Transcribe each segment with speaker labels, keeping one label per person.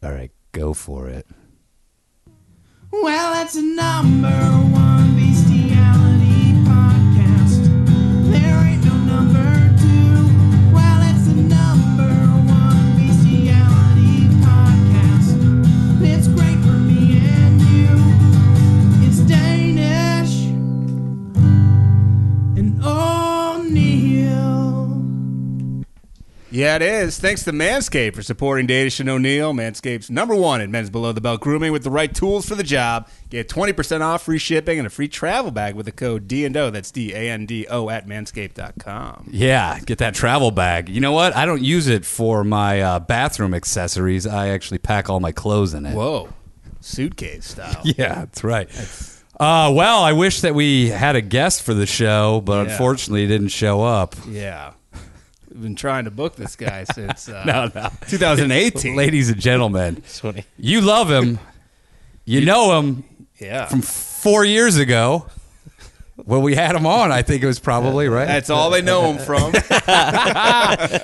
Speaker 1: All right, go for it.
Speaker 2: Well, that's a number one bestiality podcast. There ain't no number two. Well, it's a number one bestiality podcast. It's great for me and you. It's Danish and O'Neill.
Speaker 3: Yeah, it is. Thanks to Manscaped for supporting Danish and O'Neill. Manscaped's number one in men's below the belt grooming with the right tools for the job. Get 20% off, free shipping, and a free travel bag with the code D&O. That's D-A-N-D-O at manscaped.com.
Speaker 1: Yeah, get that travel bag. You know what? I don't use it for my uh, bathroom accessories. I actually pack all my clothes in it.
Speaker 3: Whoa. Suitcase style.
Speaker 1: Yeah, that's right. Uh, well, I wish that we had a guest for the show, but
Speaker 3: Yeah.
Speaker 1: unfortunately, he didn't show up.
Speaker 3: yeah. We've been trying to book this guy since uh,
Speaker 1: No, no.
Speaker 3: 2018.
Speaker 1: Ladies and gentlemen,
Speaker 4: Funny.
Speaker 1: you love him. You know him
Speaker 3: Yeah.
Speaker 1: from four years ago. When we had him on, I think it was probably, right?
Speaker 3: That's all they know him from.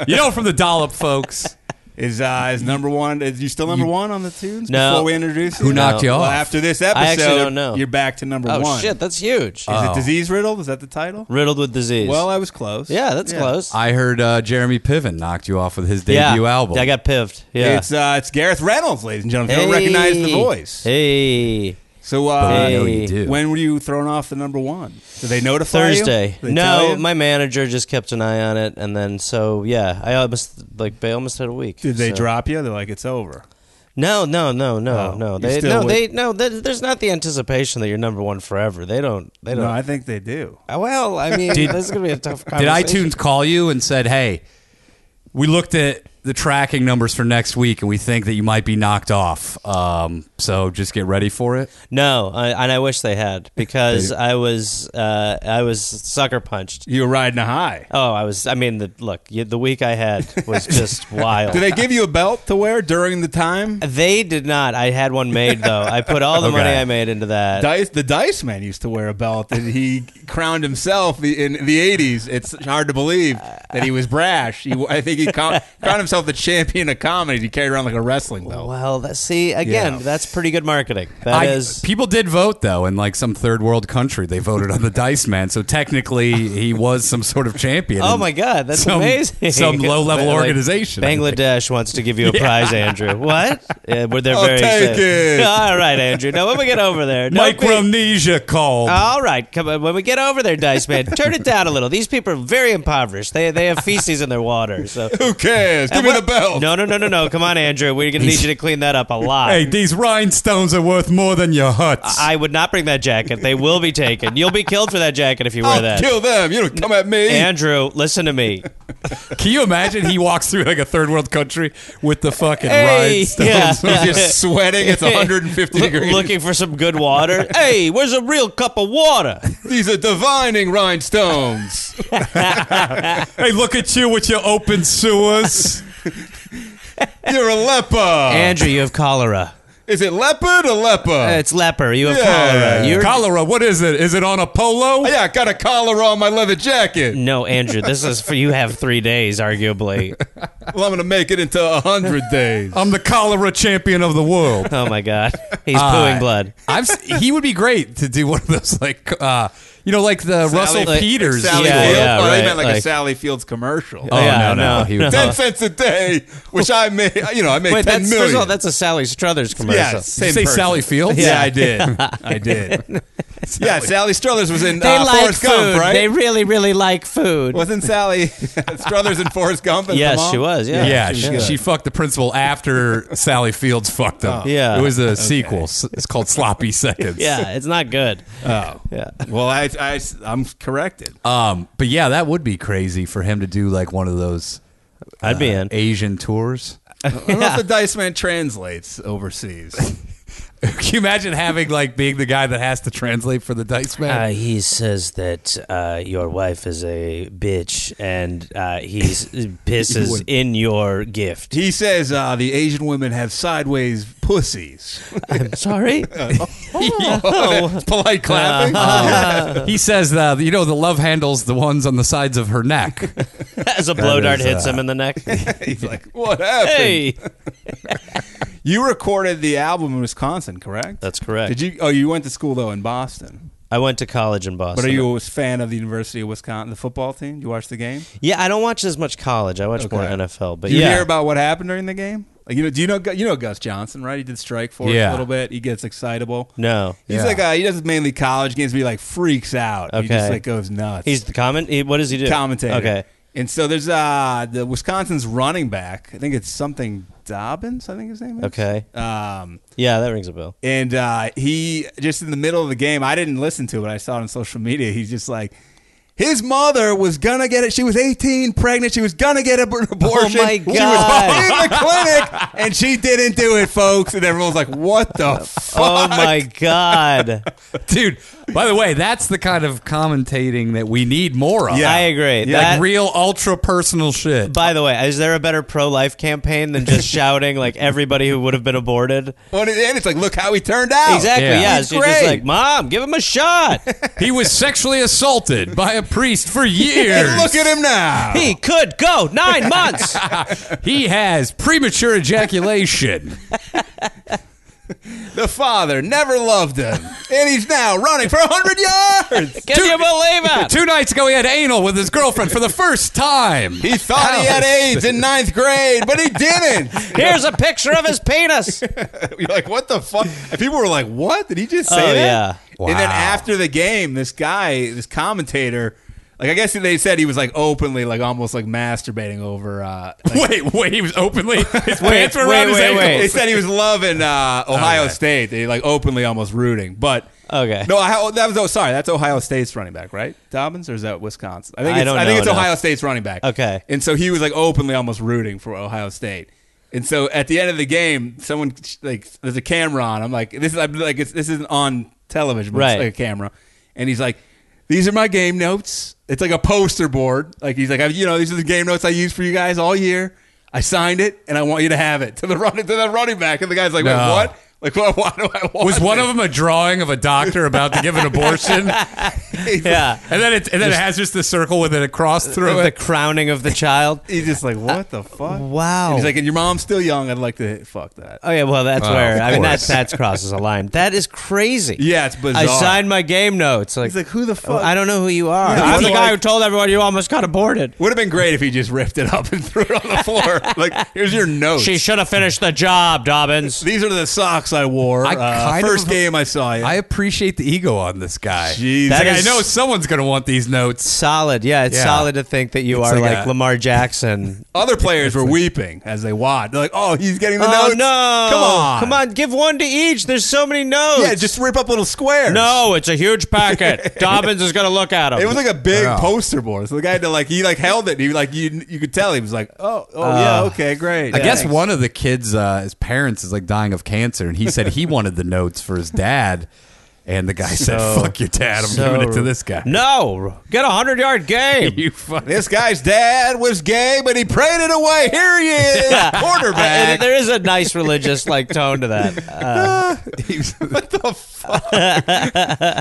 Speaker 1: you know, from the dollop folks.
Speaker 3: Is uh, is number one? Is you still number one on the tunes?
Speaker 4: No.
Speaker 3: Before we introduce you,
Speaker 1: Who knocked you
Speaker 3: Well,
Speaker 1: off?
Speaker 3: after this episode,
Speaker 4: actually don't know.
Speaker 3: You're back to number
Speaker 4: Oh
Speaker 3: one.
Speaker 4: shit, that's huge.
Speaker 3: Is it disease riddled? Is that the title?
Speaker 4: Riddled with disease.
Speaker 3: Well, I was close.
Speaker 4: uh, yeah, that's close.
Speaker 1: I heard uh, Jeremy Piven knocked you off with his debut
Speaker 4: yeah,
Speaker 1: album.
Speaker 4: I got pived. Yeah.
Speaker 3: It's uh, it's Gareth Reynolds, ladies and gentlemen. Don't recognize the voice.
Speaker 4: Hey.
Speaker 3: So
Speaker 1: But we know
Speaker 3: uh,
Speaker 1: you do.
Speaker 3: when were you thrown off the number one? Did they notify you?
Speaker 4: Thursday.
Speaker 3: Did they tell
Speaker 4: no,
Speaker 3: you?
Speaker 4: my manager just kept an eye on it, and then so yeah, I almost like I almost had a week.
Speaker 3: Did they
Speaker 4: so.
Speaker 3: drop you? They're like, it's over.
Speaker 4: No, no, no, no,
Speaker 3: Oh,
Speaker 4: no.
Speaker 3: you
Speaker 4: They
Speaker 3: still
Speaker 4: no,
Speaker 3: would-
Speaker 4: they no. th there's not the anticipation that you're number one forever. They don't. They
Speaker 3: No,
Speaker 4: don't.
Speaker 3: I think they do.
Speaker 4: Uh, well, I mean,
Speaker 1: Did-
Speaker 4: this is gonna be a tough.
Speaker 1: Did
Speaker 4: Conversation.
Speaker 1: iTunes call you and said, "Hey, we looked at the tracking numbers for next week, and we think that you might be knocked off. Um, so just get ready for it."
Speaker 4: No, I, and I wish they had because I was uh, I was sucker punched.
Speaker 3: You were riding a high.
Speaker 4: Oh, I was. I mean, the look. you- The week I had was just wild.
Speaker 3: Did they give you a belt to wear during the time?
Speaker 4: They did not. I had one made though. I put all the
Speaker 1: Okay.
Speaker 4: money I made into that.
Speaker 3: Dice, the Dice Man used to wear a belt, and he crowned himself the- in the '80s. It's hard to believe that he was brash. He, I think he co- crowned himself the champion of comedy. He carried around like a wrestling belt.
Speaker 4: well, that, see again,
Speaker 3: Yeah.
Speaker 4: that's pretty good marketing. That
Speaker 1: I-
Speaker 4: is
Speaker 1: people did vote though, in like some third world country, they voted on the Dice Man. So technically, he was some sort of champion.
Speaker 4: Oh my God, that's
Speaker 1: Some-
Speaker 4: amazing!
Speaker 1: some low-level
Speaker 4: Like,
Speaker 1: organization, I think.
Speaker 4: Bangladesh wants to give you a prize, Andrew. What? Yeah, well, they're
Speaker 3: I'll
Speaker 4: very
Speaker 3: take
Speaker 4: excited.
Speaker 3: it.
Speaker 4: All right, Andrew. Now when we get over there, don't be-
Speaker 1: Micronesia called.
Speaker 4: All right, come on. When we get over there, Dice Man, turn it down a little. These people are very impoverished. They they have feces in their water. So
Speaker 3: Who cares? Give me the belt.
Speaker 4: No, no, no, no, no. Come on, Andrew. We're gonna need you to clean that up a lot.
Speaker 1: hey, these rhinestones are worth more than your huts.
Speaker 4: I would not bring that jacket. They will be taken. You'll be killed for that jacket if you wear
Speaker 3: I'll
Speaker 4: that.
Speaker 3: kill them. You don't come at me.
Speaker 4: Andrew, listen to me.
Speaker 1: Can you imagine? He walks through like a third world country with the fucking
Speaker 4: Hey,
Speaker 1: rhinestones.
Speaker 4: yeah.
Speaker 3: He's just sweating. It's 150
Speaker 4: Lo-
Speaker 3: degrees.
Speaker 4: Looking for some good water. Hey, where's a real cup of water?
Speaker 3: These are divining rhinestones.
Speaker 1: Hey, look at you with your open sewers.
Speaker 3: You're a leper.
Speaker 4: Andrew, you have cholera. Uh,
Speaker 3: Is it leopard or leper?
Speaker 4: It's leper. You have
Speaker 3: Yeah.
Speaker 4: cholera. You're
Speaker 1: Cholera, what is it? Is it on a polo?
Speaker 3: yeah, I got a collar on my leather jacket.
Speaker 4: no, Andrew. This is for you. Have three days, arguably.
Speaker 3: Well, I'm gonna make it into a hundred days.
Speaker 1: I'm the cholera champion of the world.
Speaker 4: Oh my God, he's
Speaker 1: Uh,
Speaker 4: pooing blood.
Speaker 1: I've, s- he would be great to do one of those, like, uh, you know, like the Russell
Speaker 4: like-
Speaker 1: Peters.
Speaker 3: Sally
Speaker 4: Yeah,
Speaker 3: Fields.
Speaker 4: yeah,
Speaker 3: oh, they
Speaker 4: right,
Speaker 3: meant like, a
Speaker 4: like-
Speaker 3: Sally Fields commercial.
Speaker 1: Oh,
Speaker 4: Yeah,
Speaker 1: no, no.
Speaker 4: no,
Speaker 1: He would-
Speaker 4: no.
Speaker 3: Ten cents a day, which I made. You know, I made
Speaker 4: Wait,
Speaker 3: ten
Speaker 4: that's, first
Speaker 3: million.
Speaker 4: of all, that's a Sally Struthers commercial.
Speaker 3: yeah,
Speaker 1: Did
Speaker 3: same
Speaker 1: you say
Speaker 3: person.
Speaker 1: Sally Fields?
Speaker 3: Yeah, I did. I did. yeah, Sally Struthers was in
Speaker 4: They
Speaker 3: uh,
Speaker 4: like
Speaker 3: Forrest
Speaker 4: food.
Speaker 3: Gump, right?
Speaker 4: They really, really like food.
Speaker 3: Wasn't Sally Struthers in Forrest Gump? as the
Speaker 4: yes,
Speaker 3: mom?
Speaker 4: she was. Yeah,
Speaker 1: Yeah, she, she fucked the principal after Sally Fields fucked him.
Speaker 4: Oh. Yeah.
Speaker 1: It was a sequel. S- It's called Sloppy Seconds.
Speaker 4: yeah, it's not good.
Speaker 3: Oh, Uh,
Speaker 4: Yeah.
Speaker 3: well, I, I, I'm corrected.
Speaker 1: Um, but yeah, that would be crazy for him to do like one of those
Speaker 4: I'd be in.
Speaker 1: Asian tours.
Speaker 3: I don't know if the Dice Man translates overseas.
Speaker 1: Can you imagine having like being the guy that has to translate for the Dice Man?
Speaker 4: Uh, he says that uh, your wife is a bitch and uh, he pisses in your gift.
Speaker 3: He says uh, the Asian women have sideways pussies.
Speaker 4: I'm sorry. Oh.
Speaker 3: It's polite clapping.
Speaker 4: Uh-huh.
Speaker 1: he says, uh, you know, the love handles the ones on the sides of her neck.
Speaker 4: As a blow
Speaker 1: That
Speaker 4: dart
Speaker 1: is,
Speaker 4: hits
Speaker 1: uh,
Speaker 4: him in the neck.
Speaker 3: He's like, what happened?
Speaker 4: hey,
Speaker 3: You recorded the album in Wisconsin, correct?
Speaker 4: That's correct.
Speaker 3: Did you? Oh, you went to school though in Boston.
Speaker 4: I went to college in Boston.
Speaker 3: But are you a fan of the University of Wisconsin, the football team? You watch the game?
Speaker 4: Yeah, I don't watch as much college. I watch more
Speaker 3: Okay.
Speaker 4: NFL. But
Speaker 3: Do you
Speaker 4: yeah,
Speaker 3: hear about what happened during the game? Like, you know, do you know Gu- you know Gus Johnson, right? He did strike for us
Speaker 1: Yeah.
Speaker 3: a little bit. He gets excitable.
Speaker 4: no,
Speaker 3: He's
Speaker 1: Yeah.
Speaker 3: like a, he does mainly college games, but he like freaks out. He just
Speaker 4: Okay.
Speaker 3: like goes nuts.
Speaker 4: he's the comment. He, what does he do?
Speaker 3: commentator.
Speaker 4: Okay,
Speaker 3: And so there's uh the Wisconsin's running back. I think it's something Dobbins. I think his name is.
Speaker 4: Okay.
Speaker 3: Um,
Speaker 4: yeah, that rings a bell.
Speaker 3: and uh, he just in the middle of the game. I didn't listen to it. I saw it on social media. He's just like. His mother was gonna get it. She was 18, pregnant. She was gonna get ab- an abortion.
Speaker 4: Oh my
Speaker 3: She was
Speaker 4: God.
Speaker 3: in the clinic, and she didn't do it, folks. And everyone's like, "What the fuck?"
Speaker 4: Oh my god!
Speaker 1: dude. By the way, that's the kind of commentating that we need more of.
Speaker 3: Yeah.
Speaker 4: I agree.
Speaker 3: Yeah,
Speaker 1: like
Speaker 4: that,
Speaker 1: real ultra personal shit.
Speaker 4: by the way, is there a better pro-life campaign than just shouting like everybody who would have been aborted?
Speaker 3: And it's like, look how he turned out.
Speaker 4: Exactly.
Speaker 1: Yeah.
Speaker 4: Yeah,
Speaker 1: He's
Speaker 4: she's just
Speaker 3: Oh, great.
Speaker 4: like, "Mom, give him a shot.
Speaker 1: He was sexually assaulted by a priest for years.
Speaker 3: And look at him now.
Speaker 4: he could go nine months."
Speaker 1: he has premature ejaculation.
Speaker 3: The father never loved him, and he's now running for 100 yards.
Speaker 4: Can you believe it?
Speaker 1: Two nights ago, he had anal with his girlfriend for the first time.
Speaker 3: He thought he had AIDS in ninth grade, but he didn't.
Speaker 4: Here's a picture of his penis.
Speaker 3: You're like, what the fuck? And people were like, what? Did he just say that?
Speaker 4: Oh, yeah.
Speaker 3: And then
Speaker 1: Wow.
Speaker 3: after the game, this guy, this commentator, like I guess they said he was like openly, like almost like masturbating over. Uh, like-
Speaker 1: Wait, wait, he was openly. His pants were
Speaker 4: wait,
Speaker 1: around his
Speaker 4: wait,
Speaker 1: ankles.
Speaker 4: wait.
Speaker 3: They said he was loving uh, Ohio
Speaker 1: Okay.
Speaker 3: State. They like openly almost rooting, but
Speaker 4: Okay.
Speaker 3: No, Ohio, that was oh, sorry. That's Ohio State's running back, right? Dobbins or is that Wisconsin? I think
Speaker 4: I
Speaker 3: it's,
Speaker 4: don't
Speaker 3: think
Speaker 4: know
Speaker 3: it's
Speaker 4: enough.
Speaker 3: Ohio State's running back.
Speaker 4: Okay.
Speaker 3: and so he was like openly almost rooting for Ohio State. And so at the end of the game, someone like there's a camera on. I'm like, this is I'm like it's, this isn't on television, but
Speaker 4: Right.
Speaker 3: it's like a camera. And he's like, these are my game notes. It's like a poster board. Like he's like, I, you know, these are the game notes I use for you guys all year. I signed it, and I want you to have it to the running to the running back. And the guy's like,
Speaker 1: No.
Speaker 3: wait, what? Like, why, why do I want?
Speaker 1: Was one
Speaker 3: this?
Speaker 1: of them a drawing of a doctor about to give an abortion? And
Speaker 3: He's like-
Speaker 4: Yeah.
Speaker 1: then it, and then it has just the circle with a cross through
Speaker 4: The
Speaker 1: it.
Speaker 4: crowning of the child.
Speaker 3: He's just like, what the fuck?
Speaker 4: Wow.
Speaker 3: And he's like, and your mom's still young. I'd like to fuck that.
Speaker 4: Oh yeah, well that's
Speaker 1: Oh,
Speaker 4: where
Speaker 1: of
Speaker 4: I mean
Speaker 1: course.
Speaker 4: that's that's crosses a line. That is crazy.
Speaker 3: Yeah, it's bizarre.
Speaker 4: I signed my game notes. Like,
Speaker 3: He's like, who the fuck?
Speaker 4: I don't know who you are.
Speaker 3: Yeah,
Speaker 4: I'm the
Speaker 3: what-
Speaker 4: guy who told everyone you almost got aborted.
Speaker 3: Would have been great if he just ripped it up and threw it on the floor. like, here's your notes.
Speaker 4: She should have finished the job, Dobbins.
Speaker 3: These are the socks I wore.
Speaker 1: I
Speaker 3: uh,
Speaker 1: kind of-
Speaker 3: first game I saw you.
Speaker 1: I appreciate the ego on this guy.
Speaker 3: Jeez.
Speaker 1: Like,
Speaker 4: That
Speaker 1: I
Speaker 4: is-
Speaker 1: know someone's going to want these notes.
Speaker 4: Solid, yeah. It's
Speaker 1: Yeah.
Speaker 4: solid to think that you
Speaker 1: It's
Speaker 4: are
Speaker 1: like
Speaker 4: like,
Speaker 1: a-
Speaker 4: Lamar Jackson.
Speaker 3: Other players were weeping as they watched. They're like, oh, he's getting the
Speaker 4: oh
Speaker 3: notes.
Speaker 4: no!
Speaker 3: Come on.
Speaker 4: come on! Give one to each. There's so many notes.
Speaker 3: Yeah, just rip up little squares.
Speaker 4: no. It's a huge packet. Dobbins is gonna look at him.
Speaker 3: It was like a big
Speaker 1: Yeah.
Speaker 3: poster board. So the guy had to like he like held it. And he like you you could tell he was like, oh oh yeah okay great.
Speaker 1: I guess
Speaker 3: Thanks.
Speaker 1: one of the kids, uh, his parents, is like dying of cancer, and he said he wanted the notes for his dad. And the guy said,
Speaker 4: So-
Speaker 1: "Fuck your dad! I'm
Speaker 4: So-
Speaker 1: giving it to this guy."
Speaker 4: No, get a hundred yard game.
Speaker 1: you fuck.
Speaker 3: This guy's dad was gay, but he prayed it away. Here he is,
Speaker 4: I-
Speaker 3: quarterback.
Speaker 4: there is a nice religious like tone to that. Uh,
Speaker 3: what the fuck?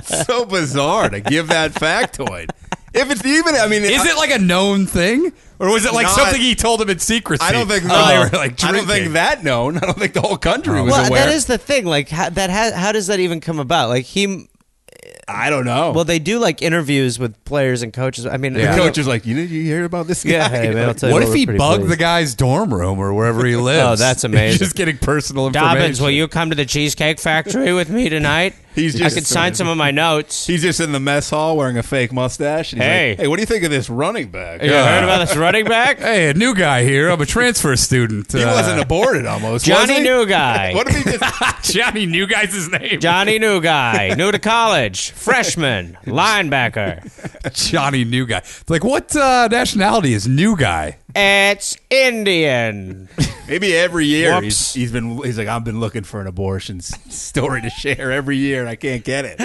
Speaker 3: so bizarre to give that factoid. If it's even, I mean,
Speaker 1: Is
Speaker 3: I,
Speaker 1: it like a known thing, or was it like
Speaker 3: Not-
Speaker 1: something he told him in secrecy?
Speaker 3: I don't think.
Speaker 1: when
Speaker 4: oh,
Speaker 1: they
Speaker 3: no.
Speaker 1: were like
Speaker 3: I
Speaker 1: drinking.
Speaker 3: don't think that known. I don't think the whole country was
Speaker 4: well,
Speaker 3: aware.
Speaker 4: that is the thing. Like how, that, ha- how does that even come about? Like he,
Speaker 3: I don't know.
Speaker 4: well, they do like interviews with players and coaches. I mean,
Speaker 3: the
Speaker 1: Yeah.
Speaker 3: coach is like, you did you hear about this guy?
Speaker 4: Yeah, hey, man, I'll tell you
Speaker 1: What if
Speaker 4: what, we're
Speaker 1: he
Speaker 4: pretty
Speaker 1: bugged
Speaker 4: pleased.
Speaker 1: the guy's dorm room or wherever he lives?
Speaker 4: Oh, that's amazing.
Speaker 1: Just getting personal information.
Speaker 4: Dobbins, will you come to the Cheesecake Factory with me tonight?
Speaker 3: He's
Speaker 4: I
Speaker 3: just-
Speaker 4: could sign some of my notes.
Speaker 3: He's just in the mess hall wearing a fake mustache. And he's
Speaker 4: Hey.
Speaker 3: like, hey, what do you think of this running back? Uh,
Speaker 4: You heard about this running back?
Speaker 1: Hey, a new guy here. I'm a transfer student. uh,
Speaker 3: he wasn't aborted almost. was
Speaker 4: Johnny
Speaker 3: he?
Speaker 4: New Guy.
Speaker 3: What if he just?
Speaker 1: Johnny. New guy's his name.
Speaker 4: Johnny New Guy, new to college, freshman, linebacker.
Speaker 1: Johnny New Guy. It's like, what uh, nationality is New Guy?
Speaker 4: It's Indian.
Speaker 3: Maybe every year he's,
Speaker 4: Whoops.
Speaker 3: he's been he's like I've been looking for an abortion s- story to share every year and I can't get it.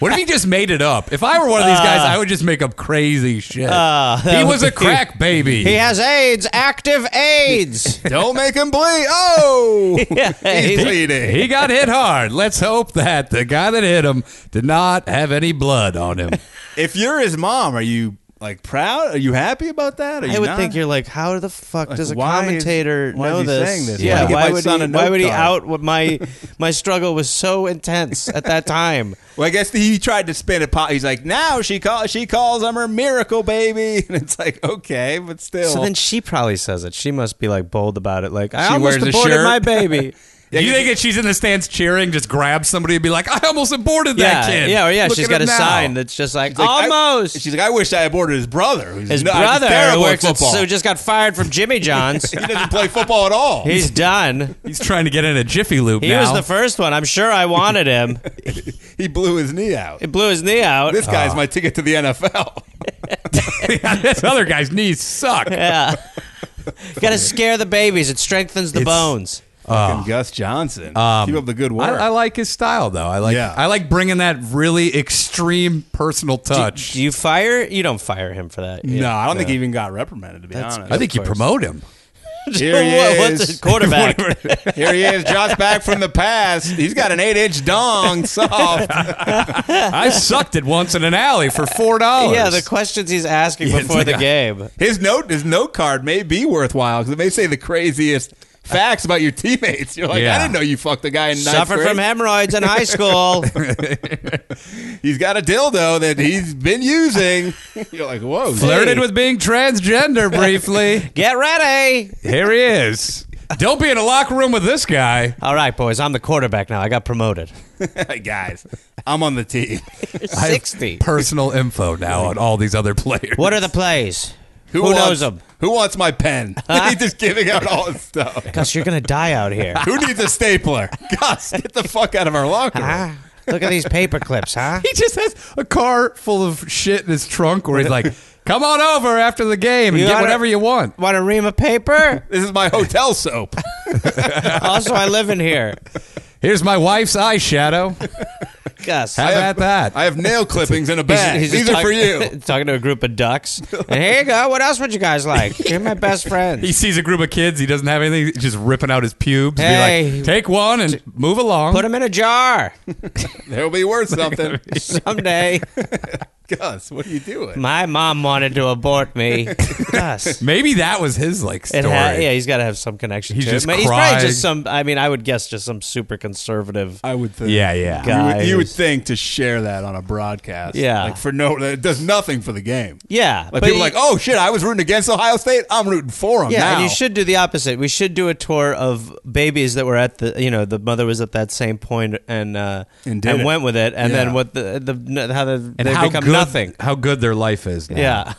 Speaker 1: What if he just made it up? If I were one of these guys, I would just make up crazy shit.
Speaker 4: Ah,
Speaker 1: he was a crack baby.
Speaker 4: He has AIDS, active AIDS.
Speaker 3: Don't make him bleed. Oh, he's
Speaker 4: he's-
Speaker 3: bleeding.
Speaker 1: He got hit hard. Let's hope that the guy that hit him did not have any blood on him.
Speaker 3: if you're his mom, are you like proud? Are you happy about that? Are you
Speaker 4: I would
Speaker 3: not?
Speaker 4: think you're like, how the fuck
Speaker 3: Like,
Speaker 4: does a
Speaker 3: why is-
Speaker 4: commentator
Speaker 3: why is
Speaker 4: know
Speaker 3: he
Speaker 4: this?
Speaker 3: saying this?
Speaker 4: Yeah,
Speaker 3: Why did
Speaker 4: why,
Speaker 3: my
Speaker 4: would
Speaker 3: son
Speaker 4: he?
Speaker 3: a
Speaker 4: Why
Speaker 3: note
Speaker 4: would he
Speaker 3: card?
Speaker 4: out what my my struggle was so intense at that time?
Speaker 3: Well, I guess he tried to spin a pot. He's like, now she calls. She calls him her miracle baby, and it's like, okay, but still.
Speaker 4: So then she probably says it. She must be like bold about it. Like I
Speaker 3: She
Speaker 4: almost
Speaker 3: wears a
Speaker 4: aborted
Speaker 3: shirt.
Speaker 4: my baby.
Speaker 1: Do you think if she's in the stands cheering, just grab somebody and be like, "I almost aborted that
Speaker 4: yeah,
Speaker 1: kid."
Speaker 4: yeah, or yeah.
Speaker 1: Look
Speaker 4: she's
Speaker 1: at
Speaker 4: got a
Speaker 1: him now.
Speaker 4: sign that's just like,
Speaker 3: She's like, I-
Speaker 4: almost.
Speaker 3: she's like, I wish I aborted his brother. who's
Speaker 4: His
Speaker 3: no- he's
Speaker 4: brother who
Speaker 3: terrible at
Speaker 4: works at,
Speaker 3: football.
Speaker 4: who just got fired from Jimmy John's.
Speaker 3: he doesn't play football at all.
Speaker 4: He's done.
Speaker 1: He's trying to get in a jiffy loop
Speaker 4: He
Speaker 1: now.
Speaker 4: was the first one. I'm sure I wanted him.
Speaker 3: he blew his knee out.
Speaker 4: It blew his knee out.
Speaker 3: This guy's my ticket to the NFL.
Speaker 1: Yeah, this other guy's knees suck.
Speaker 4: yeah. Got to scare the babies. It strengthens the
Speaker 1: It's-
Speaker 4: bones.
Speaker 3: Fucking Gus Johnson. Keep up the
Speaker 4: Um,
Speaker 3: good work.
Speaker 1: I, I like his style though. I like
Speaker 3: Yeah.
Speaker 1: I like bringing that really extreme personal touch.
Speaker 4: Do you fire? You don't fire him for that.
Speaker 3: no, I don't think he even got reprimanded. To be
Speaker 4: That's-
Speaker 3: honest,
Speaker 1: I think you
Speaker 4: Of course.
Speaker 1: promote him.
Speaker 3: Here he
Speaker 4: What- What's
Speaker 3: is.
Speaker 4: his quarterback?
Speaker 3: Here he is, Josh back from the past. He's got an eight-inch dong, soft.
Speaker 1: I sucked it once in an alley for four dollars.
Speaker 4: yeah, the questions he's asking
Speaker 1: Yeah, it's
Speaker 4: before
Speaker 1: like
Speaker 4: the
Speaker 1: a-
Speaker 4: game.
Speaker 3: His note, his note card may be worthwhile because it may say the craziest facts about your teammates. You're like,
Speaker 1: Yeah.
Speaker 3: I didn't know you fucked a guy in ninth
Speaker 4: Suffered
Speaker 3: grade.
Speaker 4: from hemorrhoids in high school.
Speaker 3: He's got a dildo that he's been using. You're like, whoa,
Speaker 1: flirted
Speaker 3: hey.
Speaker 1: with being transgender briefly.
Speaker 4: Get ready.
Speaker 1: Here he is. Don't be in a locker room with this guy.
Speaker 4: All right, boys. I'm the quarterback now. I got promoted.
Speaker 3: guys. I'm on the team.
Speaker 1: I have
Speaker 4: 60.
Speaker 1: personal info now on all these other players.
Speaker 4: What are the plays? Who,
Speaker 3: wants-
Speaker 4: knows them?
Speaker 3: Who wants my pen? He's just giving out all his stuff.
Speaker 4: Gus, you're going to die out here.
Speaker 3: Who needs a stapler? Gus, get the fuck out of our locker room.
Speaker 4: Huh? Look at these paper clips, huh?
Speaker 1: He just has a car full of shit in his trunk where he's like, "Come on over after the game and
Speaker 4: You
Speaker 1: get
Speaker 4: gotta-
Speaker 1: whatever you want."
Speaker 4: Want a ream of paper?
Speaker 3: This is my hotel soap.
Speaker 4: also, I live in here.
Speaker 1: Here's my wife's eyeshadow.
Speaker 4: Gus.
Speaker 1: How about that?
Speaker 3: I have nail clippings in a
Speaker 4: He's-
Speaker 3: bag.
Speaker 4: he's
Speaker 3: These
Speaker 4: just
Speaker 3: are
Speaker 4: talk-
Speaker 3: for you.
Speaker 4: talking to a group of ducks. And here you go. What else would you guys like? You're my best friends.
Speaker 1: He sees a group of kids. He doesn't have anything. He's just ripping out his pubes. Be
Speaker 4: Hey.
Speaker 1: like, take one and move along.
Speaker 4: Put them in a jar
Speaker 3: They'll be worth something.
Speaker 4: someday.
Speaker 3: Gus, what are you doing?
Speaker 4: My mom wanted to abort me. Gus.
Speaker 1: Maybe that was his like story.
Speaker 4: It ha- yeah, he's got to have some connection
Speaker 1: He's
Speaker 4: to
Speaker 1: just
Speaker 4: it. He's probably
Speaker 1: crying.
Speaker 4: just some. I mean, I would guess just some super conservative.
Speaker 3: I would think.
Speaker 1: yeah, yeah.
Speaker 4: God.
Speaker 3: You would, you would
Speaker 4: Guys.
Speaker 3: think to share that on a broadcast.
Speaker 4: Yeah.
Speaker 3: Like for no, it does nothing for the game.
Speaker 4: Yeah,
Speaker 3: Like
Speaker 4: but
Speaker 3: people
Speaker 4: he-
Speaker 3: are like, oh shit, I was rooting against Ohio State. I'm rooting for them
Speaker 4: Yeah,
Speaker 3: now.
Speaker 4: and you should do the opposite. We should do a tour of babies that were at the, you know, the mother was at that same point and uh,
Speaker 3: And did it.
Speaker 4: went with it, and
Speaker 3: Yeah.
Speaker 4: then what the the how the,
Speaker 1: And
Speaker 4: they
Speaker 1: how
Speaker 4: become
Speaker 1: good,
Speaker 4: nothing.
Speaker 1: How good their life is. Now,
Speaker 4: Yeah,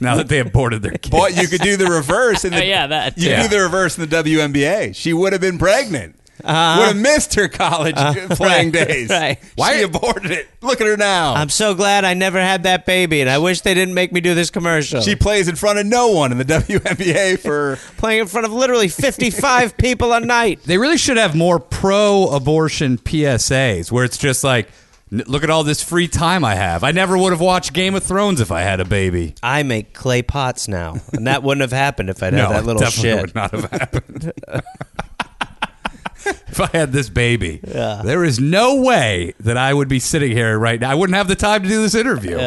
Speaker 1: Now that they aborted their kid.
Speaker 3: But you could do the reverse. In the,
Speaker 4: Oh, yeah, that
Speaker 3: You
Speaker 1: yeah.
Speaker 3: could do the reverse in the WNBA. She would have been pregnant.
Speaker 4: Uh-huh. Uh,
Speaker 3: Would have missed her college playing
Speaker 4: right,
Speaker 3: days.
Speaker 4: right.
Speaker 3: Why she aborted it? Look at her now.
Speaker 4: I'm so glad I never had that baby, and I wish they didn't make me do this commercial.
Speaker 3: she plays in front of no one in the WNBA for
Speaker 4: playing in front of literally 55 people a night.
Speaker 1: They really should have more pro-abortion PSAs where it's just like, "N- look at all this free time I have. I never would have watched Game of Thrones if I had a baby.
Speaker 4: I make clay pots now, and that wouldn't have happened if I'd
Speaker 1: no,
Speaker 4: had that
Speaker 1: it
Speaker 4: little
Speaker 1: definitely
Speaker 4: shit.
Speaker 1: would not have happened. if I had this baby, there is no way that I would be sitting here right now. I wouldn't have the time to do this interview.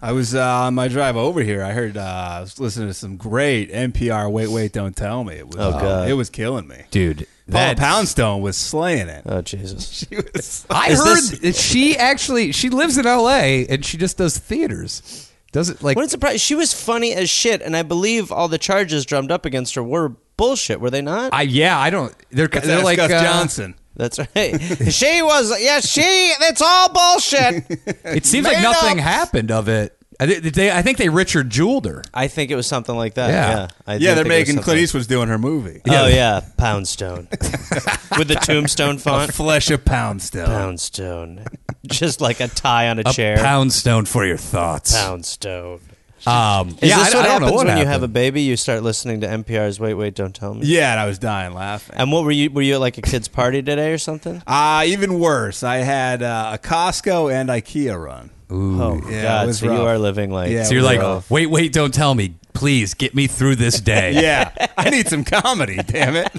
Speaker 3: I was uh, on my drive over here. I heard uh, I was listening to some great NPR. Wait, wait, don't tell me. It was
Speaker 4: Oh,
Speaker 3: uh,
Speaker 4: God.
Speaker 3: it was killing me.
Speaker 1: Dude,
Speaker 3: Paula
Speaker 1: that
Speaker 3: Poundstone was slaying it.
Speaker 4: Oh Jesus!
Speaker 3: She was
Speaker 1: I
Speaker 4: Is
Speaker 1: heard
Speaker 4: this-
Speaker 1: that she actually she lives in L.A. and she just does theaters. Does it like
Speaker 4: What a surprise! She was funny as shit, and I believe all the charges drummed up against her were bullshit. Were they not?
Speaker 1: I? Yeah, I don't. They're they're
Speaker 3: That's
Speaker 1: like
Speaker 3: Gus
Speaker 1: uh,
Speaker 3: Johnson.
Speaker 4: That's right. she was. Yeah, she. It's all bullshit.
Speaker 1: It seems like
Speaker 4: Man
Speaker 1: nothing
Speaker 4: up.
Speaker 1: happened of it. I, thi- they, I think they Richard Jeweled her.
Speaker 4: I think it was something like that.
Speaker 1: Yeah.
Speaker 4: Yeah. I
Speaker 3: Yeah, they're
Speaker 4: do think it was
Speaker 3: making
Speaker 4: something-
Speaker 3: Clint Eastwood's doing her movie.
Speaker 4: Oh yeah, Poundstone with the tombstone
Speaker 3: A
Speaker 4: font.
Speaker 3: flesh of Poundstone.
Speaker 4: Poundstone, just like a tie on a,
Speaker 1: A
Speaker 4: chair.
Speaker 1: pound stone for your thoughts.
Speaker 4: Poundstone.
Speaker 1: Um,
Speaker 4: Is
Speaker 1: yeah, I,
Speaker 4: this what
Speaker 1: I don't
Speaker 4: happens
Speaker 1: know what
Speaker 4: when
Speaker 1: happened.
Speaker 4: you have a baby? You start listening to NPR's "Wait, Wait, Don't Tell Me."
Speaker 3: Yeah, and I was dying laughing.
Speaker 4: And what were you? Were you at like a kid's party today or something?
Speaker 3: Uh, even worse, I had uh, a Costco and IKEA run.
Speaker 4: Oh
Speaker 3: Yeah, it
Speaker 4: God!
Speaker 3: was
Speaker 4: So you
Speaker 3: rough.
Speaker 4: are living like
Speaker 3: Yeah, it
Speaker 1: so you're
Speaker 3: was
Speaker 1: like,
Speaker 3: rough.
Speaker 1: wait, wait, don't tell me. Please get me through this day.
Speaker 3: Yeah, I need some comedy, damn it.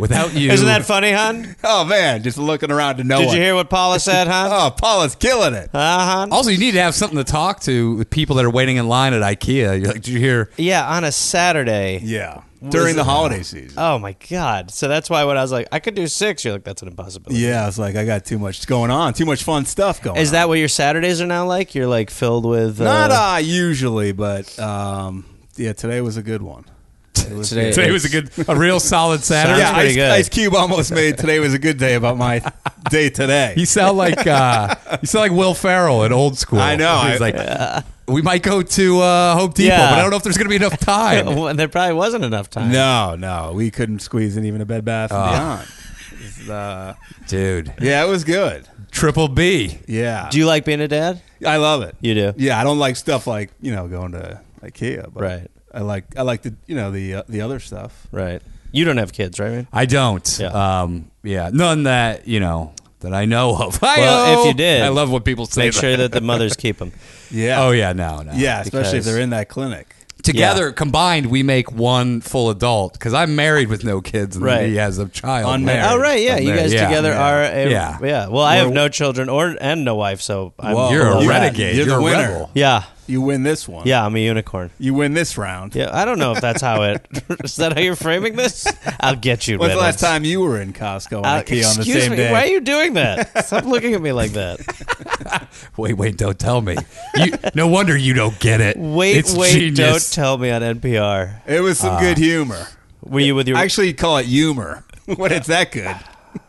Speaker 1: Without you,
Speaker 4: Isn't that funny, hon?
Speaker 3: Oh man, just looking around to no
Speaker 4: Did
Speaker 3: one.
Speaker 4: you hear what Paula said, hon?
Speaker 3: Oh, Paula's killing it.
Speaker 4: Uh, hon?
Speaker 1: Also, you need to have something to talk to with people that are waiting in line at IKEA. You're like, did you hear?
Speaker 4: Yeah, on a Saturday.
Speaker 3: Yeah, during the holiday season.
Speaker 4: Oh my God! So that's why when I was like, I could do six, you're like, that's an impossibility.
Speaker 3: Yeah, it's like I got too much going on, too much fun stuff going.
Speaker 4: Is
Speaker 3: on.
Speaker 4: that what your Saturdays are now like? You're like filled with uh,
Speaker 3: not uh, usually, but um, yeah, today was a good one.
Speaker 4: today.
Speaker 1: Today was a good, a real solid Saturday.
Speaker 3: yeah,
Speaker 4: pretty
Speaker 3: Ice,
Speaker 4: good.
Speaker 3: Ice Cube almost made today was a good day about my day today.
Speaker 1: You sound like uh, you sound like Will Ferrell in old school.
Speaker 3: I know,
Speaker 1: He's
Speaker 3: I-
Speaker 1: like, we might go to uh, Hope Depot,
Speaker 4: Yeah.
Speaker 1: but I don't know if there's going to be enough time.
Speaker 4: Well, there probably wasn't enough time.
Speaker 3: no, no, we couldn't squeeze in even a Bed Bath
Speaker 4: Ah.
Speaker 3: and Beyond. This is, uh,
Speaker 1: Dude,
Speaker 3: yeah, it was good.
Speaker 1: triple B.
Speaker 3: Yeah,
Speaker 4: Do you like being a dad?
Speaker 3: I love it.
Speaker 4: You do.
Speaker 3: Yeah, I don't like stuff like you know going to IKEA, but
Speaker 4: Right.
Speaker 3: I like I like the you know the uh, the other stuff.
Speaker 4: Right. You don't have kids, right, man?
Speaker 1: I don't.
Speaker 4: Yeah.
Speaker 1: Um, yeah, none that you know that I know of.
Speaker 4: Well, if you did,
Speaker 1: I love what people say.
Speaker 4: Make sure that the mothers keep them.
Speaker 3: Yeah.
Speaker 1: Oh yeah, no, no.
Speaker 3: Yeah, especially if
Speaker 4: because-
Speaker 3: they're in that clinic.
Speaker 1: Together, combined, we make one full adult because I'm married with no kids, and
Speaker 4: Right.
Speaker 1: he has a child.
Speaker 3: Unmarried.
Speaker 4: Oh right, yeah. You
Speaker 1: Unmarried,
Speaker 4: guys
Speaker 1: yeah,
Speaker 4: together
Speaker 1: yeah.
Speaker 4: are a,
Speaker 1: Yeah.
Speaker 4: yeah, Well, I have no children or and no wife, so I'm
Speaker 3: Whoa.
Speaker 1: You're a
Speaker 3: You-
Speaker 1: renegade.
Speaker 3: you're
Speaker 1: You're,
Speaker 3: the
Speaker 1: a
Speaker 3: winner.
Speaker 1: rebel.
Speaker 4: yeah,
Speaker 3: You win this one.
Speaker 4: yeah. I'm a unicorn.
Speaker 3: You win this round.
Speaker 4: Yeah, I don't know if that's how it. is that how you're framing this? I'll get you.
Speaker 3: When's the last
Speaker 4: Reynolds.
Speaker 3: time you were in Costco
Speaker 4: Uh,
Speaker 3: and IKEA on the
Speaker 4: excuse
Speaker 3: same
Speaker 4: me,
Speaker 3: day?
Speaker 4: why are you doing that? Stop looking at me like that.
Speaker 1: Wait, wait, don't tell me. You, no wonder you don't get it.
Speaker 4: Wait,
Speaker 1: it's
Speaker 4: wait,
Speaker 1: genius.
Speaker 4: don't tell me on NPR.
Speaker 3: It was some
Speaker 4: Ah.
Speaker 3: good humor.
Speaker 4: Were you with your?
Speaker 3: I actually call it humor when it's that good.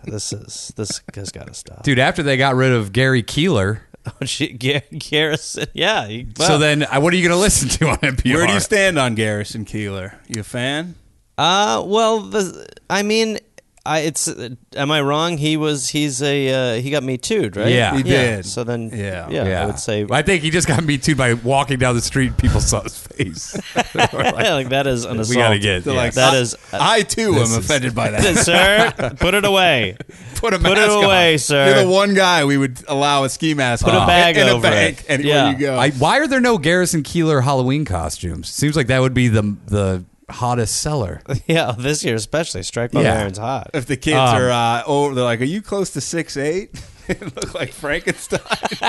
Speaker 4: this is this has got to stop.
Speaker 1: Dude, after they got rid of Gary Keeler,
Speaker 4: She- Gar- Garrison, yeah. he-
Speaker 1: so
Speaker 4: well,
Speaker 1: then uh, what are you going to listen to on NPR?
Speaker 3: Where do you stand on Garrison Keeler? You a fan?
Speaker 4: uh, well, the, I mean, I it's. Uh, am I wrong? He was. He's a. Uh, he got me too, right?
Speaker 1: Yeah. He
Speaker 3: did.
Speaker 4: So then,
Speaker 3: Yeah.
Speaker 4: yeah, yeah, I would say.
Speaker 1: I think he just got me too by walking down the street. and People saw his face. They were like,
Speaker 4: like that is an assault.
Speaker 1: we got to get
Speaker 3: They're
Speaker 1: yeah.
Speaker 3: like,
Speaker 4: That
Speaker 3: I-
Speaker 4: is-
Speaker 3: I too am offended by that.
Speaker 4: Sir, put it away.
Speaker 3: put a
Speaker 4: Put it
Speaker 3: mask on.
Speaker 4: away, sir.
Speaker 3: You're the one guy we would allow a ski mask. Put
Speaker 4: a bag
Speaker 3: in,
Speaker 4: over
Speaker 3: a bank
Speaker 4: it.
Speaker 3: anywhere
Speaker 4: Yeah.
Speaker 3: you go.
Speaker 1: I, why are there no Garrison Keeler Halloween costumes? Seems like that would be the the hottest seller.
Speaker 4: Yeah, this year especially. Strike while
Speaker 1: Yeah.
Speaker 4: the iron's hot.
Speaker 3: if the kids
Speaker 4: Um,
Speaker 3: are uh, over, they're like, "Are you close to six eight? look like Frankenstein.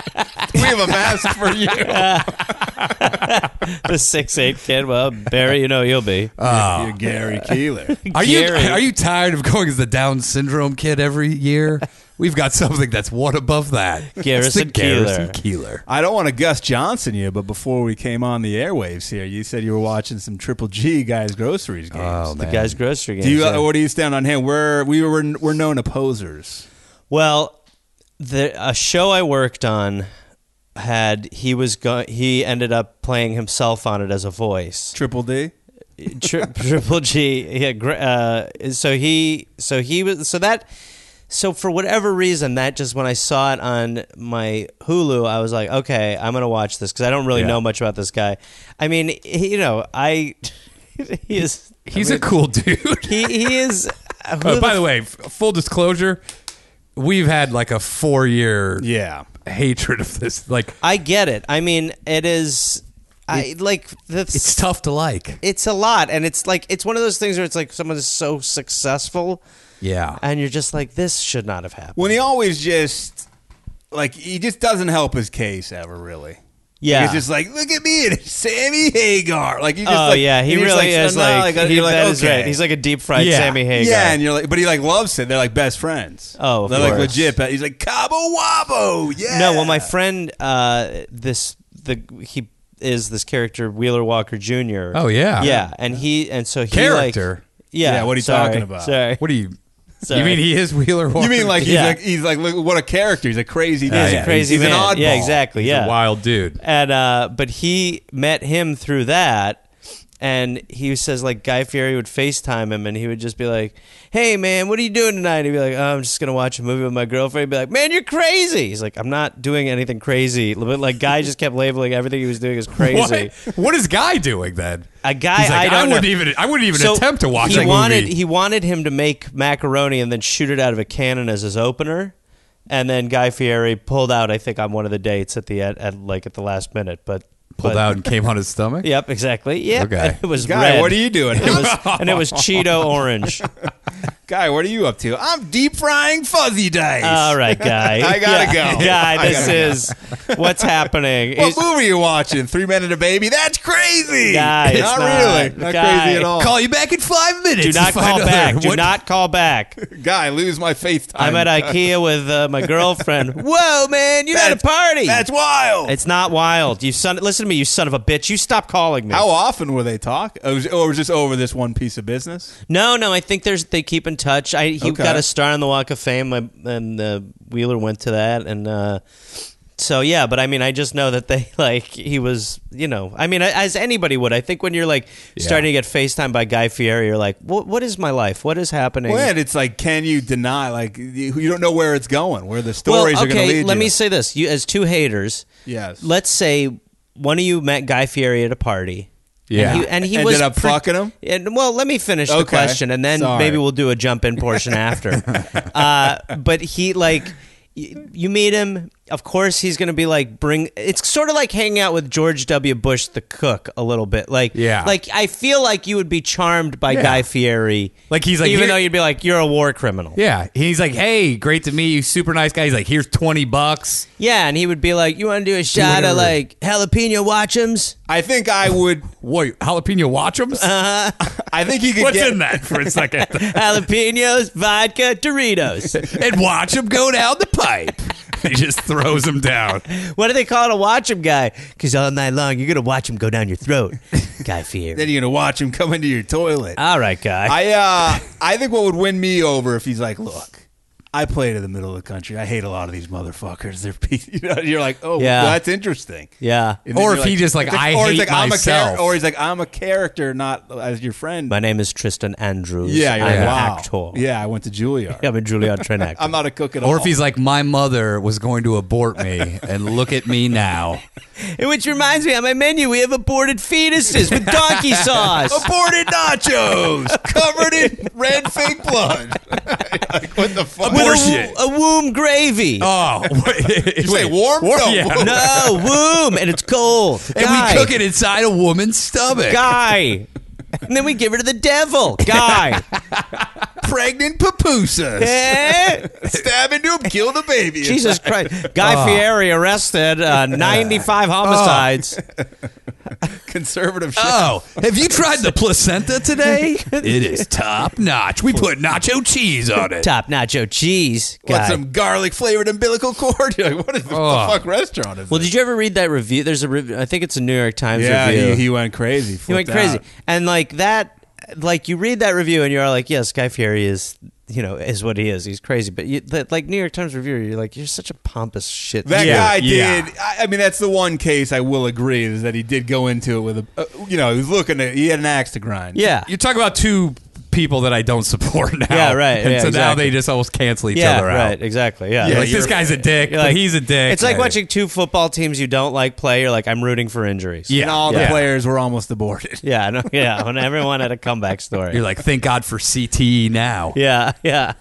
Speaker 3: we have a mask for you.
Speaker 4: the six eight kid. Well, Barry, you know you'll be.
Speaker 1: Oh,
Speaker 3: You're Gary Keeler.
Speaker 1: Are you
Speaker 4: Gary.
Speaker 1: are you tired of going as the Down syndrome kid every year? We've got something that's one above that. It's the
Speaker 4: Garrison Keeler.
Speaker 1: Garrison Keeler.
Speaker 3: I don't want to Gus Johnson you, but before we came on the airwaves here, you said you were watching some Triple G guys groceries games.
Speaker 1: Oh man.
Speaker 4: Guys, grocery games.
Speaker 3: do you? uh,
Speaker 4: yeah.
Speaker 3: What do you stand on him? We're we were we're known opposers.
Speaker 4: Well, the a show I worked on had he was go- he ended up playing himself on it as a voice.
Speaker 3: Triple D.
Speaker 4: Tri- Triple G, yeah. gr- Uh, so he, so he was, so that, so for whatever reason, that just when I saw it on my Hulu, I was like, okay, I'm gonna watch this because I don't really
Speaker 1: Yeah.
Speaker 4: know much about this guy. I mean, he, you know, I, he is,
Speaker 1: He's a cool dude.
Speaker 4: he, he is. who
Speaker 1: Uh, by the way, f- full disclosure, we've had like a four year
Speaker 3: Yeah.
Speaker 1: hatred of this. Like,
Speaker 4: I get it. I mean, it is. I like that's
Speaker 1: it's
Speaker 4: it's,
Speaker 1: tough to like.
Speaker 4: a lot, and it's like it's one of those things where it's like someone is so successful,
Speaker 1: Yeah.
Speaker 4: and you're just like, this should not have happened.
Speaker 3: When he always just like he just doesn't help his case ever really.
Speaker 4: Yeah.
Speaker 3: he's just like, look at me, it's Sammy Hagar. Like you just
Speaker 4: oh
Speaker 3: like,
Speaker 4: yeah, he
Speaker 3: and he's
Speaker 4: really is
Speaker 3: so now
Speaker 4: like,
Speaker 3: I gotta-
Speaker 4: he,
Speaker 3: you're
Speaker 4: that is
Speaker 3: okay.
Speaker 4: right. He's like a deep fried
Speaker 1: Yeah.
Speaker 4: Sammy Hagar.
Speaker 3: Yeah, and you're like, but he like loves it. They're like best friends.
Speaker 4: Oh, of
Speaker 3: they're like
Speaker 4: course.
Speaker 3: legit. But he's like Cabo Wabo. Yeah.
Speaker 4: no, well, my friend, uh, this the he is this character Wheeler Walker Jr.
Speaker 1: Oh, yeah.
Speaker 4: yeah, and he and so he
Speaker 1: Character?
Speaker 4: Like, yeah,
Speaker 3: Yeah, what are you
Speaker 4: sorry,
Speaker 3: talking about?
Speaker 4: Sorry,
Speaker 1: What do you?
Speaker 4: Sorry.
Speaker 1: You mean he is Wheeler Walker?
Speaker 3: You mean like he's
Speaker 4: Yeah.
Speaker 3: like he's like look what a character. He's a crazy. dude.
Speaker 1: a
Speaker 4: he's a crazy
Speaker 3: He's
Speaker 4: man.
Speaker 3: an oddball.
Speaker 4: Yeah, exactly.
Speaker 1: He's
Speaker 4: yeah,
Speaker 1: a wild dude.
Speaker 4: and uh, but he met him through that, and he says like Guy Fieri would FaceTime him, and he would just be like, "Hey man, what are you doing tonight?" And he'd be like, oh, "I'm just gonna watch a movie with my girlfriend." He'd be like, "Man, you're crazy." He's like, "I'm not doing anything crazy." But like Guy just kept labeling everything he was doing as crazy.
Speaker 1: What? What is Guy doing then?
Speaker 4: A guy
Speaker 1: He's like,
Speaker 4: I don't
Speaker 1: wouldn't
Speaker 4: know."
Speaker 1: even. I wouldn't even attempt to watch
Speaker 4: he
Speaker 1: a
Speaker 4: wanted
Speaker 1: movie.
Speaker 4: he wanted him to make macaroni and then shoot it out of a cannon as his opener and then guy fieri pulled out i think on one of the dates at the at, at like at the last minute but
Speaker 1: pulled
Speaker 4: but-
Speaker 1: out and came on his stomach.
Speaker 4: yep exactly yeah
Speaker 1: Okay.
Speaker 4: it was
Speaker 3: Guy,
Speaker 4: red.
Speaker 3: what are you doing?
Speaker 4: it was, and it was cheeto orange
Speaker 3: Guy, what are you up to? I'm deep frying fuzzy dice.
Speaker 4: All right, guy.
Speaker 3: I gotta go.
Speaker 4: Guy,
Speaker 3: I
Speaker 4: this
Speaker 3: gotta go.
Speaker 4: is what's happening.
Speaker 3: what
Speaker 4: It's-
Speaker 3: movie are you watching? Three Men and a Baby? That's crazy.
Speaker 4: Guy, it's
Speaker 3: not,
Speaker 4: not.
Speaker 3: really. Not
Speaker 4: Guy.
Speaker 3: crazy at all.
Speaker 1: Call you back in five minutes.
Speaker 4: do
Speaker 1: to
Speaker 4: not
Speaker 1: find
Speaker 4: call
Speaker 1: out
Speaker 4: back. Do
Speaker 1: what-
Speaker 4: not call back.
Speaker 3: Guy, lose my faith time.
Speaker 4: I'm at IKEA with uh, my girlfriend. Whoa, man! You're at a
Speaker 3: That's-
Speaker 4: party.
Speaker 3: That's wild.
Speaker 4: It's not wild. You son. Listen to me, you son of a bitch. You stop calling me.
Speaker 3: How often were they talk? Or was, or was this over this one piece of business?
Speaker 4: No, no. I think there's they keep in touch. I he
Speaker 3: Okay.
Speaker 4: got a star on the Walk of Fame, my, and uh, Wheeler went to that, and uh, so yeah. But I mean, I just know that they like he was, you know. I mean, as anybody would, I think when you're like starting to get FaceTime by Guy Fieri, you're like, what, what is my life? What is happening?
Speaker 3: When it's like, can you deny? Like, you you don't know where it's going, where the stories
Speaker 4: well,
Speaker 3: are going to
Speaker 4: okay,
Speaker 3: lead
Speaker 4: let
Speaker 3: you.
Speaker 4: me say this: you as two haters.
Speaker 3: Yes.
Speaker 4: Let's say one of you met Guy Fieri at a party.
Speaker 1: Yeah.
Speaker 4: And he, and he
Speaker 3: Ended
Speaker 4: was
Speaker 3: up
Speaker 4: pre-
Speaker 3: fucking him?
Speaker 4: And, well, let me finish the
Speaker 3: Okay.
Speaker 4: question, and then
Speaker 3: Sorry.
Speaker 4: maybe we'll do a jump in portion after. uh, but he like. y- You meet him, of course. He's going to be like, bring. It's sort of like hanging out with George W. Bush, the cook, a little bit. Like,
Speaker 1: Yeah.
Speaker 4: Like, I feel like you would be charmed by Guy Fieri.
Speaker 1: Like, he's like,
Speaker 4: even
Speaker 1: here-
Speaker 4: though you'd be like, you're a war criminal.
Speaker 1: Yeah, he's like, "Hey, great to meet you, super nice guy." He's like, "Here's twenty bucks."
Speaker 4: Yeah, and he would be like, "You want to do a shot
Speaker 1: whatever.
Speaker 4: of like jalapeno watchums?"
Speaker 3: I think I would.
Speaker 1: Wait, jalapeno watchums?
Speaker 4: Uh,
Speaker 3: I think you could
Speaker 1: What's
Speaker 3: get
Speaker 1: in that for a second?
Speaker 4: Jalapenos, vodka, Doritos.
Speaker 1: and watch him go down the pipe. he just throws him down.
Speaker 4: What do they call it? A watch him guy? Because all night long you're gonna watch him go down your throat, Guy
Speaker 3: Then
Speaker 4: Fieri.
Speaker 3: you're going to watch him come into your toilet.
Speaker 4: All right, guy.
Speaker 3: I uh, I think what would win me over if he's like, look, I play to the middle of the country. I hate a lot of these motherfuckers. They're pe- you know, you're like, oh,
Speaker 4: Yeah.
Speaker 3: well, that's interesting.
Speaker 4: yeah.
Speaker 3: And then
Speaker 1: Or
Speaker 3: you're
Speaker 1: if he just like, I
Speaker 3: or he's
Speaker 1: hate
Speaker 3: I'm a
Speaker 1: myself.
Speaker 3: or he's like, I'm a character, not as your friend.
Speaker 4: My name is Tristan Andrews.
Speaker 3: yeah, you're
Speaker 4: I'm
Speaker 3: like,
Speaker 4: an
Speaker 3: wow.
Speaker 4: actor.
Speaker 3: Yeah, I went to Juilliard.
Speaker 4: I'm a Juilliard trained actor.
Speaker 3: I'm not a cook at all.
Speaker 1: Or if he's like, my mother was going to abort me, and look at me now.
Speaker 4: Which reminds me, on my menu we have aborted fetuses with donkey sauce.
Speaker 3: aborted nachos covered in red fake blood. like, what the fuck?
Speaker 4: With a, wo- a womb gravy.
Speaker 1: Oh, wait,
Speaker 3: You say warm? No.
Speaker 1: yeah.
Speaker 4: No, womb, and it's cold.
Speaker 1: and
Speaker 4: Guy.
Speaker 1: we cook it inside a woman's stomach.
Speaker 4: Guy. And then we give her to the devil. Guy.
Speaker 3: Pregnant papoosas.
Speaker 4: Eh?
Speaker 3: Stab into him, kill the baby.
Speaker 4: Jesus Christ. Guy Fieri arrested uh, 95 homicides.
Speaker 3: Conservative shit.
Speaker 1: Oh, have you tried the placenta today? It is top notch. We put nacho cheese on it.
Speaker 4: Top nacho cheese.
Speaker 3: Got
Speaker 4: Guy.
Speaker 3: some garlic flavored umbilical cord? You're like, what is
Speaker 1: Oh.
Speaker 3: the fuck restaurant is
Speaker 4: well,
Speaker 3: this?
Speaker 4: did you ever read that review? There's a rev- I think it's a New York Times review.
Speaker 3: went crazy.
Speaker 4: He went crazy. And like that, like you read that review and you're like, yes, Guy Fieri is, you know, is what he is. He's crazy. But you, that, like New York Times reviewer, you're like, you're such a pompous shit.
Speaker 3: That
Speaker 1: Yeah,
Speaker 3: guy
Speaker 1: yeah.
Speaker 3: did. I, I mean, that's the one case I will agree is that he did go into it with a, uh, you know, he was looking at, he had an axe to grind.
Speaker 4: yeah.
Speaker 1: You talk about two people that I don't support now.
Speaker 4: Yeah, right,
Speaker 1: And
Speaker 4: yeah,
Speaker 1: so now
Speaker 4: exactly.
Speaker 1: they just almost cancel each
Speaker 4: yeah,
Speaker 1: other out.
Speaker 4: right. Exactly. Yeah.
Speaker 1: Yeah,
Speaker 4: Like,
Speaker 1: like this
Speaker 4: you're-
Speaker 1: guy's a dick,
Speaker 4: You're
Speaker 1: but he's a dick.
Speaker 4: It's like
Speaker 1: Right.
Speaker 4: watching two football teams you don't like play. You're like, I'm rooting for injuries.
Speaker 1: Yeah,
Speaker 3: And all the
Speaker 1: yeah.
Speaker 3: players were almost aborted.
Speaker 4: Yeah, no, yeah. When everyone had a comeback story.
Speaker 1: You're like, thank God for CTE now.
Speaker 4: yeah, yeah.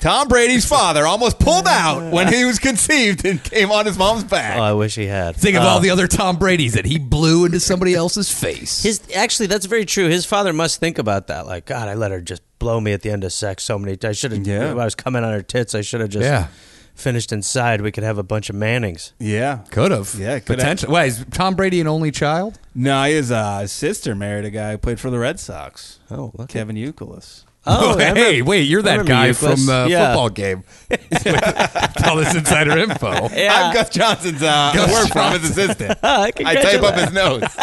Speaker 3: Tom Brady's father almost pulled out when he was conceived and came on his mom's back.
Speaker 4: Oh, I wish he had.
Speaker 1: Think of
Speaker 4: Uh,
Speaker 1: all the other Tom Brady's that he blew into somebody else's face.
Speaker 4: His actually, that's very true. His father must think about that. Like, God, I let her just blow me at the end of sex so many. I should have.
Speaker 3: Yeah.
Speaker 4: If I was coming on her tits, I should have just
Speaker 1: Yeah.
Speaker 4: finished inside. We could have a bunch of Mannings.
Speaker 3: yeah.
Speaker 1: could have.
Speaker 3: Yeah, could have.
Speaker 1: potentially. Why is Tom Brady an only child?
Speaker 3: No, his uh, his sister married a guy who played for the Red Sox.
Speaker 4: Oh, look.
Speaker 3: Kevin Euculus.
Speaker 4: Oh, I remember-
Speaker 1: hey, wait, you're
Speaker 4: I
Speaker 1: that
Speaker 4: remember
Speaker 1: guy
Speaker 4: you,
Speaker 1: from
Speaker 4: Chris.
Speaker 1: uh,
Speaker 4: Yeah.
Speaker 1: football game. With all this insider info.
Speaker 4: Yeah.
Speaker 3: I'm Gus Johnson's uh,
Speaker 1: Gus
Speaker 3: work from his assistant. I type up his notes.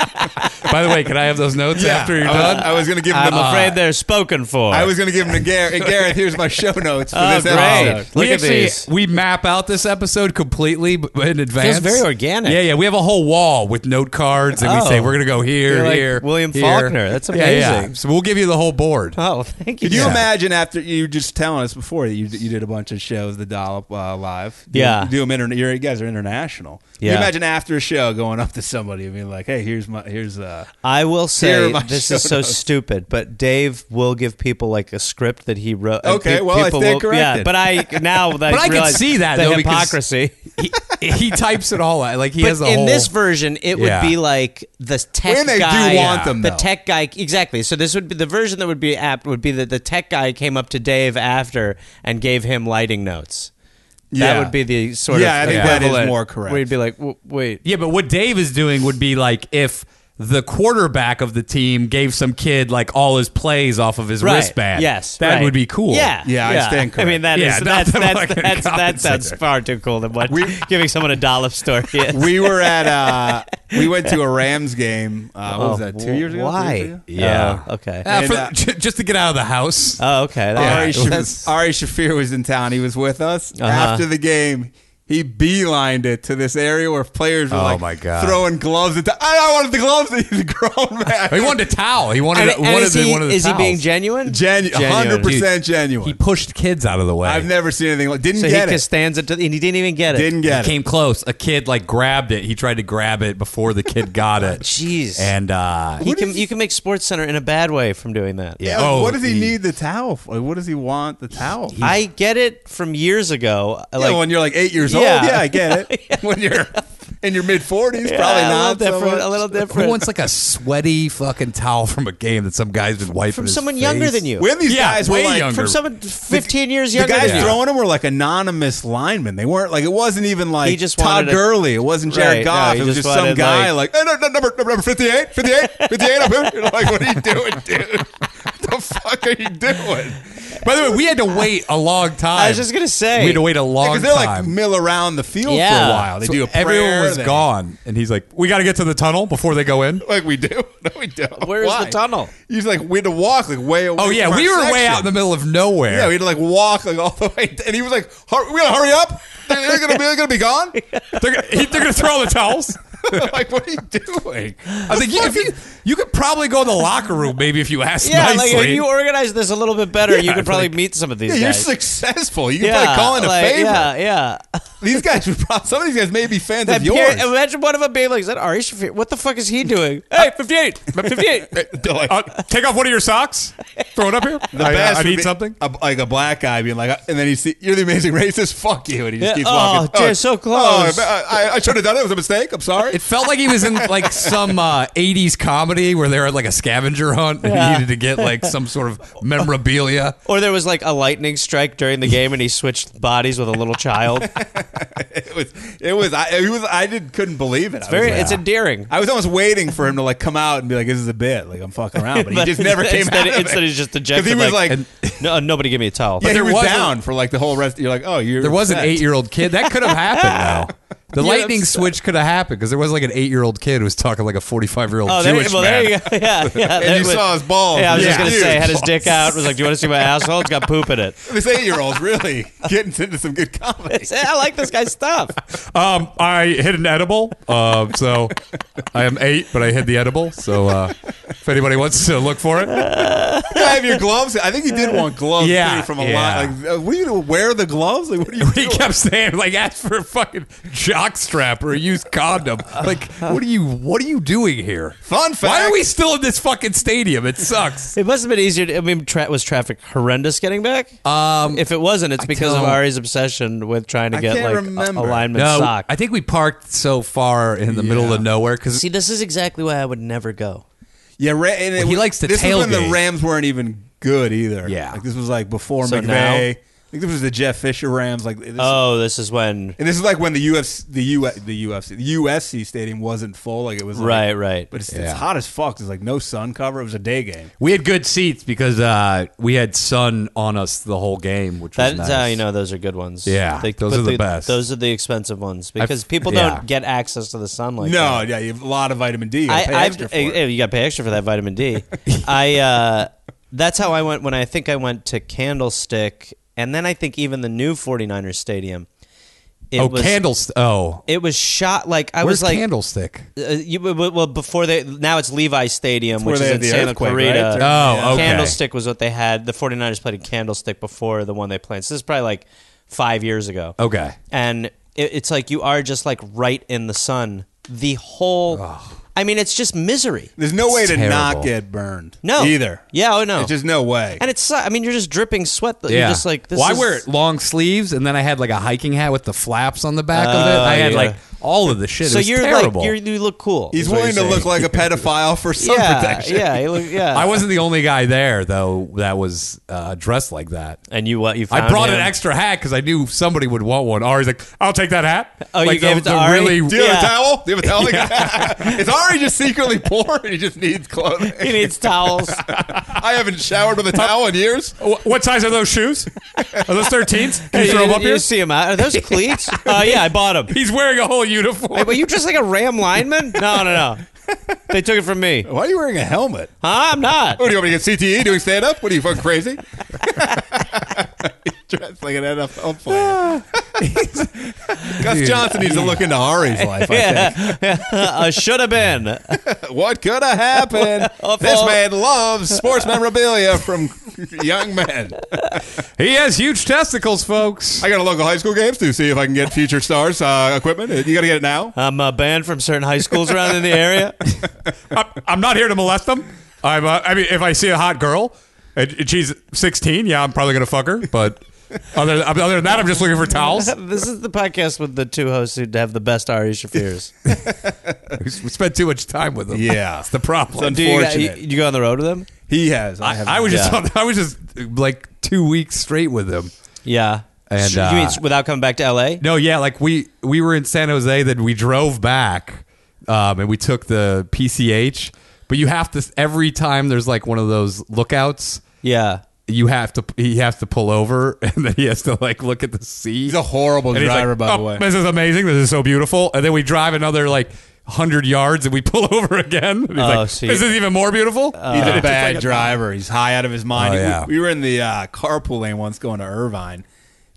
Speaker 1: By the way, can I have those notes after you're
Speaker 3: I was-
Speaker 1: done?
Speaker 3: I was going to give him
Speaker 4: I'm
Speaker 3: the
Speaker 1: uh,
Speaker 4: afraid they're spoken for.
Speaker 3: I was going to give them to Gareth. Hey, Gareth, here's my show notes for
Speaker 4: Oh,
Speaker 3: this
Speaker 4: great.
Speaker 3: episode.
Speaker 4: Look
Speaker 1: we
Speaker 4: at
Speaker 1: actually,
Speaker 4: these.
Speaker 1: We map out this episode completely b- in advance.
Speaker 4: very organic.
Speaker 1: Yeah, yeah. We have a whole wall with note cards, and
Speaker 4: Oh.
Speaker 1: we say we're gonna go here,
Speaker 4: You're like
Speaker 1: here.
Speaker 4: William
Speaker 1: here.
Speaker 4: Faulkner. That's
Speaker 1: Yeah, yeah.
Speaker 4: amazing.
Speaker 1: So we'll give you the whole board.
Speaker 4: Oh, thank you.
Speaker 3: Could you
Speaker 4: Yeah.
Speaker 3: imagine after you were just telling us before that you, you did a bunch of shows, the Dollop uh, Live? You-
Speaker 4: Yeah.
Speaker 3: you do them interna- you're, you guys are international. Can
Speaker 4: Yeah.
Speaker 3: You imagine after a show going up to somebody and being like, "Hey, here's my here's uh
Speaker 4: I will
Speaker 3: Here are
Speaker 4: say
Speaker 3: my
Speaker 4: this
Speaker 3: show
Speaker 4: is so
Speaker 3: notes.
Speaker 4: stupid, but Dave will give people like a script that he wrote. and
Speaker 3: Okay, well, I
Speaker 4: people
Speaker 3: stand
Speaker 4: will- Yeah,
Speaker 3: corrected.
Speaker 4: but I now that
Speaker 1: But I
Speaker 4: I
Speaker 1: can
Speaker 4: realize
Speaker 1: see that,
Speaker 4: the
Speaker 1: though, because-
Speaker 4: hypocrisy.
Speaker 1: He- he types it all out. Like he has
Speaker 4: But
Speaker 1: the
Speaker 4: in
Speaker 1: whole.
Speaker 4: this version, it
Speaker 1: Yeah.
Speaker 4: would be like the tech
Speaker 3: When they do
Speaker 4: guy.
Speaker 3: want them,
Speaker 4: the
Speaker 3: though.
Speaker 4: tech guy, exactly. So this would be the version that would be apt would be that the tech guy came up to Dave after and gave him lighting notes.
Speaker 3: Yeah.
Speaker 4: That would be the sort
Speaker 3: Yeah, I
Speaker 4: of
Speaker 3: think that is
Speaker 4: equivalent
Speaker 3: more correct.
Speaker 4: Where you'd be like, w- wait,
Speaker 1: yeah, but what Dave is doing would be like if the quarterback of the team gave some kid like all his plays off of his
Speaker 4: Right.
Speaker 1: wristband.
Speaker 4: Yes,
Speaker 1: that
Speaker 4: right.
Speaker 1: would be cool.
Speaker 4: Yeah,
Speaker 3: Yeah, I stand
Speaker 4: I mean, that is
Speaker 1: Yeah, not
Speaker 4: that's,
Speaker 1: the
Speaker 4: that's,
Speaker 1: fucking
Speaker 4: that's, that
Speaker 1: comments
Speaker 4: sounds
Speaker 1: either.
Speaker 4: far too cool than what giving someone a dollop story is.
Speaker 3: we were at uh, we went to a Rams game. Uh, what
Speaker 1: Oh,
Speaker 3: was that? Two years ago. Three years
Speaker 4: Oh, Why?
Speaker 3: ago?
Speaker 1: Yeah.
Speaker 4: Oh, okay.
Speaker 1: Uh, for-
Speaker 3: And,
Speaker 1: ju- just to get out of the house.
Speaker 4: Oh, okay. That-
Speaker 3: Ari,
Speaker 1: it
Speaker 3: Shaf-
Speaker 1: was- Uh-huh.
Speaker 3: Ari Shafir was in town. He was with us after the game. He beelined it to this area where players were
Speaker 1: Oh,
Speaker 3: like
Speaker 1: my God.
Speaker 3: throwing gloves. At the- I, I wanted the gloves. He's a grown man.
Speaker 1: he wanted a towel. He wanted,
Speaker 4: And-
Speaker 1: a-
Speaker 4: and
Speaker 1: wanted
Speaker 4: is
Speaker 1: the-
Speaker 4: he,
Speaker 1: one of the
Speaker 4: is he
Speaker 1: towels.
Speaker 4: being genuine?
Speaker 3: Genu-
Speaker 4: Genuine.
Speaker 3: 100% genuine.
Speaker 1: He pushed kids out of the way.
Speaker 3: I've never seen anything like Didn't
Speaker 4: so
Speaker 3: get
Speaker 4: he
Speaker 3: it.
Speaker 4: Costanza, to, and he didn't even get it.
Speaker 3: Didn't
Speaker 1: He
Speaker 3: get it.
Speaker 1: came close. A kid like grabbed it. He tried to grab it before the kid got it.
Speaker 4: Jeez.
Speaker 1: And uh,
Speaker 4: He can, you can make Sports Center in a bad way from doing that.
Speaker 1: yeah.
Speaker 3: Like,
Speaker 1: oh,
Speaker 3: what does he,
Speaker 1: he-
Speaker 3: need the towel for? What does he want the towel for?
Speaker 4: I get it from years ago.
Speaker 3: Yeah,
Speaker 4: like,
Speaker 3: when you're like eight years
Speaker 4: Yeah.
Speaker 3: old, yeah, I get it. When you're in your mid 40s, probably
Speaker 4: Yeah,
Speaker 3: not.
Speaker 4: A little
Speaker 3: so
Speaker 4: different.
Speaker 3: much.
Speaker 4: a little
Speaker 1: who
Speaker 4: different.
Speaker 1: wants like a sweaty fucking towel from a game that some guy's been wiping?
Speaker 4: from
Speaker 1: his
Speaker 4: someone younger
Speaker 1: face?
Speaker 4: than you.
Speaker 3: When these
Speaker 1: Yeah,
Speaker 3: guys were
Speaker 1: way
Speaker 3: like
Speaker 1: younger.
Speaker 4: from someone 15 years
Speaker 3: The
Speaker 4: younger
Speaker 3: guys
Speaker 4: than you.
Speaker 3: throwing them were like anonymous linemen. They weren't like it wasn't even like
Speaker 4: He just
Speaker 3: Todd
Speaker 4: wanted a-
Speaker 3: Gurley. It wasn't Jared
Speaker 4: Right, no,
Speaker 3: Goff.
Speaker 4: he
Speaker 3: it was
Speaker 4: just
Speaker 3: just some
Speaker 4: wanted,
Speaker 3: guy like, "Hey, no, no, number number 58, 58, 58 up here. You're like, what are you doing, dude? what the fuck are you doing?
Speaker 1: By the way, we had to wait a long time.
Speaker 4: I was just gonna say.
Speaker 1: we had to wait a long
Speaker 3: Because they like
Speaker 1: time.
Speaker 3: mill around the field for
Speaker 4: Yeah.
Speaker 3: a while. They
Speaker 1: So
Speaker 3: do a prayer.
Speaker 1: everyone was
Speaker 3: they-
Speaker 1: gone, and he's like, "We got to get to the tunnel before they go in."
Speaker 3: Like we do. No, we don't.
Speaker 4: Where is the
Speaker 3: Why?
Speaker 4: tunnel?
Speaker 3: He's like we had to walk like way away.
Speaker 1: Oh yeah,
Speaker 3: from
Speaker 1: we were
Speaker 3: our
Speaker 1: way
Speaker 3: section.
Speaker 1: out in the middle of nowhere.
Speaker 3: Yeah, we had to like walk like all the way, and he was like, "Hur- "We gotta hurry up. They're, they're gonna be they're gonna be gone."
Speaker 1: they're, gonna- he- they're gonna throw all the towels.
Speaker 3: like, what are you doing?
Speaker 1: I was like, "You- if you, you could probably go in the locker room maybe if you asked
Speaker 4: yeah,
Speaker 1: nicely.
Speaker 4: like if you organized this a little bit better, you could probably meet some of these
Speaker 3: Yeah, you're
Speaker 4: guys.
Speaker 3: successful. You can
Speaker 4: yeah,
Speaker 3: probably call in a
Speaker 4: like,
Speaker 3: favor.
Speaker 4: Yeah, yeah.
Speaker 3: These guys would probably, some of these guys may be fans
Speaker 4: That
Speaker 3: of
Speaker 4: peer-
Speaker 3: yours.
Speaker 4: imagine one of them being like, "Is that Ari Shafir? What the fuck is he doing?" hey, fifty-eight, fifty-eight.
Speaker 3: They're like,
Speaker 1: uh, take off one of your socks, throw it up here.
Speaker 3: the
Speaker 1: I, uh, I
Speaker 3: best would
Speaker 1: need
Speaker 3: be
Speaker 1: something.
Speaker 3: A, like a black guy being like, and then you see, you're the amazing racist. Fuck you, and he just
Speaker 4: Yeah,
Speaker 3: keeps
Speaker 4: oh,
Speaker 3: walking.
Speaker 4: dude, so close.
Speaker 3: Oh, I, I- I should have done it. It was a mistake. I'm sorry.
Speaker 1: It felt like he was in like some uh, '80s comedy where they were at like a scavenger hunt and he needed to get like some sort of memorabilia.
Speaker 4: Or there was like a lightning strike during the game, and he switched bodies with a little child. It's
Speaker 3: it was. It was. I, it was. I did, couldn't believe it. It's
Speaker 4: very, it's endearing.
Speaker 3: I was almost waiting for him to like come out and be like, "This is a bit." Like I'm fucking around, but he just never came
Speaker 4: instead,
Speaker 3: out. Of
Speaker 4: Instead,
Speaker 3: it.
Speaker 4: he's just dejected.
Speaker 3: he was like-
Speaker 4: no, uh, nobody give me a towel.
Speaker 3: yeah,
Speaker 1: there
Speaker 3: he was
Speaker 1: was a-
Speaker 3: down for like the whole rest. You're like, "Oh, you're."
Speaker 1: There was an
Speaker 3: upset."
Speaker 1: eight-year-old kid that could have happened though. The
Speaker 3: Yeah,
Speaker 1: lightning
Speaker 3: that's-
Speaker 1: switch could have happened because there was like an eight-year-old kid who was talking like a forty-five-year-old
Speaker 4: Oh, there,
Speaker 1: Jewish
Speaker 4: well,
Speaker 1: man.
Speaker 4: there you go. Yeah, yeah.
Speaker 3: And you saw his balls.
Speaker 4: Yeah, I was
Speaker 1: Yeah.
Speaker 4: just gonna
Speaker 3: Huge
Speaker 4: say, had his
Speaker 3: balls.
Speaker 4: dick out. Was like, "Do you want to see my asshole? It's got poop in it."
Speaker 3: This eight-year-old's really getting into some good comedy.
Speaker 4: Say, I like this guy's stuff.
Speaker 1: Um, I hid an edible, uh, so I am eight, but I hid the edible. So uh, if anybody wants to look for it,
Speaker 3: Can I have your gloves? I think he did want gloves
Speaker 1: Yeah,
Speaker 3: too, from a
Speaker 1: yeah.
Speaker 3: lot. Like, uh, what are you gonna wear the gloves? Like, what are you?
Speaker 1: he
Speaker 3: doing?
Speaker 1: kept saying like, ask for a fucking jock strap or a used condom. Like, what are you? What are you doing here?
Speaker 3: Fun fact.
Speaker 1: Why are we still in this fucking stadium? It sucks.
Speaker 4: It must have been easier. To, I mean, tra- was traffic horrendous getting back?
Speaker 1: Um,
Speaker 4: if it wasn't, it's because of
Speaker 1: don't-
Speaker 4: Ari's obsession with trying to
Speaker 3: I
Speaker 4: get
Speaker 3: can't
Speaker 4: like
Speaker 3: remember.
Speaker 4: a alignment sock.
Speaker 1: I think we parked so far in the middle of nowhere because
Speaker 4: see, this is exactly why I would never go.
Speaker 3: Yeah, Ra- and it
Speaker 1: Well, he
Speaker 3: was-
Speaker 1: likes to
Speaker 3: This was when
Speaker 1: tailgate.
Speaker 3: the Rams weren't even good either.
Speaker 1: Yeah.
Speaker 3: like this was like before
Speaker 4: So
Speaker 3: McVay.
Speaker 4: now-
Speaker 3: I think this was the Jeff Fisher Rams. Like, this
Speaker 4: Oh, this is when.
Speaker 3: and this is like when the UFC, the U, the UFC, the USC stadium wasn't full. Like it was like-
Speaker 4: Right, right.
Speaker 3: But it's,
Speaker 1: Yeah.
Speaker 3: it's hot as fuck. There's like no sun cover. It was a day game.
Speaker 1: we had good seats because uh, we had sun on us the whole game, which
Speaker 4: That's
Speaker 1: was nice.
Speaker 4: how uh, you know those are good ones.
Speaker 1: Yeah, those
Speaker 4: put
Speaker 1: are the best.
Speaker 4: Those are the expensive ones because people
Speaker 1: yeah.
Speaker 4: don't get access to the sunlight.
Speaker 3: no, yeah, you have a lot of vitamin D. You gotta
Speaker 4: I,
Speaker 3: pay
Speaker 4: I've-
Speaker 3: extra for
Speaker 4: eh,
Speaker 3: it.
Speaker 4: eh, you got to pay extra for that vitamin D. I uh, that's how I went when I think I went to Candlestick, and then I think even the new 49ers stadium. It
Speaker 1: oh,
Speaker 4: was,
Speaker 1: candles. Oh,
Speaker 4: It was shot like I
Speaker 1: where's
Speaker 4: was like
Speaker 1: candlestick?
Speaker 4: uh, you, well, well, before they now it's Levi Stadium,
Speaker 3: where
Speaker 4: which
Speaker 3: they
Speaker 4: is
Speaker 3: had
Speaker 4: in
Speaker 3: the
Speaker 4: Santa
Speaker 3: earthquake,
Speaker 4: Clarita.
Speaker 3: right?
Speaker 1: Oh, okay.
Speaker 4: Candlestick was what they had. The 49ers played in Candlestick before the one they played. So this is probably like five years ago.
Speaker 1: Okay.
Speaker 4: And it, it's like you are just like right in the sun the whole. I mean, it's just misery.
Speaker 3: There's no way
Speaker 1: It's
Speaker 3: to not
Speaker 1: terrible.
Speaker 3: get burned.
Speaker 4: No.
Speaker 3: Either.
Speaker 4: Yeah, oh, no.
Speaker 3: There's just no way.
Speaker 4: And it's, I mean, you're just dripping sweat. You're just like, this
Speaker 1: well,
Speaker 4: is-
Speaker 1: I wear long sleeves, and then I had like a hiking hat with the flaps on the back of it. I had
Speaker 4: Ah, yeah.
Speaker 1: like all of the shit.
Speaker 4: So
Speaker 1: it was
Speaker 4: you're
Speaker 1: terrible.
Speaker 4: like, you're, you look cool.
Speaker 3: He's
Speaker 4: is what
Speaker 3: willing to
Speaker 4: you're
Speaker 3: look
Speaker 4: saying.
Speaker 3: like a pedophile for some
Speaker 4: yeah,
Speaker 3: protection.
Speaker 4: Yeah, you look, yeah.
Speaker 1: I wasn't the only guy there though that was uh, dressed like that.
Speaker 4: and you what? You
Speaker 1: I brought an extra hat because I knew somebody would want one. Ari's like, "I'll take that hat."
Speaker 4: Oh, you
Speaker 1: like
Speaker 4: gave
Speaker 1: the,
Speaker 4: it to
Speaker 1: the
Speaker 4: Ari?
Speaker 1: Really,
Speaker 3: Do you have
Speaker 4: Yeah.
Speaker 3: a towel? Do you have a towel? Is Ari just secretly poor and he just needs clothing?
Speaker 4: He needs towels.
Speaker 3: I haven't showered with a towel in years.
Speaker 1: Wh- what size are those shoes? Are those thirteens? Can you
Speaker 4: you,
Speaker 1: throw them up
Speaker 4: you
Speaker 1: here?
Speaker 4: see him out? Are those cleats? uh, yeah, I bought them.
Speaker 1: He's wearing a whole uniform.
Speaker 4: Wait, were you just like a Ram lineman? No, no, no. They took it from me. Huh?
Speaker 3: Why are you wearing a helmet?
Speaker 4: I'm not.
Speaker 3: What do you want me to get CTE doing stand up? What are you fucking crazy? He's dressed like an NFL player. Gus Johnson needs to look into Ari's life. I think.
Speaker 4: I should have been.
Speaker 3: What could have happened? this man loves sports memorabilia from young men.
Speaker 1: He has huge testicles, folks.
Speaker 3: I got a local high school games to see if I can get future stars uh, equipment. You got to get it now.
Speaker 4: I'm uh, banned from certain high schools around in the area.
Speaker 1: I'm, I'm not here to molest them. I'm. Uh, I mean, if I see a hot girl and and she's 16, yeah, I'm probably gonna fuck her. But other other than that, I'm just looking for towels.
Speaker 4: this is the podcast with the two hosts who have the best Ari Shafirs.
Speaker 1: We spent too much time with them.
Speaker 3: Yeah.
Speaker 1: it's the problem.
Speaker 3: It's
Speaker 4: Do you, you,
Speaker 3: Fortunate.
Speaker 4: you go on the road with them?
Speaker 3: He has. I,
Speaker 1: I,
Speaker 3: have.
Speaker 1: I was just.
Speaker 4: Yeah.
Speaker 1: on- I was just like two weeks straight with them.
Speaker 4: Yeah.
Speaker 1: And,
Speaker 4: you mean
Speaker 1: uh,
Speaker 4: without coming back to L.A.?
Speaker 1: No, yeah, like we we were in San Jose, then we drove back, um, and we took the PCH. But you have to every time there's like one of those lookouts,
Speaker 4: Yeah.
Speaker 1: you have to he has to pull over, and then he has to like look at the sea.
Speaker 3: He's a horrible
Speaker 1: And he's
Speaker 3: driver,
Speaker 1: like,
Speaker 3: by the
Speaker 1: "Oh,
Speaker 3: way.
Speaker 1: This is amazing. This is so beautiful. And then we drive another like hundred yards, and we pull over again. And he's like,
Speaker 4: so you-
Speaker 1: this is even more beautiful.
Speaker 3: He's a bad driver. He's high out of his mind.
Speaker 1: Oh,
Speaker 3: We-
Speaker 1: yeah.
Speaker 3: we, were in the uh, carpool lane once going to Irvine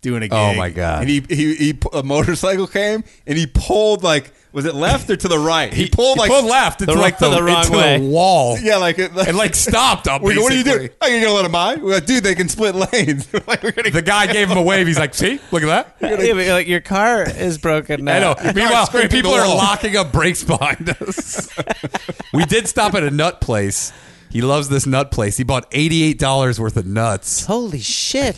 Speaker 3: doing a gig.
Speaker 1: Oh, my God.
Speaker 3: And he, he, he a motorcycle came and he pulled like was it left or to the right? He, pulled like
Speaker 1: left into
Speaker 4: the-
Speaker 1: like the,
Speaker 4: the wrong
Speaker 1: into
Speaker 4: way.
Speaker 1: the wall.
Speaker 3: Yeah, like it-
Speaker 1: and like stopped up.
Speaker 3: We go, what are you
Speaker 1: basically.
Speaker 3: doing? Are you gonna let him by? We're like, Dude, they can split lanes. like we're gonna
Speaker 1: The guy gave him a wave. He's like, see, look at that.
Speaker 4: Yeah, but, like, your car is broken now.
Speaker 1: I know. Meanwhile,
Speaker 3: scraping
Speaker 1: people
Speaker 3: the
Speaker 1: are
Speaker 3: wall.
Speaker 1: locking up brakes behind us. we did stop at a nut place. He loves this nut place. He bought eighty-eight dollars worth of nuts.
Speaker 4: Holy shit.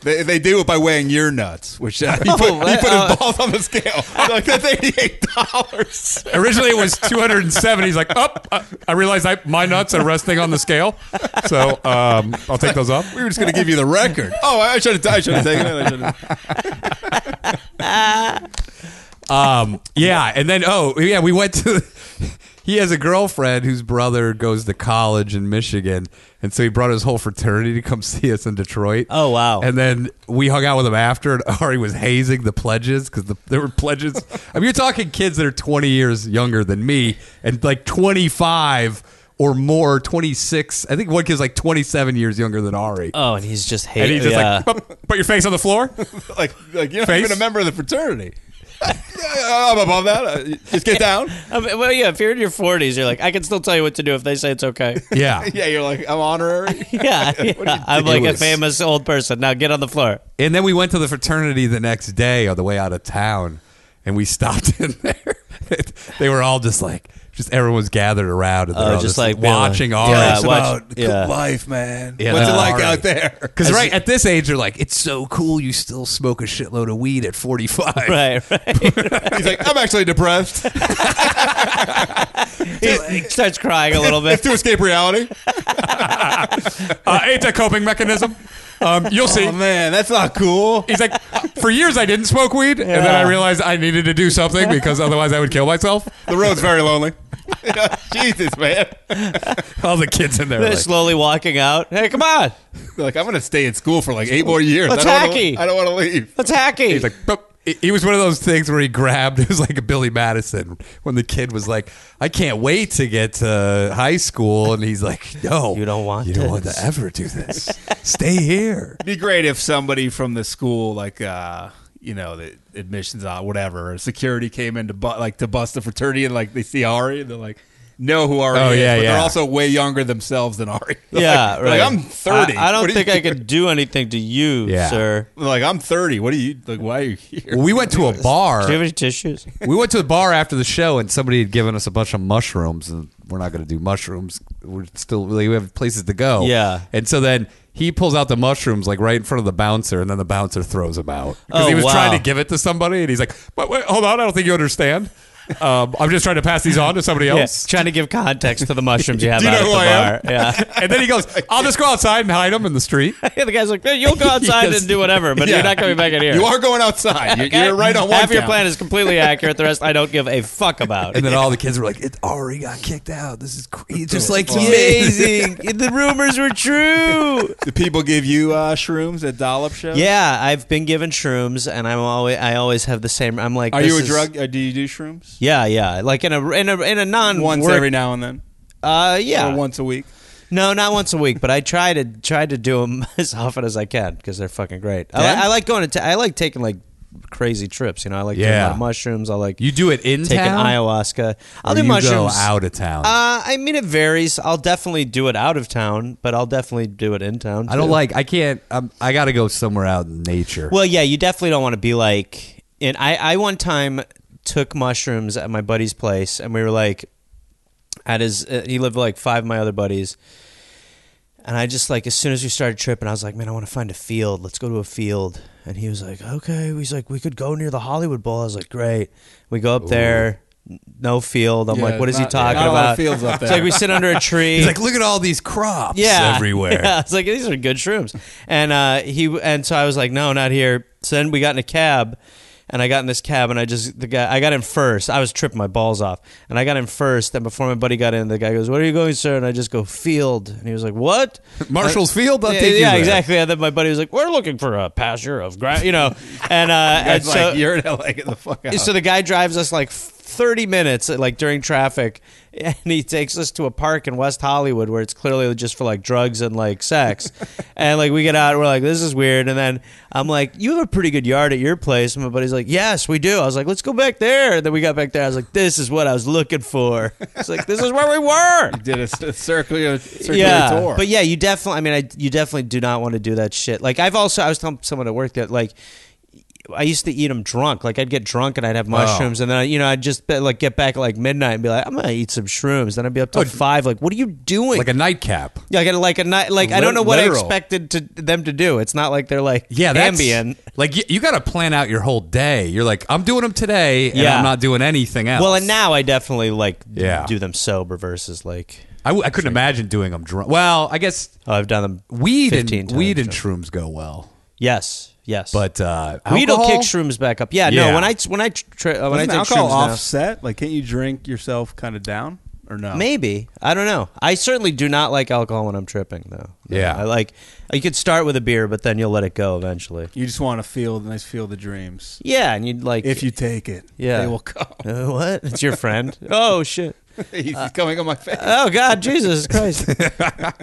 Speaker 3: They, they do it by weighing your nuts, which uh, he put, he
Speaker 4: what?
Speaker 3: put
Speaker 4: Oh.
Speaker 3: his balls on the scale. He's like that's eighty eight dollars.
Speaker 1: Originally, it was two hundred and seven. He's like, oh, I- I realize I, my nuts are resting on the scale, so um, I'll take those off.
Speaker 3: We were just gonna give you the record. Oh, I should have. I should have taken it. I should've-
Speaker 1: Um, yeah, and then oh yeah, we went to. He has a girlfriend whose brother goes to college in Michigan, and so he brought his whole fraternity to come see us in Detroit.
Speaker 4: Oh, wow.
Speaker 1: And then we hung out with him after, and Ari was hazing the pledges because the, there were pledges. I mean, you're talking kids that are 20 years younger than me, and like 25 or more, 26. I think one kid's like 27 years younger than Ari,
Speaker 4: Oh, and he's just
Speaker 1: and
Speaker 4: hating.
Speaker 1: he's just
Speaker 4: yeah.
Speaker 1: like, "Put- put your face on the floor.
Speaker 3: like, like you're not
Speaker 1: Face?
Speaker 3: even a member of the fraternity. I'm above that. Uh, Just get down.
Speaker 4: I mean, well, yeah, if you're in your 40s, you're like, I can still tell you what to do if they say it's okay.
Speaker 1: Yeah,
Speaker 3: Yeah, you're like I'm honorary.
Speaker 4: yeah, yeah. I'm like a
Speaker 1: ridiculous.
Speaker 4: famous old person. Now get on the floor.
Speaker 1: And then we went to the fraternity the next day on the way out of town, and we stopped in there. they were all just like, just everyone was gathered around, and they're
Speaker 4: Oh,
Speaker 1: all
Speaker 4: just
Speaker 1: Uh, just
Speaker 4: like
Speaker 1: like
Speaker 4: being like,
Speaker 1: watching
Speaker 4: yeah,
Speaker 1: Ari.
Speaker 4: watch- yeah.
Speaker 3: life, man.
Speaker 1: Yeah,
Speaker 3: What's it
Speaker 1: no,
Speaker 3: like
Speaker 1: all right.
Speaker 3: out there?
Speaker 1: Because right at this age, you're like, it's so cool. You still smoke a shitload of weed at 45.
Speaker 4: Right, right.
Speaker 3: He's like, I'm actually depressed.
Speaker 4: he starts crying a little
Speaker 3: It's
Speaker 4: bit.
Speaker 3: to escape reality.
Speaker 1: Uh, ain't that coping mechanism? Um, you'll see.
Speaker 3: Oh man, that's not cool.
Speaker 1: He's like, for years I didn't smoke weed, and then I
Speaker 4: Yeah.
Speaker 1: realized I needed to do something because otherwise I would kill myself.
Speaker 3: The road's very lonely. Jesus, man.
Speaker 1: All the kids in there, were
Speaker 4: They're
Speaker 1: like,
Speaker 4: slowly walking out. Hey, come on.
Speaker 3: Like I'm gonna stay in school for like eight more years.
Speaker 4: Let's
Speaker 3: I don't
Speaker 4: hacky.
Speaker 3: Wanna, I don't want to leave.
Speaker 4: That's hacky.
Speaker 1: He's like, "Bup." He- he was one of those things where he grabbed. It was like a Billy Madison when the kid was like, "I can't wait to get to high school," and he's like, "No,
Speaker 4: You don't want
Speaker 1: you don't want
Speaker 4: this."
Speaker 1: to ever do this. Stay here."
Speaker 3: It'd be great if somebody from the school, like uh, you know, the admissions uh, whatever, or security came in to bu- like to bust the fraternity, and like they see Ari, and they're like, know who Ari
Speaker 1: Oh,
Speaker 3: is,
Speaker 1: yeah,
Speaker 3: but they're
Speaker 1: yeah.
Speaker 3: also way younger themselves than Ari. They're
Speaker 4: yeah,
Speaker 3: like,
Speaker 4: right.
Speaker 3: Like I'm 30.
Speaker 4: I, I
Speaker 3: What
Speaker 4: don't
Speaker 3: are
Speaker 4: think
Speaker 3: you
Speaker 4: I could do anything to you,
Speaker 1: Yeah.
Speaker 4: sir.
Speaker 3: doing? Like I'm 30. What are you? Like why are you here?
Speaker 1: Well, we went to a bar.
Speaker 4: Do you have any tissues?
Speaker 1: we went to the bar after the show, and somebody had given us a bunch of mushrooms, and we're not going to do mushrooms. We're still really we have places to go.
Speaker 4: Yeah.
Speaker 1: and so then he pulls out the mushrooms like right in front of the bouncer, and then the bouncer throws them out because
Speaker 4: Oh,
Speaker 1: he was
Speaker 4: wow.
Speaker 1: trying to give it to somebody, and he's like, "But wait, hold on, I don't think you understand. Um, I'm just trying to pass these on to somebody
Speaker 4: Yeah,
Speaker 1: else."
Speaker 4: trying to give context to the mushrooms you have
Speaker 1: Do you
Speaker 4: out
Speaker 1: know who I am?
Speaker 4: at the bar. Yeah.
Speaker 1: And then he goes, "I'll just go outside and hide them in the street."
Speaker 4: yeah, the guy's like, "Hey, you'll go outside
Speaker 1: Yes.
Speaker 4: and do whatever, but
Speaker 3: Yeah.
Speaker 4: you're not coming back in here.
Speaker 3: You are going outside. You're,
Speaker 4: Okay?
Speaker 3: you're right on one
Speaker 4: Half your
Speaker 3: count.
Speaker 4: plan is completely accurate. The rest, I don't give a fuck about.
Speaker 1: And then all the kids were like, "It already got kicked out. This is crazy." Just like
Speaker 4: Amazing. the rumors were true.
Speaker 3: Do people give you uh, shrooms at dollop shows?
Speaker 4: Yeah, I've been given shrooms, and I'm always I always have the same. I'm like,
Speaker 3: Are you a
Speaker 4: this is-
Speaker 3: drug? Uh, do you do shrooms?
Speaker 4: Yeah, yeah. Like in a in a in a non
Speaker 3: Once
Speaker 4: work-
Speaker 3: every now and then,
Speaker 4: Uh, yeah.
Speaker 3: or once a week.
Speaker 4: No, not once a week, but I try to try to do them as often as I can because they're fucking great. I,
Speaker 3: Yeah?
Speaker 4: I like going to. ta- I like taking like crazy trips. You know, I like doing a lot
Speaker 1: Yeah.
Speaker 4: of mushrooms. I like
Speaker 1: you do it in
Speaker 4: taking
Speaker 1: town.
Speaker 4: ayahuasca. I'll
Speaker 1: or
Speaker 4: do
Speaker 1: you go
Speaker 4: mushrooms
Speaker 1: out of town.
Speaker 4: Uh, I mean, it varies. I'll definitely do it out of town, but I'll definitely do it in town.
Speaker 1: I don't
Speaker 4: too.
Speaker 1: like. I can't. I'm, I got to go somewhere out in nature.
Speaker 4: Well, yeah, you definitely don't want to be like. And I, I one time took mushrooms at my buddy's place, and we were like, at his, uh, he lived with like five of my other buddies. And I just like, as soon as we started tripping, I was like, man, I want to find a field. Let's go to a field. And he was like, okay. He's like, we could go near the Hollywood Bowl. I was like, great. We go up there, n- no field. I'm
Speaker 3: Yeah,
Speaker 4: like, what is he
Speaker 3: not-
Speaker 4: talking
Speaker 3: not a
Speaker 4: about?
Speaker 3: lot of fields up
Speaker 4: It's
Speaker 3: there.
Speaker 4: like we sit under a tree.
Speaker 1: He's like, look at all these crops everywhere.
Speaker 4: Yeah, it's like these are good shrooms. And uh, he and so I was like, no, not here. So then we got in a cab, and I got in this cab, and I just the guy I got in first. I was tripping my balls off, and I got in first. And before my buddy got in, the guy goes, "Where are you going, sir?" And I just go field, and he was like, "What?"
Speaker 1: Marshall's Field. I'll
Speaker 4: yeah,
Speaker 1: take you
Speaker 4: yeah,
Speaker 1: there.
Speaker 4: exactly. And then my buddy was like, "We're looking for a pasture of grass," you know, and uh, and
Speaker 3: It's
Speaker 4: so
Speaker 3: like you're in LA. Get the fuck out.
Speaker 4: so the guy drives us like 30 minutes like during traffic and he takes us to a park in West Hollywood where it's clearly just for like drugs and like sex and like we get out and we're like this is weird and then I'm like you have a pretty good yard at your place and my buddy's like yes we do I was like let's go back there and then we got back there I was like this is what I was looking for it's like this is where we were
Speaker 3: did a, s- a circular, circular
Speaker 4: yeah,
Speaker 3: tour.
Speaker 4: but yeah, you definitely. I mean, I you definitely do not want to do that shit. Like I've also, I was telling someone at work that like. I used to eat them drunk. Like I'd get drunk and I'd
Speaker 1: Oh.
Speaker 4: have mushrooms, and then I, you know I'd just be, like get back at like midnight and be like, I'm gonna eat some shrooms. Then I'd be up till five. Like, what are you doing?
Speaker 1: Oh, like a nightcap.
Speaker 4: yeah, like a, like a night. Like I don't know what
Speaker 1: Literal.
Speaker 4: I expected to them to do. It's not like they're like
Speaker 1: Yeah, that's
Speaker 4: ambient.
Speaker 1: Like you, you got to plan out your whole day. You're like, I'm doing them today, and
Speaker 4: Yeah.
Speaker 1: I'm not doing anything else.
Speaker 4: Well, and now I definitely like
Speaker 1: Yeah.
Speaker 4: do them sober versus like
Speaker 1: I, w- I couldn't imagine doing them drunk. Well, I guess
Speaker 4: oh, I've done them
Speaker 1: weed
Speaker 4: 15
Speaker 1: and
Speaker 4: times
Speaker 1: weed and
Speaker 4: drunk.
Speaker 1: shrooms go well,
Speaker 4: Yes, yes,
Speaker 1: but uh,
Speaker 4: We don't
Speaker 1: alcohol?
Speaker 4: kick shrooms back up. Yeah,
Speaker 1: Yeah.
Speaker 4: no. When I when I tra- uh, when I
Speaker 3: Doesn't
Speaker 4: take
Speaker 3: alcohol
Speaker 4: shrooms now-
Speaker 3: offset? Like, can't you drink yourself kind of down or no?
Speaker 4: maybe I don't know. I certainly do not like alcohol when I'm tripping though.
Speaker 1: Yeah.
Speaker 4: I like. You could start with a beer, but then you'll let it go eventually.
Speaker 3: You just want to feel the nice feel the dreams.
Speaker 4: Yeah, and you'd like
Speaker 3: If you take it,
Speaker 4: Yeah.
Speaker 3: they will come.
Speaker 4: Uh, what? It's your friend. oh shit.
Speaker 3: He's coming on my face.
Speaker 4: Oh God, Jesus Christ,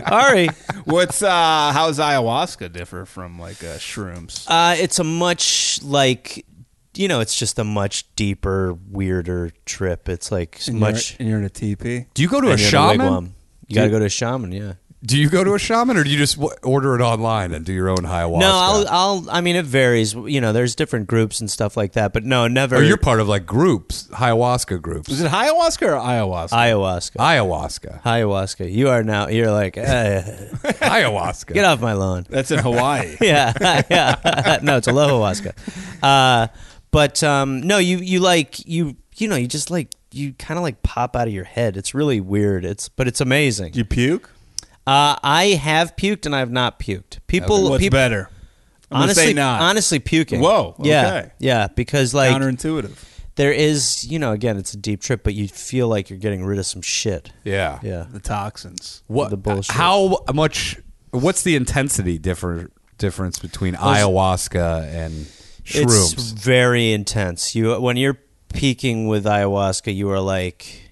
Speaker 4: Ari.
Speaker 3: What's uh how does ayahuasca differ from like uh, shrooms?
Speaker 4: Uh, it's a much like you know, it's just a much deeper, weirder trip. It's like much.
Speaker 3: and you're in a teepee.
Speaker 1: Do you go to a
Speaker 4: and you're in
Speaker 1: shaman?
Speaker 4: wigwam. You gotta go to a shaman, yeah.
Speaker 1: Do you go to a shaman, or do you just w- order it online and do your own ayahuasca?
Speaker 4: No, I'll, I'll. I mean, it varies. You know, there's different groups and stuff like that. But no, never.
Speaker 1: or you're part of like groups, ayahuasca groups,
Speaker 3: Is it ayahuasca or ayahuasca?
Speaker 4: ayahuasca.
Speaker 1: ayahuasca,
Speaker 4: Ayahuasca. You are now. You're like, eh,
Speaker 1: ayahuasca.
Speaker 4: get off my lawn.
Speaker 3: That's in Hawaii.
Speaker 4: Yeah, yeah. no, it's alohahuasca. Uh, but um, no, you you like you you know you just like you kind of like pop out of your head. It's really weird. It's but it's amazing.
Speaker 3: Do you puke?
Speaker 4: Uh, I have puked and I have not puked. People,
Speaker 3: What's
Speaker 4: people
Speaker 3: better? I'm gonna
Speaker 4: honestly,
Speaker 3: say not.
Speaker 4: honestly puking.
Speaker 3: Whoa,
Speaker 4: Yeah.
Speaker 3: okay.
Speaker 4: Yeah. Because like
Speaker 3: Counterintuitive.
Speaker 4: there is, you know, again, it's a deep trip, but you feel like you're getting rid of some shit.
Speaker 1: yeah,
Speaker 4: Yeah.
Speaker 3: The toxins.
Speaker 1: What
Speaker 4: the bullshit.
Speaker 1: How much? What's the intensity differ, difference between ayahuasca and shrooms?
Speaker 4: It's very intense. You when you're peaking with ayahuasca, you are like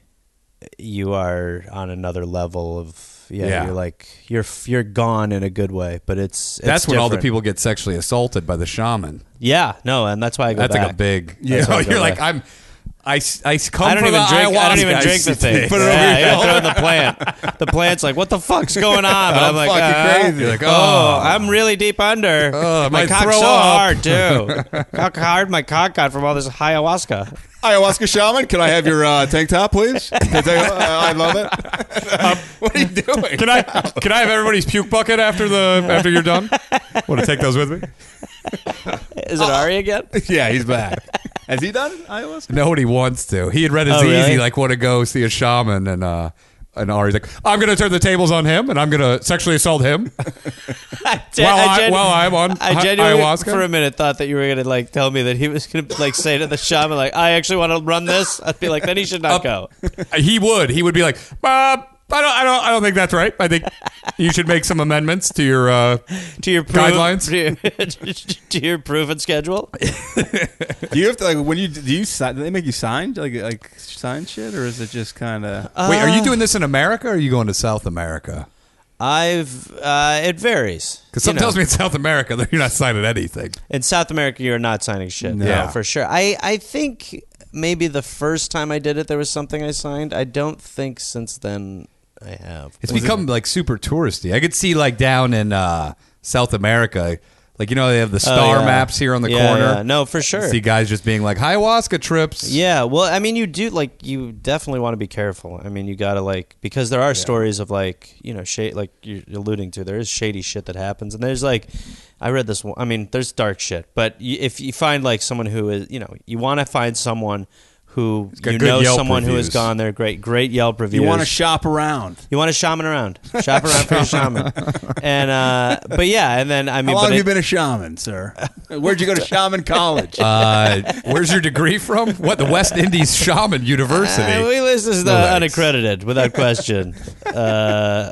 Speaker 4: you are on another level of yeah,
Speaker 1: Yeah.
Speaker 4: you're like you're you're gone in a good way, but it's, it's
Speaker 1: That's when all the
Speaker 4: different.
Speaker 1: people get sexually assaulted by the shaman.
Speaker 4: Yeah, no, and that's why I go
Speaker 1: That's
Speaker 4: back.
Speaker 1: like a big.
Speaker 4: Yeah.
Speaker 1: Yeah,
Speaker 4: That's what I
Speaker 1: you're
Speaker 4: go
Speaker 1: like
Speaker 4: back.
Speaker 1: I'm. I, s- I s- come
Speaker 4: I don't
Speaker 1: for
Speaker 4: even
Speaker 1: the
Speaker 4: drink. I don't even
Speaker 1: ayahuasca.
Speaker 4: drink the thing.
Speaker 1: Put it over
Speaker 4: yeah,
Speaker 1: your
Speaker 4: you throw in the plant. The plant's like, "What the fuck's going on?" But I'm, like,
Speaker 1: fucking
Speaker 4: uh,
Speaker 1: crazy. Like,
Speaker 4: oh,
Speaker 1: oh.
Speaker 4: I'm really deep under.
Speaker 1: Oh, I
Speaker 4: my
Speaker 1: might
Speaker 4: cock's
Speaker 1: throw
Speaker 4: so
Speaker 1: up.
Speaker 4: hard too. How hard my cock got from all this ayahuasca.
Speaker 3: Ayahuasca shaman, can I have your uh, tank top, please? Can I, take- uh, I love it. Um, what are you doing?
Speaker 1: Can I can I have everybody's puke bucket after the after you're done? Want to take those with me?
Speaker 4: Is it
Speaker 1: Oh.
Speaker 4: Ari again?
Speaker 3: Yeah, he's back. Has he done ayahuasca?
Speaker 1: Nobody wants to. He had read his
Speaker 4: Oh, really?
Speaker 1: easy like want to go see a shaman and uh and Ari's like I'm gonna turn the tables on him and I'm gonna sexually assault him
Speaker 4: Gen-
Speaker 1: while I,
Speaker 4: gen-
Speaker 1: while I'm on hi-
Speaker 4: I genuinely,
Speaker 1: ayahuasca.
Speaker 4: for a minute, thought that you were gonna like tell me that he was gonna like say to the shaman, like, "I actually want to run this." I'd be like, "Then he should not go."
Speaker 1: he would. He would be like, Bob. I don't, I don't. I don't think that's right. I think you should make some amendments to your. Uh,
Speaker 4: To your proof,
Speaker 1: Guidelines?
Speaker 4: to your, to your proof and schedule.
Speaker 3: Do you have to like when you do you sign? Do they make you sign like like sign shit, or is it just kind of?
Speaker 1: wait, are you doing this in America? or Are you going to South America?
Speaker 4: I've uh, it varies.
Speaker 1: Because some
Speaker 4: You know.
Speaker 1: tells me in South America that you're not signing anything.
Speaker 4: in South America, you're not signing shit.
Speaker 1: No.
Speaker 4: No, for sure. I I think maybe the first time I did it, there was something I signed. I don't think since then I have.
Speaker 1: It's become like super touristy. I could see like down in uh, South America, like you know they have the star
Speaker 4: Oh, yeah.
Speaker 1: maps here on the
Speaker 4: Yeah,
Speaker 1: corner.
Speaker 4: yeah. No, for sure.
Speaker 1: See guys just being like ayahuasca trips.
Speaker 4: Yeah, well, I mean, you do like you definitely want to be careful. I mean, you gotta like because there are stories of like you know shade like you're alluding to. There is shady shit that happens, and there's like I read this. one I mean, there's dark shit, but y if you find like someone who is you know you want to find someone who
Speaker 1: got
Speaker 4: you
Speaker 1: good
Speaker 4: know
Speaker 1: Yelp
Speaker 4: someone who has
Speaker 1: reviews.
Speaker 4: gone there, great great Yelp reviews.
Speaker 3: You want to shop around?
Speaker 4: You want to shaman around, shop around for your shaman, and uh, but yeah, and then I mean,
Speaker 3: How long
Speaker 4: but
Speaker 3: have you
Speaker 4: it-
Speaker 3: been a shaman, sir? Where'd you go to shaman college?
Speaker 1: Uh, where's your degree from? What the West Indies Shaman University?
Speaker 4: Uh, we- this is the
Speaker 1: thanks.
Speaker 4: unaccredited, without question. uh,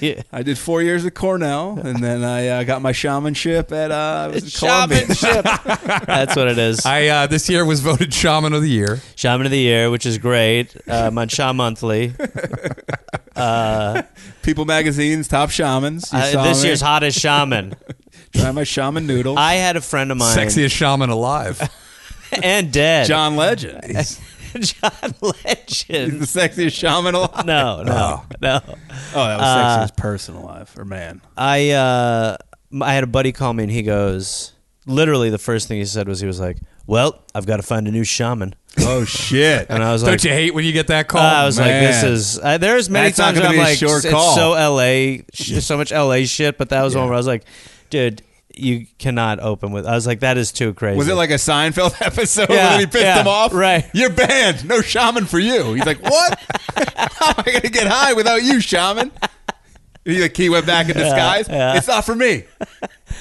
Speaker 4: yeah.
Speaker 3: I did four years at Cornell, and then I uh, got my shamanship at uh, I was in Columbia.
Speaker 4: Shamanship. That's what it is.
Speaker 1: I uh, this year was voted Shaman of the Year.
Speaker 4: Shaman of the Year, which is great. Um, on Shaman Monthly.
Speaker 3: People Magazine's top shamans. You
Speaker 4: Uh,
Speaker 3: saw
Speaker 4: this
Speaker 3: me.
Speaker 4: year's hottest shaman.
Speaker 3: try my shaman noodle.
Speaker 4: I had a friend of mine.
Speaker 1: Sexiest shaman alive.
Speaker 4: And dead.
Speaker 3: John Legend.
Speaker 4: John
Speaker 3: He's the
Speaker 4: Legend.
Speaker 3: sexiest shaman alive.
Speaker 4: No, no, no.
Speaker 3: Oh, that
Speaker 4: Uh,
Speaker 3: was sexiest person alive or man.
Speaker 4: I uh, I had a buddy call me and he goes, literally the first thing he said was he was like, "Well, I've got to find a new shaman."
Speaker 3: Oh shit!
Speaker 4: And I was
Speaker 1: Don't
Speaker 4: like,
Speaker 1: you hate when you get that call?
Speaker 4: I was like, this
Speaker 3: Oh, man.
Speaker 4: is. I, there's many
Speaker 3: That's not
Speaker 4: times
Speaker 3: gonna
Speaker 4: where I'm
Speaker 3: be a
Speaker 4: like,
Speaker 3: short
Speaker 4: it's
Speaker 3: call."
Speaker 4: so LA, sh- so much LA shit. But that was one where I was like, dude, you cannot open with. I was like, that is too crazy.
Speaker 3: Was it like a Seinfeld episode
Speaker 4: Yeah,
Speaker 3: when he pissed
Speaker 4: yeah,
Speaker 3: him off?
Speaker 4: right.
Speaker 3: You're banned. No shaman for you. He's like, what? How am I going to get high without you, shaman? He, like, he went back in disguise. It's not for me.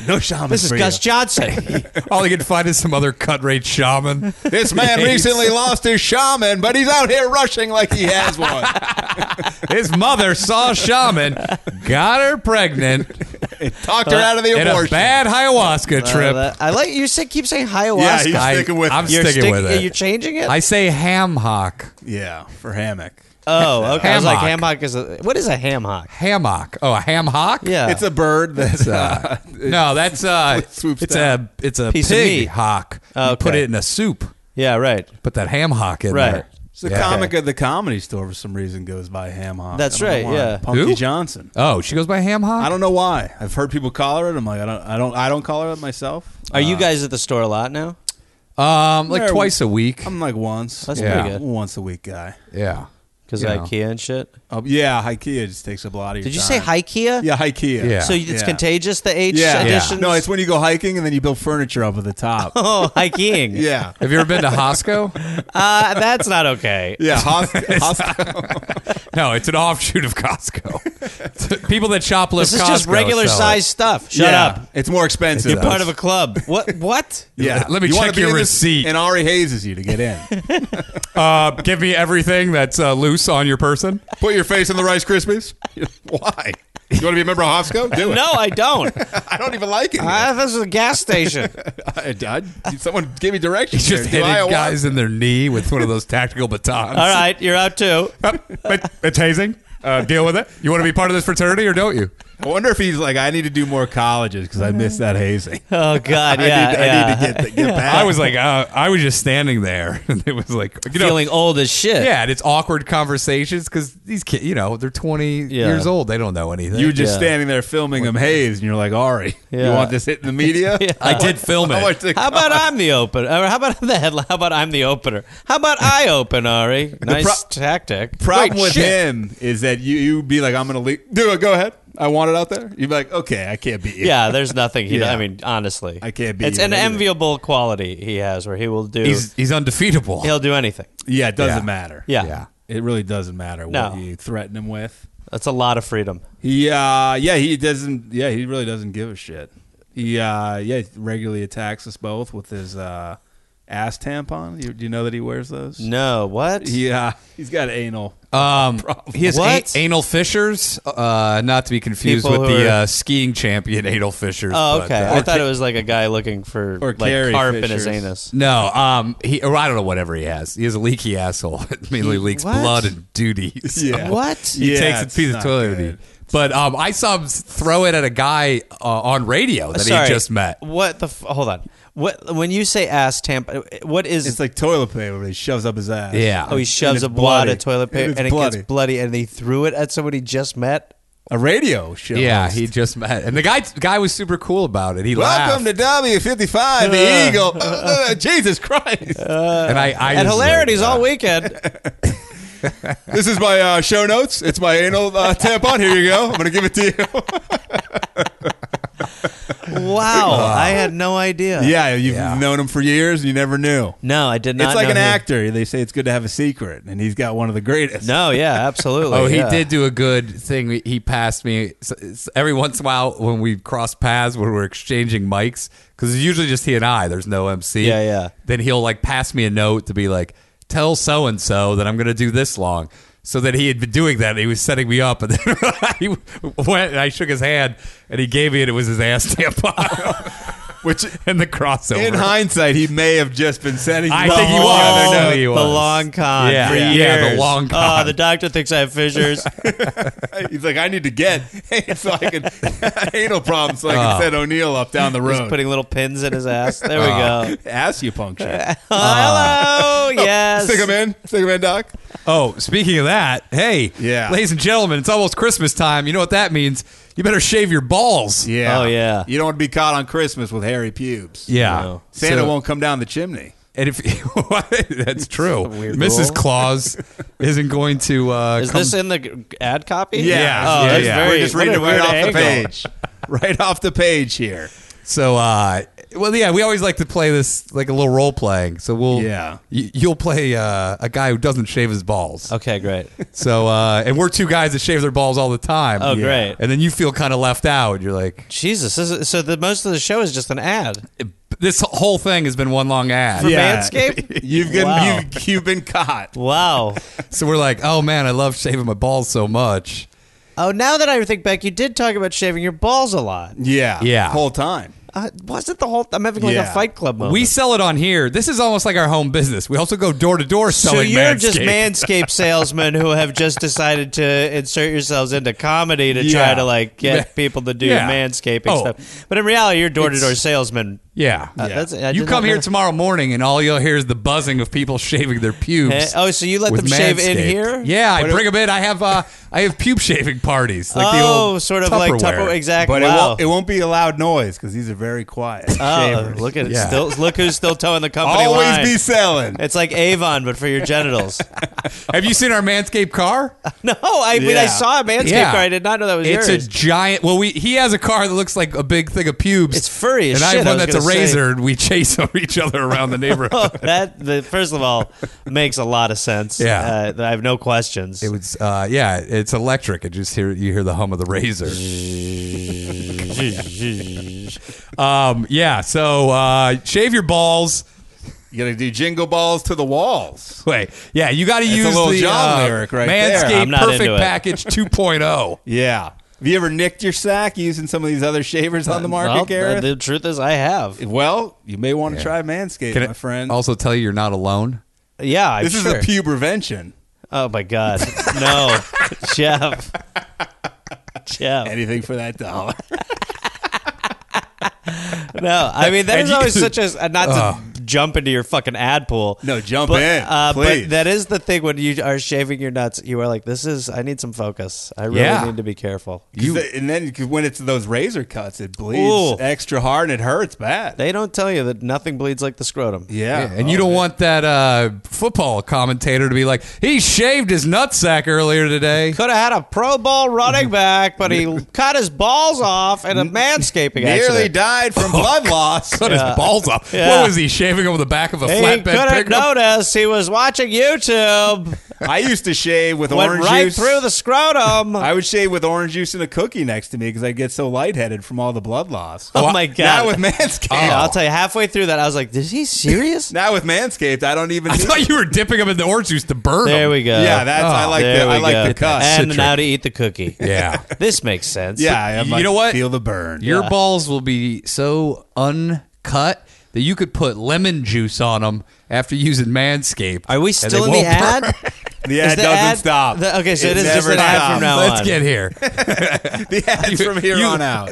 Speaker 3: No shaman
Speaker 4: this is
Speaker 3: for
Speaker 4: Gus
Speaker 3: you.
Speaker 4: Johnson?
Speaker 1: all you can find is some other cut rate shaman.
Speaker 3: This man recently lost his shaman, but he's out here rushing like he has one.
Speaker 1: His mother saw a shaman, got her pregnant,
Speaker 3: Talked her out of the
Speaker 1: in a
Speaker 3: abortion.
Speaker 1: bad ayahuasca trip.
Speaker 4: Uh, I like you. Say, keep saying ayahuasca.
Speaker 3: Yeah, he's
Speaker 1: I,
Speaker 3: sticking with
Speaker 1: I'm
Speaker 3: it.
Speaker 4: You're
Speaker 1: sticking
Speaker 4: stick-
Speaker 1: with it.
Speaker 4: You're changing it.
Speaker 1: I say ham hock.
Speaker 3: yeah, for hammock.
Speaker 4: oh, okay. I was like,
Speaker 1: Hammock.
Speaker 4: hammock is a, what is a hammock?
Speaker 1: Hammock. Oh, a ham hock?
Speaker 4: Yeah,
Speaker 3: It's a bird that's uh,
Speaker 1: No, that's uh
Speaker 3: swoops
Speaker 1: it's
Speaker 3: down.
Speaker 1: a it's a
Speaker 4: Piece of
Speaker 1: pig
Speaker 4: meat.
Speaker 1: hock.
Speaker 4: Oh,
Speaker 1: You put
Speaker 4: okay.
Speaker 1: it in a soup.
Speaker 4: yeah, right.
Speaker 1: Put that ham hock in
Speaker 4: Right.
Speaker 1: there.
Speaker 3: it's the
Speaker 1: Yeah.
Speaker 3: comic of the comedy store for some reason goes by hammock.
Speaker 4: That's
Speaker 3: I don't know
Speaker 4: right,
Speaker 3: why.
Speaker 4: yeah.
Speaker 3: Punky
Speaker 1: Who?
Speaker 3: Johnson.
Speaker 1: Oh, she goes by ham hock?
Speaker 3: I don't know why. I've heard people call her it. I'm like, I don't, I don't, I don't call her it myself.
Speaker 4: Are you guys at the store a lot now?
Speaker 1: um like
Speaker 3: Where-
Speaker 1: twice a week.
Speaker 3: I'm like once.
Speaker 4: That's
Speaker 1: Yeah.
Speaker 4: pretty good.
Speaker 3: Once a week guy.
Speaker 1: yeah.
Speaker 4: Because
Speaker 1: You know.
Speaker 4: IKEA and shit.
Speaker 3: Oh, yeah, IKEA just takes up a lot of your
Speaker 4: Did you say
Speaker 3: time.
Speaker 4: IKEA?
Speaker 3: Yeah, IKEA.
Speaker 1: Yeah.
Speaker 4: So it's
Speaker 3: Yeah.
Speaker 4: contagious. The H
Speaker 3: Yeah.
Speaker 4: additions.
Speaker 3: No, it's when you go hiking and then you build furniture up at the top.
Speaker 4: oh IKEAing.
Speaker 3: yeah.
Speaker 1: Have you ever been to Costco?
Speaker 4: Uh, that's not okay.
Speaker 3: Yeah, host, host,
Speaker 1: no, it's an offshoot of Costco. People that shoplift
Speaker 4: This is just
Speaker 1: Costco
Speaker 4: regular
Speaker 1: sell it.
Speaker 4: size stuff. Shut
Speaker 3: yeah.
Speaker 4: up.
Speaker 3: It's more expensive.
Speaker 1: You're
Speaker 4: Part of a club. What? What?
Speaker 3: yeah.
Speaker 1: Let me
Speaker 3: You wanna
Speaker 1: check
Speaker 3: be
Speaker 1: your
Speaker 3: in this-
Speaker 1: receipt.
Speaker 3: And Ari hazes you to get in.
Speaker 1: Uh, give me everything that's uh, loose on your person.
Speaker 3: Put your face in the Rice Krispies. Why? You want to be a member of Costco? Do it.
Speaker 4: No, I don't.
Speaker 3: I don't even like it.
Speaker 4: I, this is a gas station.
Speaker 3: I, I- someone give me
Speaker 1: He's
Speaker 3: directions.
Speaker 1: just
Speaker 3: here. Do
Speaker 1: hitting
Speaker 3: I-
Speaker 1: guys in their knee with one of those tactical batons.
Speaker 4: All right, you're out too.
Speaker 1: but it's hazing. Uh, deal with it. You want to be part of this fraternity or don't you?
Speaker 3: I wonder if he's like, I need to do more colleges because I miss that hazing.
Speaker 4: Oh God,
Speaker 3: I,
Speaker 4: yeah,
Speaker 3: need,
Speaker 4: yeah.
Speaker 3: I need to get, get back.
Speaker 1: I was like, uh, I was just standing there, and it was like, you know,
Speaker 4: feeling old as shit.
Speaker 1: yeah, and it's awkward conversations because these kids, you know, they're twenty years old, they don't know anything.
Speaker 3: You were just
Speaker 4: Yeah.
Speaker 3: standing there filming him haze, and you're like, Ari, you
Speaker 4: Yeah.
Speaker 3: want this hit in the media?
Speaker 1: I did film
Speaker 3: How much
Speaker 1: it.
Speaker 3: they
Speaker 4: How about I'm the opener? Or How about I'm the headline? How about I'm the opener? How about I open Ari? Nice tactic.
Speaker 3: problem
Speaker 1: Wait,
Speaker 3: with
Speaker 1: shit.
Speaker 3: him is that you you be like, I'm gonna leave. Do it. Go ahead. I want it out there. You'd be like, okay, I can't beat you.
Speaker 4: Yeah, there's nothing. He
Speaker 3: Yeah.
Speaker 4: I mean, honestly,
Speaker 3: I can't beat
Speaker 4: It's
Speaker 3: you
Speaker 4: an
Speaker 3: either.
Speaker 4: enviable quality he has, where he will do.
Speaker 1: He's he's undefeatable.
Speaker 4: he'll do anything.
Speaker 3: yeah. It doesn't
Speaker 1: Yeah.
Speaker 3: matter.
Speaker 4: Yeah.
Speaker 1: Yeah.
Speaker 3: it really doesn't matter
Speaker 4: No.
Speaker 3: what you threaten him with.
Speaker 4: that's a lot of freedom.
Speaker 3: Yeah, yeah, he doesn't. Yeah, he really doesn't give a shit. He uh, yeah, he regularly attacks us both with his uh, ass tampon. You, do you know that he wears those?
Speaker 4: No, what?
Speaker 3: Yeah, he's got anal.
Speaker 1: Um, he has a-
Speaker 4: What?
Speaker 1: anal fissures, uh, not to be confused
Speaker 4: People
Speaker 1: with
Speaker 4: who
Speaker 1: the
Speaker 4: are-
Speaker 1: uh, skiing champion anal fissures.
Speaker 4: oh,
Speaker 1: but,
Speaker 4: okay.
Speaker 1: uh,
Speaker 4: I thought it was like a guy looking for
Speaker 3: Or
Speaker 4: like
Speaker 3: Carrie
Speaker 4: carp in his
Speaker 3: Fisher's.
Speaker 4: anus.
Speaker 1: no, um, he or I don't know whatever he has. He has a leaky asshole. It mainly leaks
Speaker 4: what?
Speaker 1: blood and duties.
Speaker 3: Yeah.
Speaker 4: What?
Speaker 1: He
Speaker 3: Yeah,
Speaker 1: takes
Speaker 3: it's
Speaker 1: a piece of
Speaker 3: not
Speaker 1: toilet
Speaker 3: good.
Speaker 1: paper. But um, I saw him s- throw it at a guy uh, on radio that
Speaker 4: Sorry.
Speaker 1: he just met.
Speaker 4: What the? F- hold on. What when you say ass tampon? What is?
Speaker 3: It's like toilet paper. But he shoves up his ass.
Speaker 1: Yeah.
Speaker 4: oh, he
Speaker 3: it's
Speaker 4: shoves a wad
Speaker 3: bloody.
Speaker 4: of toilet
Speaker 3: And
Speaker 4: paper
Speaker 3: it's
Speaker 4: and, it
Speaker 3: bloody.
Speaker 4: gets bloody, and he threw it at somebody he just met.
Speaker 3: a radio show.
Speaker 1: yeah,
Speaker 3: host.
Speaker 1: he just met, and the guy guy was super cool about it. He
Speaker 3: Welcome
Speaker 1: laughed,
Speaker 3: to W fifty five, the Eagle. Jesus Christ!
Speaker 1: and I, I just-
Speaker 4: and
Speaker 1: uh,
Speaker 4: hilarities all weekend.
Speaker 3: this is my uh, show notes. It's my anal uh, tampon. Here you go. I'm gonna give it to you.
Speaker 4: wow, I had no idea.
Speaker 3: yeah, you've
Speaker 1: Yeah.
Speaker 3: known him for years. and You never knew.
Speaker 4: No, I did not.
Speaker 3: it's like
Speaker 4: know
Speaker 3: an
Speaker 4: he-
Speaker 3: actor. They say it's good to have a secret, and he's got one of the greatest.
Speaker 4: No, yeah, absolutely.
Speaker 1: Oh, he
Speaker 4: yeah.
Speaker 1: did do a good thing. He passed me s- s- every once in a while when we cross paths when we're exchanging mics because it's usually just he and I. There's no MC.
Speaker 4: Yeah, yeah.
Speaker 1: Then he'll like pass me a note to be like, tell so and so that I'm going to do this long. So that he had been doing that, and he was setting me up, and then I went and I shook his hand, and he gave me it. It was his ass tampon, which and the crossover.
Speaker 3: In hindsight, he may have just been sending.
Speaker 1: I
Speaker 3: you
Speaker 1: think he
Speaker 3: along.
Speaker 1: was.
Speaker 3: I don't know.
Speaker 1: I think he
Speaker 4: the
Speaker 1: was.
Speaker 4: long con
Speaker 1: Yeah.
Speaker 4: for
Speaker 1: Yeah.
Speaker 4: years.
Speaker 1: Yeah, the long con.
Speaker 4: Oh, the doctor thinks I have fissures.
Speaker 1: Oh.
Speaker 3: He's like, I need to get so I can anal problems so I
Speaker 1: Oh.
Speaker 3: can set O'Neill up down the road.
Speaker 4: putting little pins in his ass. There we go.
Speaker 3: Acupuncture.
Speaker 4: Uh, Hello, yes.
Speaker 3: Stick him in. Stick him in, Doc.
Speaker 1: Oh, speaking of that, hey,
Speaker 3: Yeah.
Speaker 1: ladies and gentlemen, it's almost Christmas time. You know what that means? You better shave your balls.
Speaker 3: Yeah.
Speaker 4: Oh, yeah.
Speaker 3: You don't want to be caught on Christmas with hairy pubes.
Speaker 1: Yeah.
Speaker 4: No.
Speaker 3: Santa
Speaker 1: So-
Speaker 3: won't come down the chimney.
Speaker 1: And if that's true,
Speaker 4: weird
Speaker 1: Mrs.
Speaker 4: rule.
Speaker 1: Claus isn't going to. Uh,
Speaker 4: Is
Speaker 1: come-
Speaker 4: this in the g- ad copy?
Speaker 1: Yeah.
Speaker 4: Oh,
Speaker 1: Yeah,
Speaker 4: that's
Speaker 1: yeah.
Speaker 4: very.
Speaker 3: We're just
Speaker 4: what
Speaker 3: reading
Speaker 4: a
Speaker 3: it right
Speaker 4: weird
Speaker 3: off
Speaker 4: angle.
Speaker 3: the page. right off the page here.
Speaker 1: So, uh, well, yeah, we always like to play this like a little role playing. So we'll,
Speaker 3: Yeah.
Speaker 1: y- you'll play uh, a guy who doesn't shave his balls.
Speaker 4: Okay, great.
Speaker 1: So, uh, and we're two guys that shave their balls all the time.
Speaker 4: Oh, great.
Speaker 1: And then you feel kind of left out. You're like,
Speaker 4: Jesus, this is, so the most of the show is just an ad.
Speaker 1: this whole thing has been one long ad.
Speaker 4: Manscaped?
Speaker 3: You've been
Speaker 4: Wow.
Speaker 3: you, you've been caught.
Speaker 4: Wow.
Speaker 1: So we're like, oh man, I love shaving my balls so much.
Speaker 4: oh, now that I think back, you did talk about shaving your balls a lot.
Speaker 3: Yeah.
Speaker 1: Yeah.
Speaker 3: Whole time.
Speaker 4: Uh, wasn't the whole? I'm having like
Speaker 3: Yeah.
Speaker 4: a Fight Club moment.
Speaker 1: We sell it on here. This is almost like our home business. We also go door to door
Speaker 4: So
Speaker 1: selling.
Speaker 4: you're just
Speaker 1: Manscaped.
Speaker 4: manscape salesmen who have just decided to insert yourselves into comedy to try
Speaker 1: Yeah.
Speaker 4: to like
Speaker 1: Ma-
Speaker 4: get people to do
Speaker 1: yeah.
Speaker 4: manscaping
Speaker 1: Oh.
Speaker 4: stuff. But in reality, you're door to door
Speaker 1: It's-
Speaker 4: salesman.
Speaker 1: Yeah,
Speaker 4: Uh, that's- I
Speaker 1: you
Speaker 4: did
Speaker 1: come
Speaker 4: not
Speaker 1: here
Speaker 4: know.
Speaker 1: tomorrow morning, and all you'll hear is the buzzing of people shaving their pubes.
Speaker 4: Eh, Oh, so you let
Speaker 1: with
Speaker 4: them shave in
Speaker 1: Manscaped.
Speaker 4: here?
Speaker 1: Yeah, I
Speaker 3: But it-
Speaker 1: bring them in. I have uh, I have pube shaving parties. Like the
Speaker 4: oh,
Speaker 1: old
Speaker 4: sort of like Tupperware. Exactly.
Speaker 3: But it
Speaker 4: wow.
Speaker 3: won't it won't be a loud noise because these are very quiet.
Speaker 4: oh,
Speaker 3: shavers.
Speaker 4: look at it.
Speaker 1: Yeah.
Speaker 4: Still, look who's still towing the company
Speaker 3: Always
Speaker 4: line.
Speaker 3: be selling.
Speaker 4: it's like Avon, but for your genitals.
Speaker 1: Have you seen our Manscaped car?
Speaker 4: no, I mean I
Speaker 3: Yeah.
Speaker 4: saw a manscaped
Speaker 1: Yeah.
Speaker 4: car. I did not know that was
Speaker 1: It's
Speaker 4: yours.
Speaker 1: a giant. Well, we he has a car that looks like a big thing of pubes.
Speaker 4: It's furry as
Speaker 1: and I
Speaker 4: shit,
Speaker 1: have
Speaker 4: I
Speaker 1: one
Speaker 4: was
Speaker 1: that's a
Speaker 4: gonna say. Oh,
Speaker 1: razor, and we chase each other around the neighborhood.
Speaker 4: that the, first of all makes a lot of sense.
Speaker 1: Yeah.
Speaker 4: uh, I have no questions.
Speaker 1: It was, uh, yeah, it's electric. It just hear you hear the hum of the razor. um, yeah. So uh, shave your balls.
Speaker 3: You gotta do jingle balls to the walls.
Speaker 1: Wait, yeah, you got to use
Speaker 3: little
Speaker 1: the
Speaker 3: John
Speaker 1: uh,
Speaker 3: lyric right there.
Speaker 1: Manscaped
Speaker 4: I'm not into
Speaker 1: Perfect
Speaker 4: it.
Speaker 1: Package oh. 2.0.
Speaker 3: Yeah. Have you ever nicked your sack using some of these other shavers on the market,
Speaker 4: well,
Speaker 3: Gareth?
Speaker 4: The truth is, I have.
Speaker 3: well, you may want to try Manscaped,
Speaker 1: Can I
Speaker 3: my friend.
Speaker 1: also tell you you're not alone?
Speaker 4: Yeah, I'm
Speaker 3: this is
Speaker 4: sure.
Speaker 3: a pube prevention.
Speaker 4: oh my god, no, Jeff.
Speaker 5: Joe.
Speaker 3: Anything for that dollar.
Speaker 4: No, I mean that
Speaker 3: And
Speaker 4: is
Speaker 3: you-
Speaker 4: always such a uh, not to jump into your fucking ad pool.
Speaker 3: No, jump
Speaker 4: but,
Speaker 3: in,
Speaker 4: uh,
Speaker 3: please.
Speaker 4: But that is the thing when you are shaving your nuts, you are like, "This is I need some focus. I really
Speaker 1: Yeah.
Speaker 4: need to be careful."
Speaker 1: You-
Speaker 3: The- and then 'cause when it's those razor cuts, it bleeds
Speaker 4: Ooh.
Speaker 3: extra hard and it hurts bad.
Speaker 4: They don't tell you that nothing bleeds like the scrotum.
Speaker 3: yeah.
Speaker 1: Yeah, and you don't want that uh, football commentator to be like, he shaved his nutsack earlier today.
Speaker 4: Could have had a Pro Bowl running back, but he cut his balls off in a manscaping
Speaker 3: nearly
Speaker 4: accident.
Speaker 3: died from blood loss.
Speaker 1: Cut his balls off.
Speaker 4: Yeah.
Speaker 1: What was he shaving him with the back of a
Speaker 4: He
Speaker 1: flatbed
Speaker 4: couldn't
Speaker 1: pickup?
Speaker 4: notice. He was watching YouTube.
Speaker 3: I used to shave with
Speaker 4: went
Speaker 3: orange
Speaker 4: right
Speaker 3: juice.
Speaker 4: through the scrotum.
Speaker 3: I would shave with orange juice and a cookie next to me because I get so lightheaded from all the blood loss.
Speaker 4: oh my god! Oh.
Speaker 3: Now with Manscaped.
Speaker 4: Yeah, I'll tell you, halfway through that, I was like, "Is he serious?"
Speaker 3: Now with Manscaped, I don't even.
Speaker 1: I thought you were dipping him in the orange juice to burn
Speaker 4: There
Speaker 1: him.
Speaker 4: we go. Oh,
Speaker 3: yeah, that's I like. The,
Speaker 4: There we
Speaker 3: I like
Speaker 4: go.
Speaker 3: the cut.
Speaker 4: And
Speaker 1: Citric.
Speaker 4: now to eat the cookie.
Speaker 1: Yeah.
Speaker 4: This makes sense.
Speaker 3: yeah, I
Speaker 1: You
Speaker 3: like,
Speaker 1: know what?
Speaker 3: Feel the burn.
Speaker 1: Your balls will be so uncut that you could put lemon juice on them after using Manscaped.
Speaker 4: Are we
Speaker 1: and they
Speaker 4: still in the
Speaker 1: won't burn.
Speaker 4: ad?
Speaker 3: The
Speaker 4: Is
Speaker 3: ad
Speaker 4: the
Speaker 3: doesn't
Speaker 4: ad-
Speaker 3: stop.
Speaker 4: the- okay, so it is
Speaker 3: never
Speaker 4: just an ad
Speaker 3: stops.
Speaker 4: from now
Speaker 1: Let's
Speaker 4: on.
Speaker 1: get here.
Speaker 3: The ad's from here
Speaker 1: you-
Speaker 3: on out.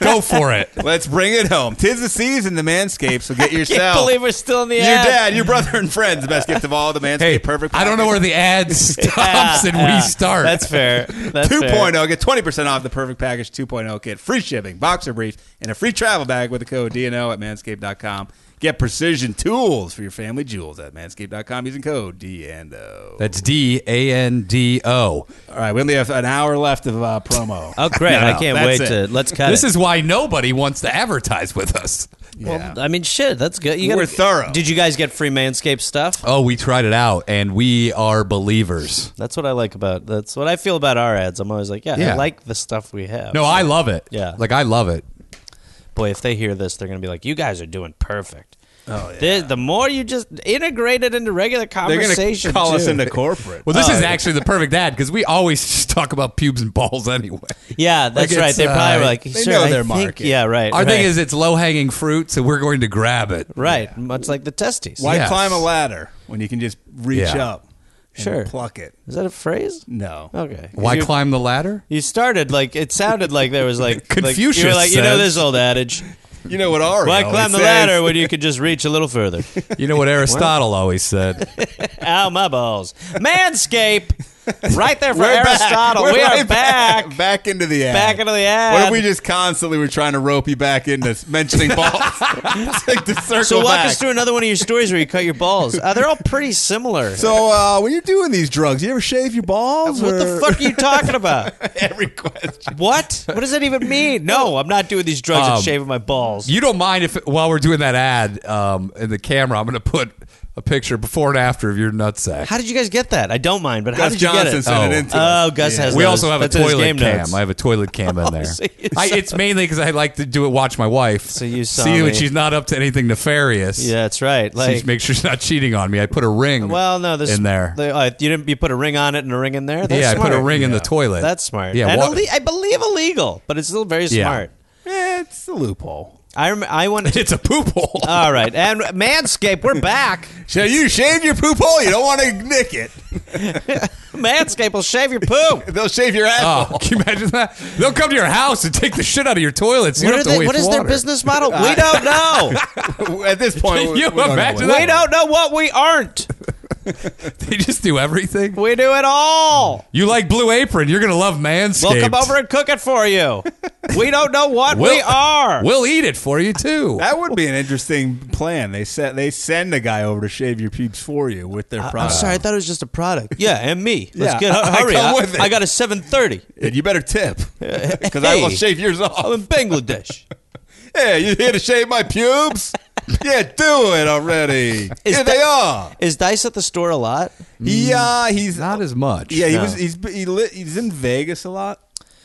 Speaker 1: Go for it.
Speaker 3: Let's bring it home. Tis the season, the Manscaped. So get yourself.
Speaker 4: Can't believe we're still in the
Speaker 3: Your
Speaker 4: ad.
Speaker 3: dad, your brother, and friends. The best gift of all, the Manscaped
Speaker 1: Hey,
Speaker 3: Perfect.
Speaker 1: I don't know where the ad stops and we start.
Speaker 4: That's fair. That's
Speaker 3: Two oh.
Speaker 4: fair.
Speaker 3: get twenty percent off the Perfect Package 2.0 kit, free shipping, boxer briefs, and a free travel bag with the code DNO at Manscaped.com. Get precision tools for your family jewels at Manscaped.com using code DNO.
Speaker 1: That's D A N D O.
Speaker 3: All right, we only have an hour left of uh, promo.
Speaker 5: Oh, great.
Speaker 3: No, no,
Speaker 5: I can't wait
Speaker 3: that's it.
Speaker 5: to. Let's cut
Speaker 1: This
Speaker 5: it.
Speaker 1: is why nobody wants to advertise with us.
Speaker 3: Yeah.
Speaker 5: I mean, shit, that's good. You
Speaker 3: We're
Speaker 5: gotta,
Speaker 3: thorough.
Speaker 4: Did you guys get free Manscaped stuff?
Speaker 1: Oh, we tried it out and we are believers.
Speaker 4: That's what I like about. That's what I feel about our ads. I'm always like, yeah,
Speaker 1: Yeah.
Speaker 4: I like the stuff we have.
Speaker 1: No, I love it.
Speaker 4: Yeah.
Speaker 1: Like, I love it.
Speaker 4: boy, if they hear this, they're gonna be like, you guys are doing perfect.
Speaker 3: Oh, yeah.
Speaker 4: The, the more you just integrate it into regular
Speaker 3: They're going
Speaker 4: conversation,
Speaker 3: to call us
Speaker 4: too.
Speaker 3: into corporate.
Speaker 1: Well,
Speaker 4: Uh,
Speaker 1: this is actually the perfect ad because we always just talk about pubes and balls anyway.
Speaker 4: Yeah, that's
Speaker 1: it's,
Speaker 4: right. They're probably
Speaker 1: uh,
Speaker 4: like,
Speaker 3: they
Speaker 4: "Sir,
Speaker 3: know
Speaker 4: I
Speaker 3: their
Speaker 4: think-
Speaker 3: market."
Speaker 4: Yeah, right.
Speaker 1: Our
Speaker 4: right,
Speaker 1: thing is, it's low hanging fruit, so we're going to grab it.
Speaker 4: right, much like the testes.
Speaker 3: Why
Speaker 1: Yes.
Speaker 3: climb a ladder when you can just reach
Speaker 1: Yeah.
Speaker 3: up and
Speaker 4: Sure. Oh.
Speaker 3: pluck it?
Speaker 4: Is that a phrase?
Speaker 3: No.
Speaker 4: Okay.
Speaker 1: Why
Speaker 4: You-
Speaker 1: climb the ladder?
Speaker 4: You started like it sounded like there was like
Speaker 1: Confucius
Speaker 4: Like, you were like you know
Speaker 1: says-
Speaker 4: this old adage:
Speaker 3: You know what Ari
Speaker 4: why
Speaker 3: always
Speaker 4: climb the
Speaker 3: says?
Speaker 4: ladder when you could just reach a little further?
Speaker 1: You know what Aristotle always said.
Speaker 4: Ow, my balls! Manscape, right there for
Speaker 3: We're back.
Speaker 4: Aristotle.
Speaker 3: We're
Speaker 4: we are
Speaker 3: right
Speaker 4: back.
Speaker 3: back. into the ad.
Speaker 4: Back into the
Speaker 3: What if
Speaker 4: ad.
Speaker 3: we just constantly were trying to rope you back into mentioning balls? It's like the circle
Speaker 4: so walk
Speaker 3: back.
Speaker 4: us through another one of your stories where you cut your balls. Uh, they're all pretty similar.
Speaker 3: So uh, when you're doing these drugs, you ever shave your balls?
Speaker 4: what the
Speaker 3: or-
Speaker 4: fuck are you talking about?
Speaker 3: Every question.
Speaker 4: What? What does that even mean? No, I'm not doing these drugs
Speaker 1: Oh. Um,
Speaker 4: and shaving my balls.
Speaker 1: You don't mind if, while we're doing that ad um, in the camera, I'm going to put a picture before and after of your nutsack.
Speaker 4: How did you guys get that? I don't mind, but how
Speaker 3: Gus
Speaker 4: did you get
Speaker 3: Johnson
Speaker 4: it?
Speaker 3: sent it
Speaker 1: Oh.
Speaker 3: into
Speaker 4: Oh,
Speaker 3: us.
Speaker 4: Gus has.
Speaker 1: we
Speaker 4: those.
Speaker 1: also have a
Speaker 4: That's in his
Speaker 1: toilet
Speaker 4: game
Speaker 1: cam.
Speaker 4: notes.
Speaker 1: I have a toilet cam
Speaker 3: Oh,
Speaker 1: in there.
Speaker 4: so you
Speaker 1: I,
Speaker 4: saw-
Speaker 1: it's mainly because I like to do it. Watch my wife.
Speaker 4: So you saw
Speaker 1: see
Speaker 4: me.
Speaker 1: when she's not up to anything nefarious.
Speaker 4: Yeah, that's right.
Speaker 1: She
Speaker 4: Like,
Speaker 1: just makes sure she's not cheating on me. I put a ring.
Speaker 4: well, no, this
Speaker 1: in there.
Speaker 4: the- uh, you didn't. You put a ring on it and a ring in there. That's
Speaker 1: yeah,
Speaker 4: smart.
Speaker 1: I put a ring in the toilet.
Speaker 4: That's smart.
Speaker 1: Yeah,
Speaker 4: and
Speaker 1: wa-
Speaker 4: alle- I believe illegal, but it's still very
Speaker 1: Yeah.
Speaker 4: smart.
Speaker 3: Eh, it's a loophole.
Speaker 4: I rem- I want.
Speaker 1: it's a poop hole.
Speaker 4: all right, and Manscaped, we're back.
Speaker 3: So you shave your poop hole. You don't want to nick it.
Speaker 4: Manscaped will shave your poop.
Speaker 3: They'll shave your ass.
Speaker 1: Oh, can you imagine that? They'll come to your house and take the shit out of your toilets. You
Speaker 4: What,
Speaker 1: don't
Speaker 4: are
Speaker 1: have to
Speaker 4: they-
Speaker 1: wait
Speaker 4: what
Speaker 1: for
Speaker 4: is their
Speaker 1: water.
Speaker 4: business model? We don't know.
Speaker 3: At this point,
Speaker 1: Can
Speaker 3: we-
Speaker 1: you
Speaker 3: we don't know
Speaker 1: imagine
Speaker 3: what-
Speaker 1: that?
Speaker 4: we don't know what we aren't.
Speaker 1: They just do everything.
Speaker 4: We do it all.
Speaker 1: You like Blue Apron? You're gonna love Manscaped.
Speaker 4: We'll come over and cook it for you. We don't know what
Speaker 1: We'll-
Speaker 4: we are.
Speaker 1: We'll eat it for you too.
Speaker 3: That would be an interesting plan. They set, they send a guy over to shave your pubes for you with their product.
Speaker 4: Uh, I'm sorry, I thought it was just a product. Yeah, and me. Let's
Speaker 3: Yeah,
Speaker 4: get
Speaker 3: I- I
Speaker 4: hurry
Speaker 3: come
Speaker 4: up.
Speaker 3: with it.
Speaker 4: I got a 7:30.
Speaker 3: And you better tip because I will
Speaker 4: Hey.
Speaker 3: shave yours
Speaker 4: I'm
Speaker 3: off.
Speaker 4: in Bangladesh.
Speaker 3: Hey, you here to shave my pubes? yeah, do it already.
Speaker 4: Is
Speaker 3: here
Speaker 4: that-
Speaker 3: they are.
Speaker 4: Is Dice at the store a lot?
Speaker 3: He uh, he's
Speaker 1: Not as much.
Speaker 3: Yeah, he
Speaker 4: No.
Speaker 3: was. He's he li- he's in Vegas a lot.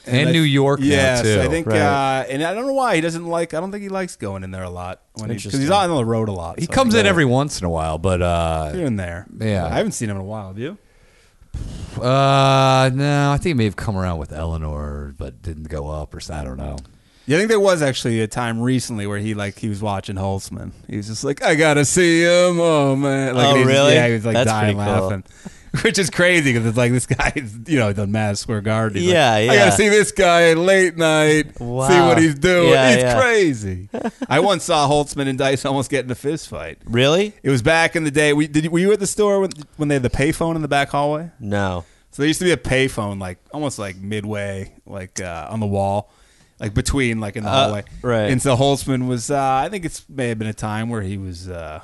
Speaker 1: And
Speaker 3: I-
Speaker 1: New York now,
Speaker 3: yes,
Speaker 1: too.
Speaker 3: I think,
Speaker 4: Right.
Speaker 3: uh, and I don't know why he doesn't like. I don't think he likes going in there a lot when because he's out on the road a lot.
Speaker 1: He comes in every once in a while, but uh,
Speaker 3: here and there.
Speaker 1: Yeah.
Speaker 3: I haven't seen him in a while. Have you?
Speaker 1: uh, no, I think he may have come around with Eleanor, but didn't go up or something. I don't know.
Speaker 3: Yeah, I think there was actually a time recently where he like he was watching Holtzman. He was just like, I gotta see him. Oh man! Like,
Speaker 4: Oh,
Speaker 3: he was-
Speaker 4: really?
Speaker 3: Yeah, he was like
Speaker 4: That's
Speaker 3: dying
Speaker 4: pretty cool.
Speaker 3: laughing. which is crazy because it's like this guy, is, you know, it doesn't matter Square Garden. He's
Speaker 4: Yeah,
Speaker 3: like, I
Speaker 4: yeah.
Speaker 3: gotta see this guy late night. See
Speaker 4: Wow.
Speaker 3: what he's doing.
Speaker 4: Yeah,
Speaker 3: he's
Speaker 4: yeah.
Speaker 3: crazy. I once saw Holtzman and Dice almost get in a fist fight.
Speaker 4: Really?
Speaker 3: It was back in the day. We did. Were you at the store when when they had the payphone in the back hallway?
Speaker 4: No.
Speaker 3: So there used to be a payphone, like almost like midway, like uh, on the wall, like between, like in the
Speaker 1: Uh,
Speaker 3: hallway.
Speaker 4: right.
Speaker 3: And so Holtzman was. Uh, I think it's may have been a time where he was. Uh,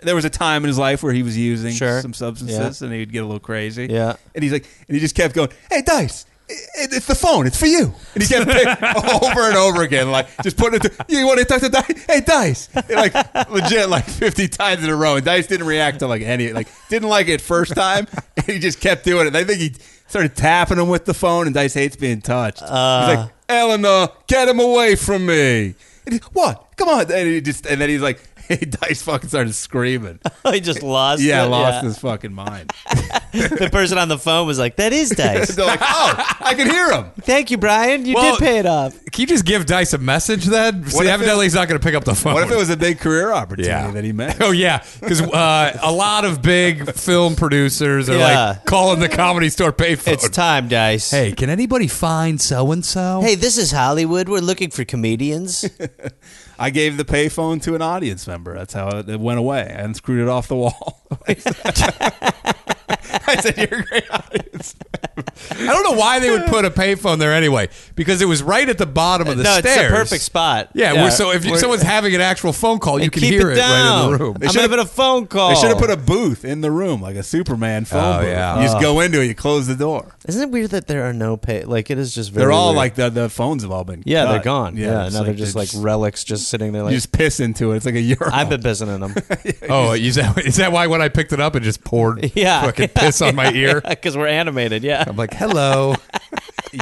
Speaker 3: there was a time in his life where he was using
Speaker 4: Sure.
Speaker 3: some substances, and he'd get a little crazy.
Speaker 4: Yeah.
Speaker 3: And he's like, and he just kept going, "Hey, Dice." it- It's the phone. It's for you. And he kept pick- over and over again, like just putting it. To, you want to talk to Dice? Hey, Dice! And, like legit, like fifty times in a row. And Dice didn't react to like any, like didn't like it first time. And he just kept doing it. I think he started tapping him with the phone. And Dice hates being touched. he's like, Eleanor, get him away from me. And he, what? Come on! And he just, and then he's like, Hey, Dice fucking started screaming.
Speaker 4: I just lost
Speaker 3: Yeah,
Speaker 4: it.
Speaker 3: lost his fucking mind.
Speaker 4: The person on the phone was like, that is Dice.
Speaker 3: They're like, oh, I can hear him.
Speaker 4: Thank you, Brian. You
Speaker 1: Well-
Speaker 4: did pay it off.
Speaker 1: Can you just give Dice a message then? See,
Speaker 3: if
Speaker 1: evidently he's not going to pick up the phone.
Speaker 3: What if it was a big career opportunity
Speaker 1: Yeah.
Speaker 3: that he missed?
Speaker 1: Oh yeah, because uh, a lot of big film producers are
Speaker 4: Yeah.
Speaker 1: like calling the comedy store payphone.
Speaker 4: It's time, Dice.
Speaker 1: hey, can anybody find so and so?
Speaker 4: Hey, this is Hollywood. We're looking for comedians.
Speaker 3: I gave the payphone to an audience member. That's how it, it went away. I unscrewed it off the wall. I said, "You're a great audience."
Speaker 1: I don't know why they would put a payphone there anyway, because it was right at the bottom of the
Speaker 4: no,
Speaker 1: stairs.
Speaker 4: it's a perfect spot.
Speaker 1: Yeah, we're, so if you, someone's having an actual phone call, you can
Speaker 4: keep
Speaker 1: hear
Speaker 4: it
Speaker 1: it, right in
Speaker 4: down.
Speaker 1: the room.
Speaker 4: I'm
Speaker 3: should've-
Speaker 4: having a phone call.
Speaker 3: They should have put a booth in the room, like a Superman phone
Speaker 1: Oh,
Speaker 3: booth.
Speaker 1: yeah.
Speaker 3: You just go into it, you close the door.
Speaker 4: Isn't it weird that there are no pay? Like it is just very.
Speaker 3: They're all
Speaker 4: weird.
Speaker 3: like the the phones have all been.
Speaker 4: yeah, they're
Speaker 3: cut.
Speaker 4: gone. Yeah,
Speaker 3: it's
Speaker 4: now they're just like relics, just sitting there.
Speaker 3: you
Speaker 4: Like
Speaker 3: just piss into it. It's like a urinal.
Speaker 4: I've been pissing in them
Speaker 1: Oh, is that, is that why when I picked it up, it just poured
Speaker 4: Yeah.
Speaker 1: fucking piss on my ear?
Speaker 4: because we're animated. Yeah,
Speaker 1: I'm like, hello.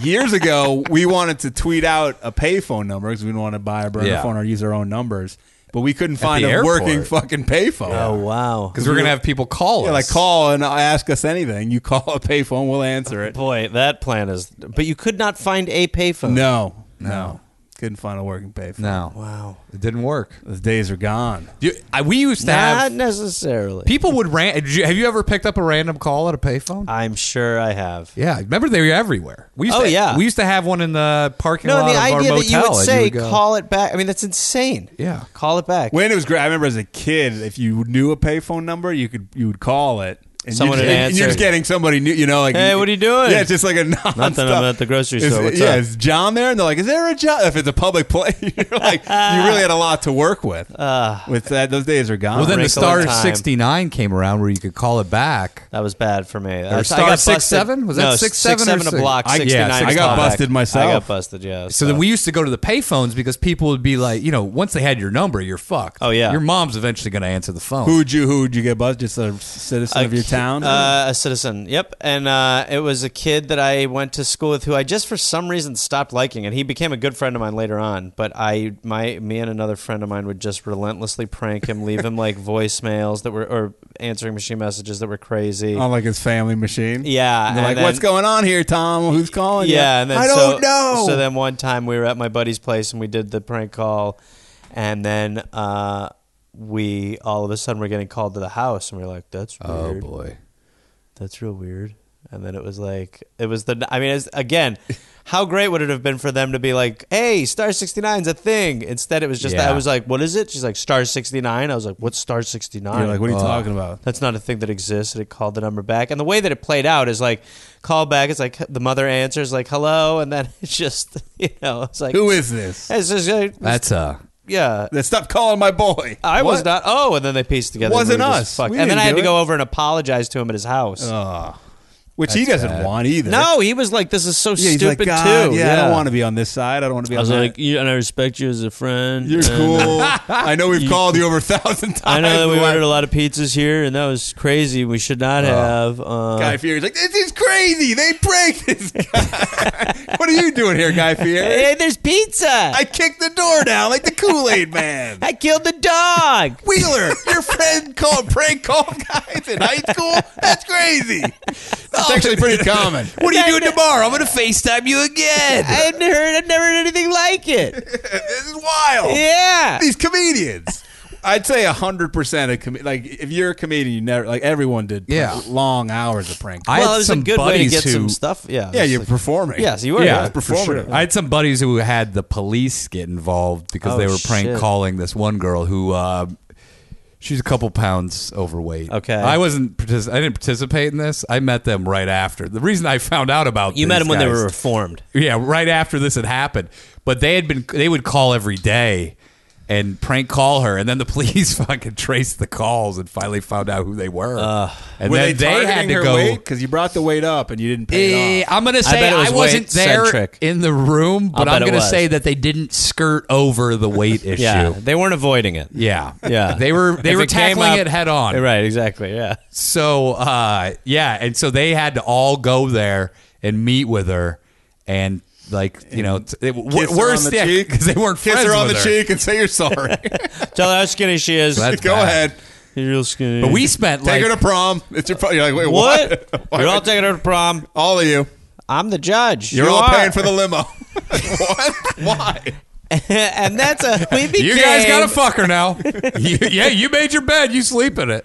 Speaker 3: years ago, we wanted to tweet out a payphone number because we didn't want to buy a burner
Speaker 1: Yeah.
Speaker 3: phone or use our own numbers, but we couldn't find a
Speaker 1: the
Speaker 3: working
Speaker 1: airport.
Speaker 3: fucking payphone.
Speaker 4: Oh wow,
Speaker 1: Because we're going to have people call
Speaker 3: Yeah,
Speaker 1: us.
Speaker 3: like call and ask us anything. You call a payphone, we'll answer it.
Speaker 4: boy, that plan is. But you could not find a payphone.
Speaker 3: No, no, couldn't find a working payphone.
Speaker 1: No.
Speaker 4: Wow,
Speaker 1: It didn't work.
Speaker 3: Those days are gone.
Speaker 1: You, I, we used to
Speaker 4: not
Speaker 1: have.
Speaker 4: necessarily.
Speaker 1: People would ran. Did you, have you ever picked up a random call at a payphone?
Speaker 4: I'm sure I have.
Speaker 1: yeah, remember they were everywhere. We used
Speaker 4: Uh, Oh,
Speaker 1: to,
Speaker 4: yeah.
Speaker 1: we used to have one in the parking
Speaker 4: No,
Speaker 1: lot
Speaker 4: and the
Speaker 1: of our
Speaker 4: idea
Speaker 1: motel.
Speaker 4: that you would
Speaker 1: and
Speaker 4: say
Speaker 1: go-
Speaker 4: "call it back." I mean, that's insane.
Speaker 1: Yeah.
Speaker 4: call it back.
Speaker 3: When it was great, I remember as a kid, if you knew a payphone number, you could you would call it. And you
Speaker 4: Someone
Speaker 3: just-
Speaker 4: would
Speaker 3: and
Speaker 4: answer.
Speaker 3: You're just getting somebody new, you know, like
Speaker 4: Hey, what are you doing?
Speaker 3: Yeah, it's just like a non
Speaker 4: Nothing, I'm at the grocery store. What's
Speaker 3: yeah,
Speaker 4: up?
Speaker 3: is John there? And they're like, "Is there a John?" If it's a public place, you're like, you really had a lot to work with. with that, those days are gone.
Speaker 1: Well, then the
Speaker 4: Uh, Wrinkle
Speaker 1: Star
Speaker 4: in Time.
Speaker 1: 69 came around where you could call it back.
Speaker 4: That was bad for me. I,
Speaker 1: was Star
Speaker 4: I got
Speaker 1: six,
Speaker 4: busted-
Speaker 1: seven? Was that
Speaker 4: no,
Speaker 1: six,
Speaker 4: six,
Speaker 1: seven or
Speaker 4: seven a
Speaker 1: six?
Speaker 4: block?
Speaker 1: I- yeah,
Speaker 4: Sixty nine.
Speaker 1: six, I got
Speaker 3: busted myself.
Speaker 4: I got busted. Yeah.
Speaker 1: So then we used to go to the payphones because people would be like, you know, once they had your number, you're fucked.
Speaker 4: Oh, yeah.
Speaker 1: your mom's eventually going to answer the phone.
Speaker 3: who'd you who'd you get buzzed? Just a citizen of your
Speaker 4: ki-
Speaker 3: town?
Speaker 4: Uh, a citizen. Yep. And uh, it was a kid that I went to school with who I just for some reason stopped liking, and he became a good friend of mine later on. But I, my, me and another friend of mine would just relentlessly prank him, leave him like voicemails that were or answering machine messages that were crazy.
Speaker 3: on like his family machine.
Speaker 4: yeah.
Speaker 3: Oh. And they're
Speaker 4: and
Speaker 3: like,
Speaker 4: then-
Speaker 3: "What's going on here, Tom? Who's calling you?"
Speaker 4: Yeah, and then
Speaker 3: I
Speaker 4: so,
Speaker 3: don't know.
Speaker 4: So then one time we were at my buddy's place and we did the prank call, and then uh, we all of a sudden we're getting called to the house and we are like, "That's
Speaker 1: oh
Speaker 4: weird.
Speaker 1: boy,
Speaker 4: That's real weird." And then it was like, it was the. I mean, it's, again, how great would it have been for them to be like, "Hey, Star 69's a thing." Instead, it was just that
Speaker 1: Yeah.
Speaker 4: I was like, "What is it?" She's like, "Star 69." I was like, "What's Star 69?"
Speaker 3: you're like, "What are you talking about?"
Speaker 4: That's not a thing that exists. And it called the number back. And the way that it played out is like, call back. It's like the mother answers, like, hello. And then it's just, you know, it's like,
Speaker 3: Who is this?
Speaker 4: It's just, uh,
Speaker 1: that's uh,
Speaker 4: yeah.
Speaker 3: Then Stop calling my boy.
Speaker 4: I was
Speaker 3: What?
Speaker 4: not. Oh, and then they pieced together. and
Speaker 3: Wasn't
Speaker 4: we were just
Speaker 3: us.
Speaker 4: fucked.
Speaker 3: We
Speaker 4: And then
Speaker 3: didn't
Speaker 4: I had
Speaker 3: do
Speaker 4: to
Speaker 3: it.
Speaker 4: go over and apologize to him at his house.
Speaker 3: Oh, Which he doesn't want either.
Speaker 4: no, he was like, this is so
Speaker 3: Yeah, he's
Speaker 4: stupid,
Speaker 3: like, God,
Speaker 4: too.
Speaker 3: yeah, I don't want to be on this side. I don't want to be
Speaker 6: I
Speaker 3: on
Speaker 6: was
Speaker 3: that.
Speaker 6: like, you, and I respect you as a friend.
Speaker 3: You're
Speaker 6: and
Speaker 4: uh,
Speaker 3: cool. I know we've called uh, you over a thousand times.
Speaker 6: I know that we
Speaker 3: Like, Oh.
Speaker 6: ordered a lot of pizzas here, and that was crazy. We should not have. Uh,
Speaker 3: Guy Fieri's like, this is crazy. They pranked this guy. what are you doing here, Guy Fieri?
Speaker 4: Hey, there's pizza.
Speaker 3: I kicked the door down like the Kool Aid Man.
Speaker 4: I killed the dog.
Speaker 3: Wheeler, your friend called prank call guys in high school? That's crazy. That's actually pretty common.
Speaker 1: what are you doing tomorrow? I'm going to Facetime you again.
Speaker 4: I hadn't heard, I'd never heard anything like it.
Speaker 3: This is wild.
Speaker 4: Yeah.
Speaker 3: These comedians. I'd say hundred percent of com- like if you're a comedian, you never like everyone did. prank-
Speaker 1: Yeah.
Speaker 3: long hours of prank.
Speaker 1: I
Speaker 4: well,
Speaker 1: had
Speaker 4: it was
Speaker 1: some
Speaker 4: a good way to
Speaker 1: buddies
Speaker 4: get
Speaker 1: who,
Speaker 4: some stuff. Yeah.
Speaker 3: yeah,
Speaker 4: it's
Speaker 3: you're
Speaker 4: like-
Speaker 3: performing.
Speaker 4: Yes, you were.
Speaker 1: Yeah,
Speaker 4: Yeah,
Speaker 1: for
Speaker 4: for sure.
Speaker 3: performative.
Speaker 1: I had some buddies who had the police get involved because
Speaker 4: Oh,
Speaker 1: they were prank
Speaker 4: shit.
Speaker 1: calling this one girl who uh, she's a couple pounds overweight.
Speaker 4: Okay.
Speaker 1: I wasn't. partici- I didn't participate in this. I met them right after. The reason I found out about
Speaker 4: You met
Speaker 1: these
Speaker 4: him when they
Speaker 1: guys-
Speaker 4: were reformed.
Speaker 1: yeah, right after this had happened. But they had been they would call every day and prank call her, and then the police fucking traced the calls and finally found out who they were.
Speaker 4: Uh,
Speaker 1: and
Speaker 3: Were
Speaker 1: then they, had
Speaker 3: targeting
Speaker 1: to
Speaker 3: her
Speaker 1: go.
Speaker 3: weight because you brought the weight up and you didn't pay
Speaker 1: Eh,
Speaker 3: it off?
Speaker 1: I'm gonna say
Speaker 4: bet it
Speaker 1: I,
Speaker 4: was
Speaker 1: was not there
Speaker 4: weight-centric.
Speaker 1: in the room, but
Speaker 4: I'll
Speaker 1: I'm
Speaker 4: bet it
Speaker 1: gonna
Speaker 4: was.
Speaker 1: say that they didn't skirt over the weight issue.
Speaker 4: Yeah. They weren't avoiding it.
Speaker 1: Yeah,
Speaker 4: Yeah.
Speaker 1: They were they
Speaker 4: If
Speaker 1: were
Speaker 4: it came
Speaker 1: tackling
Speaker 4: up-
Speaker 1: it head on.
Speaker 4: Right, exactly. Yeah.
Speaker 1: So uh, yeah, and so they had to all go there and meet with her, and like you know, t- it,
Speaker 3: Kiss
Speaker 1: w-
Speaker 3: her on
Speaker 1: worse
Speaker 3: the cheek.
Speaker 1: because they weren't
Speaker 3: Kiss
Speaker 1: friends
Speaker 3: her on the
Speaker 1: with
Speaker 3: cheek and say you're sorry.
Speaker 4: Tell her how skinny she is.
Speaker 1: That's
Speaker 3: Go
Speaker 1: bad.
Speaker 3: ahead,
Speaker 4: You're real skinny.
Speaker 1: But we spent
Speaker 3: take
Speaker 1: like
Speaker 3: her to prom. It's your. Pro- you're like, wait,
Speaker 4: what?
Speaker 3: what?
Speaker 4: You're all taking her to prom.
Speaker 3: all of you.
Speaker 4: I'm the judge.
Speaker 3: You're
Speaker 4: You
Speaker 3: all
Speaker 4: are.
Speaker 3: paying for the limo. what? Why?
Speaker 4: and that's a we became.
Speaker 1: You guys got a fucker now. You- yeah, you made your bed. You sleep in it.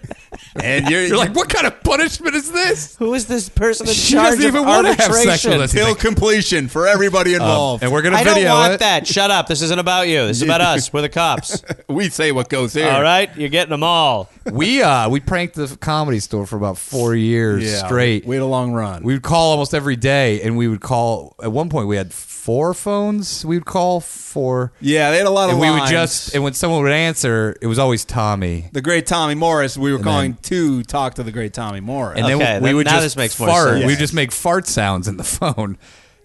Speaker 3: And you're,
Speaker 1: You're like, what kind of punishment is this?
Speaker 4: Who is this person in
Speaker 1: She
Speaker 4: charge
Speaker 1: doesn't even
Speaker 4: of
Speaker 1: want to have
Speaker 4: arbitration?
Speaker 1: sex with us.
Speaker 3: till completion for everybody involved.
Speaker 1: And we're gonna
Speaker 4: I
Speaker 1: video
Speaker 4: don't want
Speaker 1: it.
Speaker 4: that. Shut up. This isn't about you. This is about us. We're the cops.
Speaker 3: we say what goes here.
Speaker 4: All right, you're getting them all.
Speaker 1: We uh we pranked the comedy store for about four years
Speaker 3: Yeah,
Speaker 1: straight.
Speaker 3: We had a long run.
Speaker 1: We would call almost every day, and we would call. At one point, we had four phones. We would call four,
Speaker 3: yeah, they had a lot of
Speaker 1: and we would
Speaker 3: lines.
Speaker 1: just. And when someone would answer, it was always Tommy.
Speaker 3: the great Tommy Morris. We were calling to talk to the great Tommy Morris.
Speaker 1: And
Speaker 4: Okay,
Speaker 1: then we
Speaker 4: then
Speaker 1: would
Speaker 4: now
Speaker 1: just
Speaker 4: this makes more
Speaker 1: fart.
Speaker 4: sense.
Speaker 1: We would
Speaker 3: Yeah.
Speaker 1: just make fart sounds in the phone,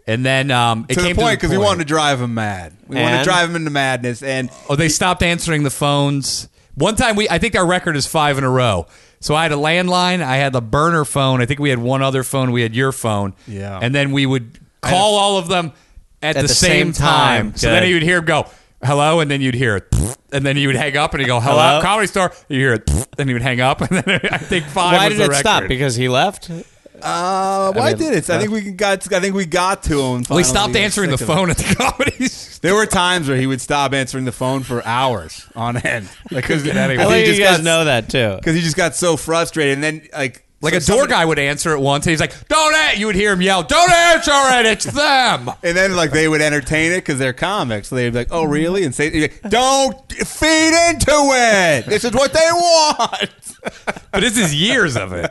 Speaker 1: and then um, it
Speaker 3: to the
Speaker 1: came
Speaker 3: point because we
Speaker 1: point.
Speaker 3: wanted to drive him mad. We wanted to
Speaker 4: And?
Speaker 3: drive him into madness. And uh,
Speaker 1: Oh, they stopped answering the phones. One time we I think our record is five in a row. So I had a landline, I had the burner phone, I think we had one other phone, we had your phone.
Speaker 3: Yeah.
Speaker 1: And then we would call all of them at, the,
Speaker 4: the
Speaker 1: same,
Speaker 4: same
Speaker 1: time.
Speaker 4: time.
Speaker 1: So then
Speaker 4: Good.
Speaker 1: you would hear him go, hello, and then you'd hear it and then you would hang up and he'd go, Hello,
Speaker 4: Hello?
Speaker 1: comedy store. You hear it and he would hang up and then I think five
Speaker 4: Why
Speaker 1: was
Speaker 4: did
Speaker 1: the
Speaker 4: it stop?
Speaker 1: record.
Speaker 4: Because he left.
Speaker 3: uh, why
Speaker 4: mean,
Speaker 3: did it? I think we got. I think we got to him.
Speaker 1: we
Speaker 3: finally.
Speaker 1: stopped
Speaker 3: were
Speaker 1: answering the
Speaker 3: sick of it.
Speaker 1: phone at the comedy
Speaker 3: There were times where he would stop answering the phone for hours on end because
Speaker 1: get anyone.
Speaker 4: I
Speaker 1: He
Speaker 4: think you guys
Speaker 3: got,
Speaker 4: know that too.
Speaker 3: because he just got so frustrated. And then like
Speaker 1: Like
Speaker 3: so
Speaker 1: a door
Speaker 3: somebody-
Speaker 1: guy would answer it once and he's like, Don't a-. you would hear him yell, Don't answer it, it's them.
Speaker 3: And then like they would entertain it because they're comics. So they'd be like, "Oh, really?" And say, he'd be like, "Don't feed into it. This is what they want."
Speaker 1: But Oh, this is years of it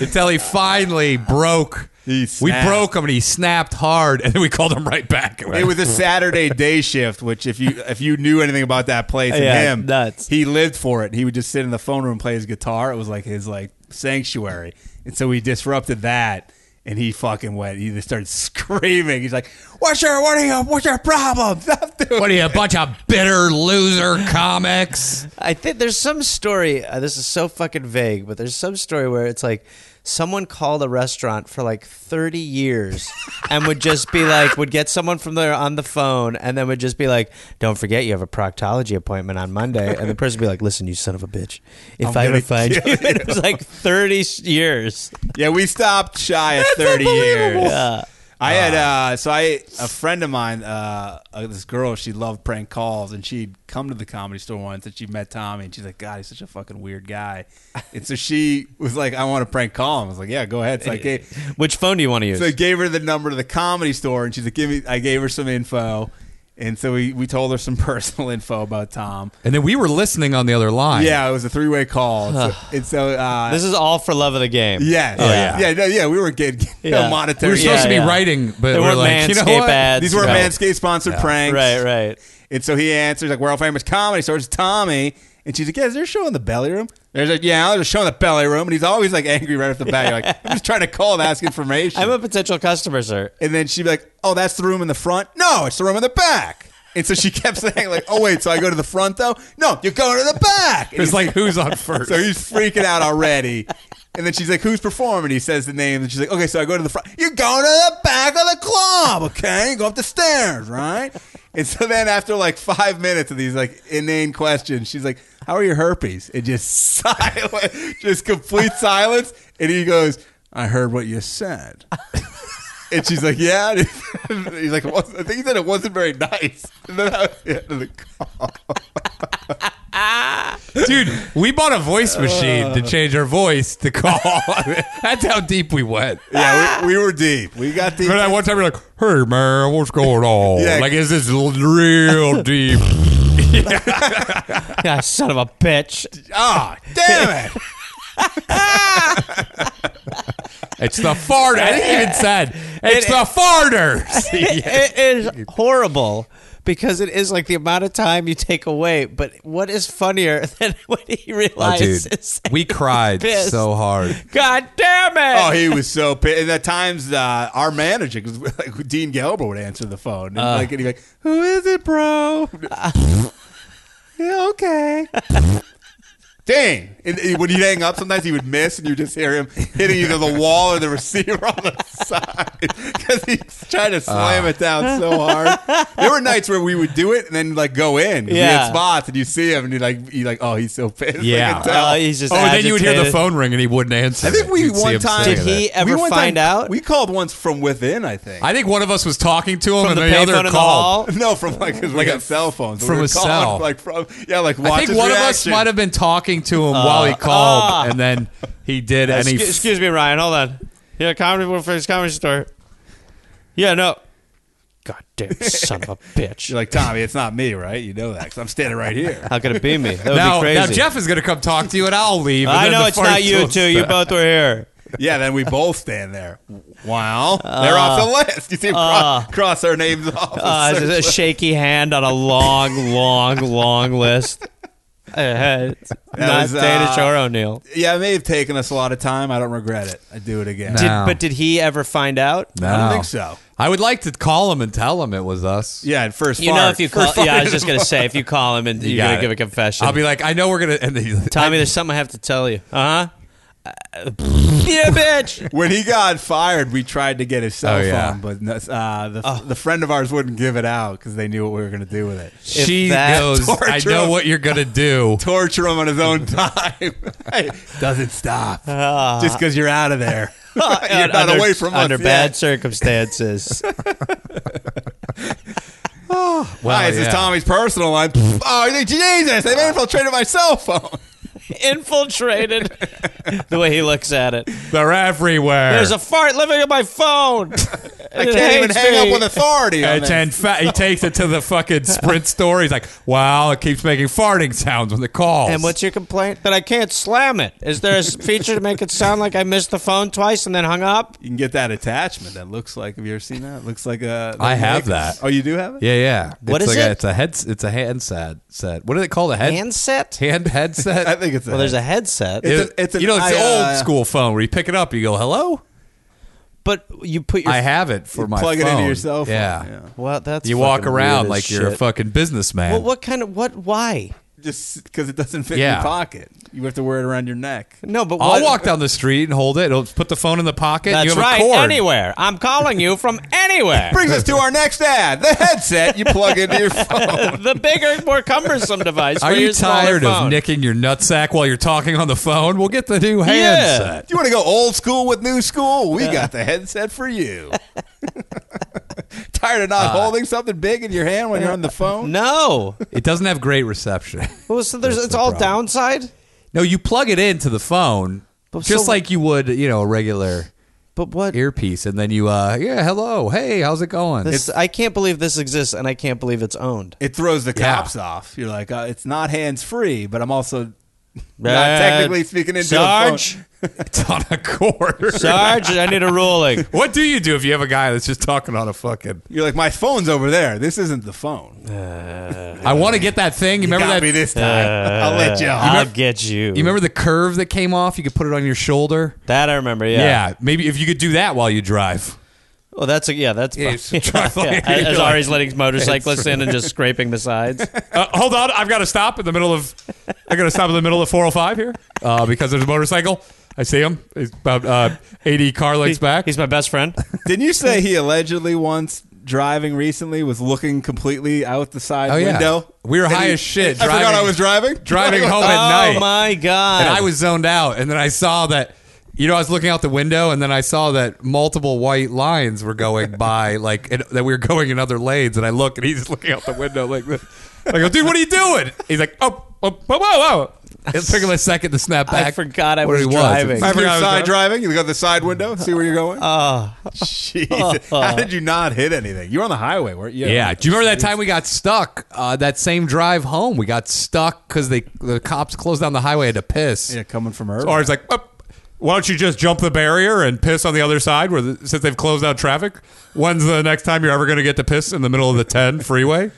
Speaker 1: until he finally broke.
Speaker 3: He
Speaker 1: we
Speaker 3: snapped.
Speaker 1: broke him and he snapped hard, and then we called him right back.
Speaker 3: It was a Saturday day shift, which if you if you knew anything about that place and
Speaker 4: Yeah,
Speaker 3: him,
Speaker 4: nuts.
Speaker 3: he lived for it. He would just sit in the phone room and play his guitar. It was like his like sanctuary, and so we disrupted that. And he fucking went. He just started screaming. He's like, "What's your what are you what's your problem? Stop doing
Speaker 1: what are you, a bunch of bitter loser comics?
Speaker 4: I think there's some story. Uh, this is so fucking vague, but there's some story where it's like someone called a restaurant for like 30 years and would just be like, would get someone from there on the phone and then would just be like, don't forget you have a proctology appointment on Monday. And the person would be like, listen, you son of a bitch. If i
Speaker 3: gonna
Speaker 4: ever find you,
Speaker 3: kill
Speaker 4: And it was like 30 years.
Speaker 3: Yeah, we stopped shy of thirty years.
Speaker 4: Yeah.
Speaker 3: I had
Speaker 1: Ah.
Speaker 3: uh, so I a friend of mine, uh, uh, this girl, she loved prank calls, and she'd come to the comedy store once, and she met Tommy, and she's like, "God, he's such a fucking weird guy," and so she was like, "I want to prank call him." I was like, "Yeah, go ahead." So I gave,
Speaker 4: Which phone do you want to use?
Speaker 3: so I gave her the number to the comedy store, and she's like, "Give me." I gave her some info, and so we we told her some personal info about Tom.
Speaker 1: And then we were listening on the other line.
Speaker 3: Yeah, it was a three way call, so, and so uh,
Speaker 4: this is all for love of the game.
Speaker 3: yes,
Speaker 1: Oh, yeah.
Speaker 3: yeah, no, yeah, we were getting
Speaker 4: Yeah.
Speaker 3: no
Speaker 1: we
Speaker 3: monetary.
Speaker 1: were supposed
Speaker 4: Yeah,
Speaker 1: to be
Speaker 4: yeah.
Speaker 1: writing, but
Speaker 4: There
Speaker 1: we are
Speaker 4: weren't
Speaker 1: like, you know
Speaker 4: Manscaped
Speaker 1: what?
Speaker 4: ads.
Speaker 3: These were
Speaker 4: No.
Speaker 3: Manscaped sponsored pranks.
Speaker 4: Right, right.
Speaker 3: And so he answers, like, we're all famous comedy stars, Tommy. And she's like, yeah, is there a show in the belly room? There's like, yeah, there's a show in the belly room. And he's always like angry right off the bat. You're like, I'm just trying to call and ask information.
Speaker 4: I'm a potential customer, sir.
Speaker 3: and then she'd be like, oh, that's the room in the front? No, it's the room in the back. And so she kept saying, like, oh, wait, so I go to the front, though? No, you're going to the back. And
Speaker 1: It's
Speaker 3: he's
Speaker 1: like, who's on first?
Speaker 3: so he's freaking out already. And then she's like, "Who's performing?" He says the name, and she's like, "Okay, so I go to the front. You're going to the back of the club, okay? Go up the stairs, right?" And so then after like five minutes of these like inane questions, she's like, "How are your herpes?" And just silent, just complete silence. And he goes, "I heard what you said." And she's like, "Yeah." And he's like, "Well, "I think he said it wasn't very nice." And then I was the end of the call.
Speaker 1: Dude, we bought a voice machine to change our voice to call. That's how deep we went.
Speaker 3: yeah, we, we were deep. We got deep.
Speaker 1: Remember that one time you're like, hey, man, what's going on?
Speaker 3: Yeah.
Speaker 1: Like, is this real deep?
Speaker 4: Ah, son of a bitch.
Speaker 3: Ah, damn it!
Speaker 1: It's the farter. I didn't even said it's the farters.
Speaker 4: It is horrible because it is like the amount of time you take away. But what is funnier than when
Speaker 1: Oh,
Speaker 4: he
Speaker 3: Oh,
Speaker 4: realizes?
Speaker 1: we cried
Speaker 4: pissed.
Speaker 1: so hard.
Speaker 4: God damn it!
Speaker 3: Oh, he was so pissed. And at times, uh, our manager, 'cause, like Dean Gelber, would answer the phone, and, like, and he'd be like, "Who is it, bro?" yeah, okay. Dang! And he- when he'd hang up, sometimes he would miss, and you just hear him hitting either the wall or the receiver on the side because he's trying to slam it down so hard. There were nights where we would do it and then like go in, yeah,
Speaker 4: Yeah.
Speaker 3: spots, and you see him, and you like, you like, oh, he's so pissed. I
Speaker 1: Yeah.
Speaker 3: can tell.
Speaker 4: Oh, he's just
Speaker 1: oh, then you would hear the
Speaker 4: agitated.
Speaker 1: phone ring and he wouldn't answer.
Speaker 3: I think
Speaker 1: it.
Speaker 3: we
Speaker 1: You'd see
Speaker 3: one
Speaker 1: him
Speaker 3: time
Speaker 1: sitting
Speaker 4: Did
Speaker 1: there.
Speaker 4: he ever
Speaker 3: We one
Speaker 4: find
Speaker 3: time-
Speaker 4: out?
Speaker 3: We called once from within, I think.
Speaker 1: I think one of us was talking to him
Speaker 4: From
Speaker 1: and
Speaker 4: the
Speaker 1: the, other
Speaker 4: payphone in
Speaker 1: called.
Speaker 4: the hall?
Speaker 3: no, from like his like a cell phone.
Speaker 1: from a cell.
Speaker 3: like from yeah, like watch
Speaker 1: I think
Speaker 3: his
Speaker 1: one
Speaker 3: reaction.
Speaker 1: of us might have been talking to him while he called, and then he did, and he
Speaker 4: Uh, excuse, excuse me, Ryan. Hold on. Yeah, comedy Warfare's comedy store. Yeah, no. God damn, son of a bitch.
Speaker 3: You're like Tommy, it's not me, right? You know that 'cause I'm standing right here.
Speaker 4: How could it be me? That would
Speaker 1: now,
Speaker 4: be crazy.
Speaker 1: now Jeff is going to come talk to you, and I'll leave. and
Speaker 4: I
Speaker 1: then
Speaker 4: know
Speaker 1: the
Speaker 4: it's not
Speaker 1: farts
Speaker 4: you
Speaker 1: will
Speaker 4: two. You
Speaker 1: stop.
Speaker 4: both were here.
Speaker 3: yeah, then we both stand there. Wow, they're off the list. You see, him cross, cross our names off. the
Speaker 4: Uh,
Speaker 3: search
Speaker 4: it's a
Speaker 3: list.
Speaker 4: shaky hand on a long, long, long list. Uh, it's not
Speaker 3: was, uh,
Speaker 4: Danish or O'Neill.
Speaker 3: yeah, it may have taken us a lot of time. I don't regret it. I do it again.
Speaker 1: No.
Speaker 4: Did, but did he ever find out?
Speaker 1: No.
Speaker 3: I don't think so.
Speaker 1: I would like to call him and tell him it was us.
Speaker 3: Yeah, and first
Speaker 4: You
Speaker 3: fart.
Speaker 4: know, if you call,
Speaker 3: First
Speaker 4: yeah, I
Speaker 3: fart
Speaker 4: was just gonna say, if you call him and you are
Speaker 1: got
Speaker 4: gonna
Speaker 1: it.
Speaker 4: give a confession,
Speaker 1: I'll be like, I know we're gonna. And he,
Speaker 4: Tommy, there's something I have to tell you. Uh huh. yeah, bitch.
Speaker 3: when he got fired, we tried to get his cell
Speaker 1: Oh, yeah. Oh.
Speaker 3: phone, but uh, the, the friend of ours wouldn't give it out because they knew what we were going to do with it.
Speaker 1: she
Speaker 4: that
Speaker 1: goes, I
Speaker 3: torture-
Speaker 1: know what you're gonna do.
Speaker 3: Torture him on his own time. Doesn't stop
Speaker 1: Ah.
Speaker 3: just because you're out of there. you're not
Speaker 4: Uh, under,
Speaker 3: away from
Speaker 4: under
Speaker 3: us
Speaker 4: bad
Speaker 3: yet.
Speaker 4: circumstances.
Speaker 1: Well,
Speaker 3: Hi, this
Speaker 1: yeah.
Speaker 3: is Tommy's personal line. oh, you think, Jesus, they've infiltrated my cell phone.
Speaker 4: Infiltrated. the way he looks at it.
Speaker 1: They're everywhere.
Speaker 4: There's a fart living in my phone.
Speaker 3: Er. I can't even hang up with authority. On
Speaker 1: And
Speaker 3: this.
Speaker 1: then fa- he takes it to the fucking sprint store. He's like, "Wow, it keeps making farting sounds when it calls."
Speaker 4: And what's your complaint? That I can't slam it. Is there a s- feature to make it sound like I missed the phone twice and then hung up?
Speaker 3: you can get that attachment that looks like. Have you ever seen that? It looks like a.
Speaker 1: I have that.
Speaker 3: Oh, you do have it.
Speaker 1: Yeah, yeah.
Speaker 4: What
Speaker 1: it's
Speaker 4: is
Speaker 1: like
Speaker 4: it?
Speaker 1: A, it's a head. It's a handset. Set. What do they call the head?
Speaker 4: Handset?
Speaker 1: Hand headset.
Speaker 3: I think it's.
Speaker 4: Well, there's a headset,
Speaker 3: It's an- it's an
Speaker 1: you know, it's the
Speaker 3: I, uh,
Speaker 1: old school phone where you pick it up, you go, "Hello."
Speaker 4: but you put your.
Speaker 1: I have it for my
Speaker 3: plug it
Speaker 1: phone.
Speaker 3: into your cell phone.
Speaker 1: Yeah.
Speaker 4: well, that's
Speaker 1: You walk
Speaker 4: fucking weird
Speaker 1: around
Speaker 4: as
Speaker 1: like you're a
Speaker 4: shit.
Speaker 1: fucking businessman.
Speaker 4: Well, what kind of what? Why?
Speaker 3: just because it doesn't fit in
Speaker 1: Yeah.
Speaker 3: your pocket. You have to wear it around your neck.
Speaker 4: No, but
Speaker 1: I'll
Speaker 4: what-
Speaker 1: walk down the street and hold it. It'll put the phone in the pocket.
Speaker 4: That's
Speaker 1: you have
Speaker 4: right.
Speaker 1: A cord.
Speaker 4: Anywhere. I'm calling you from anywhere.
Speaker 3: Brings us to our next ad: the headset you plug into your phone.
Speaker 4: the bigger, more cumbersome device.
Speaker 1: Are
Speaker 4: for
Speaker 1: you
Speaker 4: your smaller
Speaker 1: tired
Speaker 4: phone.
Speaker 1: of nicking your nutsack while you're talking on the phone? We'll get the new handset.
Speaker 3: You want to go old school with new school? We got the headset for you. Tired of not
Speaker 1: Uh,
Speaker 3: holding something big in your hand when you're on the phone?
Speaker 4: No.
Speaker 1: It doesn't have great reception.
Speaker 4: Well, so there's
Speaker 1: That's
Speaker 4: it's
Speaker 1: the
Speaker 4: all
Speaker 1: problem.
Speaker 4: downside.
Speaker 1: no, you plug it into the phone
Speaker 4: But
Speaker 1: just
Speaker 4: so-
Speaker 1: like you would, you know, a regular
Speaker 4: But what?
Speaker 1: earpiece, and then you, uh, yeah, hello, hey, how's it going?
Speaker 4: This, I can't believe this exists, and I can't believe it's owned.
Speaker 3: It throws the
Speaker 1: Yeah.
Speaker 3: cops off. You're like, uh, it's not hands free, but I'm also
Speaker 4: Uh,
Speaker 3: not technically speaking into
Speaker 4: Sarge,
Speaker 3: a phone.
Speaker 1: it's on a cord.
Speaker 4: Sarge, I need a ruling.
Speaker 1: What do you do if you have a guy that's just talking on a fucking?
Speaker 3: You're like, my phone's over there. This isn't the phone. You
Speaker 1: I want to get that thing. You remember
Speaker 3: got
Speaker 1: that? Uh,
Speaker 3: me this time. I'll let you. off.
Speaker 4: I'll get you.
Speaker 1: You remember the curve that came off? You could put it on your shoulder.
Speaker 4: that? I remember. Yeah.
Speaker 1: Yeah, maybe if you could do that while you drive.
Speaker 4: Well, that's a, yeah. That's
Speaker 1: Yeah,
Speaker 4: fun.
Speaker 1: it's drive on
Speaker 4: yeah.
Speaker 1: your-
Speaker 4: As Ari's letting motorcyclists in and just scraping the sides.
Speaker 1: Uh, hold on, I've got to stop in the middle of. I got to stop in the middle of 405 here uh, because there's a motorcycle. I see him. He's about uh, 80 car lengths back.
Speaker 4: He's my best friend.
Speaker 3: Didn't you say he allegedly once driving recently was looking completely out the side
Speaker 1: Oh, yeah.
Speaker 3: window?
Speaker 1: We were
Speaker 3: And
Speaker 1: high
Speaker 3: he-
Speaker 1: as shit
Speaker 3: I forgot
Speaker 1: driving-
Speaker 3: I was driving.
Speaker 1: driving home
Speaker 4: oh
Speaker 1: at night.
Speaker 4: my god!
Speaker 1: and I was zoned out. And then I saw that, you know, I was looking out the window, and then I saw that multiple white lines were going by, like and, that we were going in other lanes. And I look, and he's looking out the window like this. I go, dude, what are you doing? He's like, oh, oh, whoa, whoa, whoa. It took him a second to snap back.
Speaker 4: forgot I
Speaker 1: where
Speaker 4: was
Speaker 1: he
Speaker 4: driving.
Speaker 1: I
Speaker 3: If you're
Speaker 1: forgot I was
Speaker 3: side
Speaker 1: driving. Oh.
Speaker 3: driving, you go to the side window, see where you're going. Jeez. How did you not hit anything? You were on the highway, weren't you?
Speaker 1: Yeah. Do you remember that time we got stuck? Uh, that same drive home, we got stuck because they the cops closed down the highway had to piss.
Speaker 3: Yeah, coming from her.
Speaker 1: So Ari's like, "Up, why don't you just jump the barrier and piss on the other side? Where the, since they've closed out traffic, when's the next time you're ever going to get to piss in the middle of the ten freeway?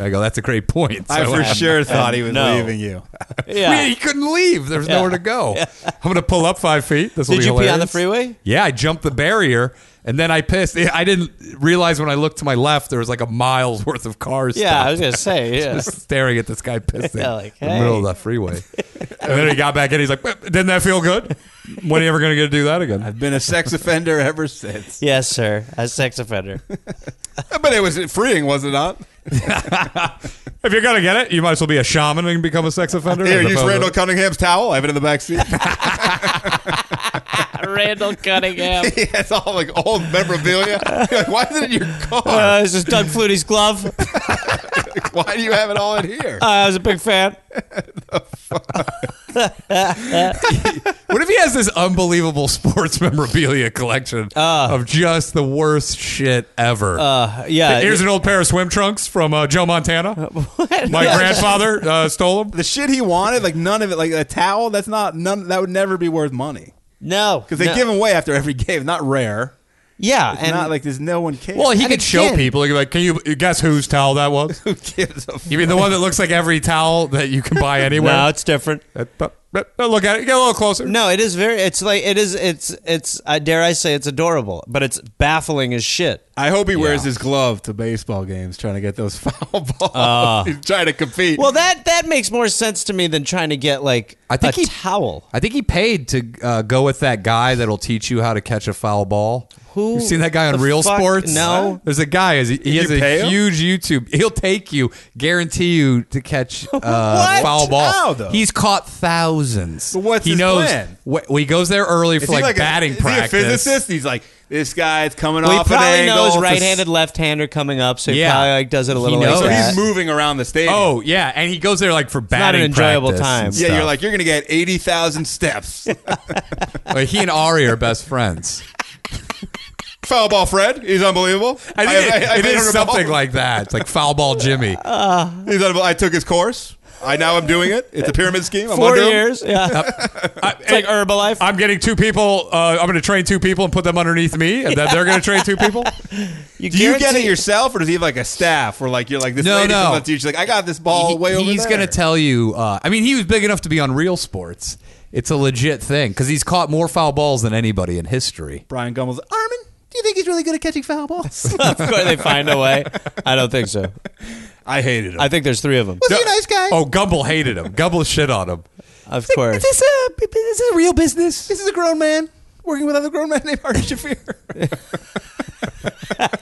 Speaker 1: I go, that's a great point.
Speaker 3: I
Speaker 1: So- uh,
Speaker 3: for sure thought he was
Speaker 4: no.
Speaker 3: leaving you.
Speaker 1: We- he couldn't leave. There's nowhere to go. I'm going to pull up five feet. This will
Speaker 4: Did
Speaker 1: be
Speaker 4: you pee on the
Speaker 1: hilarious.
Speaker 4: freeway?
Speaker 1: Yeah, I jumped the barrier and then I pissed. I didn't realize when I looked to my left there was like a mile's worth of cars.
Speaker 4: Yeah, I was gonna say. Yeah.
Speaker 1: just staring at this guy pissing
Speaker 4: Yeah, like,
Speaker 1: in the middle of
Speaker 4: hey.
Speaker 1: that freeway. and then he got back in. He's like, "Eh, "Didn't that feel good? When are you ever going to get to do that again?"
Speaker 3: I've been a sex offender ever since.
Speaker 4: yes, sir. As sex offender.
Speaker 3: But it was freeing, was it not?
Speaker 1: If you're going to get it, you might as well be a shaman and become a sex offender.
Speaker 3: Here,
Speaker 1: as
Speaker 3: use
Speaker 1: opposed to-
Speaker 3: Randall Cunningham's towel. I have it in the back seat.
Speaker 4: Randall Cunningham.
Speaker 3: yeah, it's all like old memorabilia. You're like, why is it in your car?
Speaker 4: Uh, this is Doug Flutie's glove. Uh,
Speaker 3: Why do you have it all in here?
Speaker 4: I was a big fan.
Speaker 1: What if he has this unbelievable sports memorabilia collection of just the worst shit ever?
Speaker 4: Uh, yeah.
Speaker 1: Here's an old pair of swim trunks from uh, Joe Montana. My grandfather uh, stole them.
Speaker 3: the shit he wanted, like none of it, like a towel. That's not none. That would never be worth money
Speaker 4: no,
Speaker 3: because they
Speaker 4: no.
Speaker 3: give them away after every game. Not rare.
Speaker 4: Yeah,
Speaker 3: It's
Speaker 4: and
Speaker 3: not like there's no one cares.
Speaker 1: Well, he
Speaker 4: And
Speaker 1: could show
Speaker 4: again-
Speaker 1: people. He'd be like, "Can you guess whose towel that was?
Speaker 3: who gives a f-
Speaker 1: You mean the one that looks like every towel that you can buy anywhere?"
Speaker 4: no, it's different.
Speaker 1: Uh, but- but- but Look at it. Get a little closer.
Speaker 4: No, it is very. It's like it is. It's it's. I dare I say it's adorable, but it's baffling as shit.
Speaker 3: I hope he wears his glove to baseball games, trying to get those foul balls. He's trying to compete.
Speaker 4: Uh. Well, that that makes more sense to me than trying to get like
Speaker 1: I think
Speaker 4: a
Speaker 1: he-
Speaker 4: towel.
Speaker 1: I think he paid to uh, go with that guy that'll teach you how to catch a foul ball.
Speaker 4: Who
Speaker 1: you seen that guy on
Speaker 4: the
Speaker 1: Real
Speaker 4: fuck-
Speaker 1: Sports?
Speaker 4: no.
Speaker 1: there's a guy. He, he has
Speaker 3: you pay
Speaker 1: a
Speaker 3: him?
Speaker 1: huge YouTube. He'll take you, guarantee you to catch uh,
Speaker 3: What?
Speaker 1: foul ball.
Speaker 3: How, though?
Speaker 1: He's caught thousands.
Speaker 3: But what's
Speaker 1: he
Speaker 3: his
Speaker 1: knows?
Speaker 3: plan?
Speaker 1: wh- well, he goes there early for
Speaker 3: he
Speaker 1: like,
Speaker 3: a-
Speaker 1: batting
Speaker 3: is he
Speaker 1: practice.
Speaker 3: a physicist? He's like, this guy's coming
Speaker 4: Well,
Speaker 3: off
Speaker 4: he
Speaker 3: an
Speaker 4: probably
Speaker 3: angle.
Speaker 4: knows
Speaker 3: to s-
Speaker 4: right-handed, left-hander coming up, so he
Speaker 1: Yeah.
Speaker 4: probably like does it a
Speaker 1: He
Speaker 4: little.
Speaker 1: knows.
Speaker 4: like
Speaker 3: So
Speaker 4: that.
Speaker 3: he's moving around the stadium.
Speaker 1: Oh yeah, and he goes there like for
Speaker 4: not
Speaker 1: batting.
Speaker 4: an enjoyable
Speaker 1: practice
Speaker 4: time.
Speaker 1: and
Speaker 3: yeah,
Speaker 1: stuff.
Speaker 3: you're like you're gonna get eighty thousand steps.
Speaker 1: Like, he and Ari are best friends.
Speaker 3: foul ball, Fred. He's unbelievable.
Speaker 1: I think it- it
Speaker 3: made
Speaker 1: is
Speaker 3: her ball.
Speaker 1: something like that. It's like foul ball, Jimmy.
Speaker 3: He's unbelievable. I took his course. I now am doing it. It's a pyramid scheme. I'm
Speaker 4: four
Speaker 3: under him.
Speaker 4: years. Yeah, it's like Herbalife.
Speaker 1: I'm getting two people. Uh, I'm going to train two people and put them underneath me, and then they're going to train two people.
Speaker 3: Do you get it
Speaker 4: guarantee-
Speaker 3: yourself, or does he have like a staff where like you're like this
Speaker 1: No,
Speaker 3: lady
Speaker 1: no.
Speaker 3: comes up to you? She's like, I got this ball
Speaker 1: He-
Speaker 3: way over
Speaker 1: he's
Speaker 3: there.
Speaker 1: going to tell you. Uh, I mean, he was big enough to be on Real Sports. It's a legit thing because he's caught more foul balls than anybody in history.
Speaker 3: Brian Gumbel's Armin. Do you think he's really good at catching foul balls?
Speaker 4: of course, they find a way. I don't think so.
Speaker 3: I hated him.
Speaker 4: I think there's three of them.
Speaker 3: Was he a nice guy?
Speaker 1: Oh, Gumble hated him. Gumble shit on him.
Speaker 4: Of course.
Speaker 1: Is this a is this a real business?
Speaker 3: This is a grown man working with other grown men named Ari Shafir.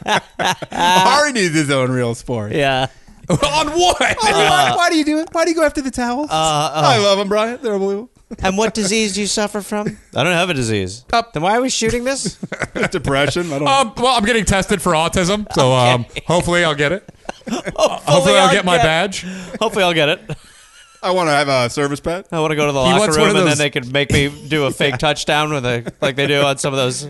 Speaker 1: Uh,
Speaker 3: Ari needs his own real sport.
Speaker 4: Yeah.
Speaker 1: on what?
Speaker 3: Oh,
Speaker 1: Uh,
Speaker 3: why, why do you do it? Why do you go after the towels? I love him, Brian. They're unbelievable.
Speaker 4: And what disease do you suffer from? I don't have a disease.
Speaker 1: Up.
Speaker 4: Then why are we shooting this?
Speaker 3: Depression. I don't.
Speaker 1: Um, well, I'm getting tested for autism, so um, hopefully I'll get it. hopefully, Oh, I'll,
Speaker 4: I'll
Speaker 1: get my
Speaker 4: get-
Speaker 1: badge.
Speaker 4: Hopefully, I'll get it.
Speaker 3: I want to have a service pet.
Speaker 4: I want to go to the
Speaker 1: He
Speaker 4: locker
Speaker 1: wants one
Speaker 4: room
Speaker 1: of
Speaker 4: and
Speaker 1: those-
Speaker 4: then they could make me do a fake touchdown with a like they do on some of those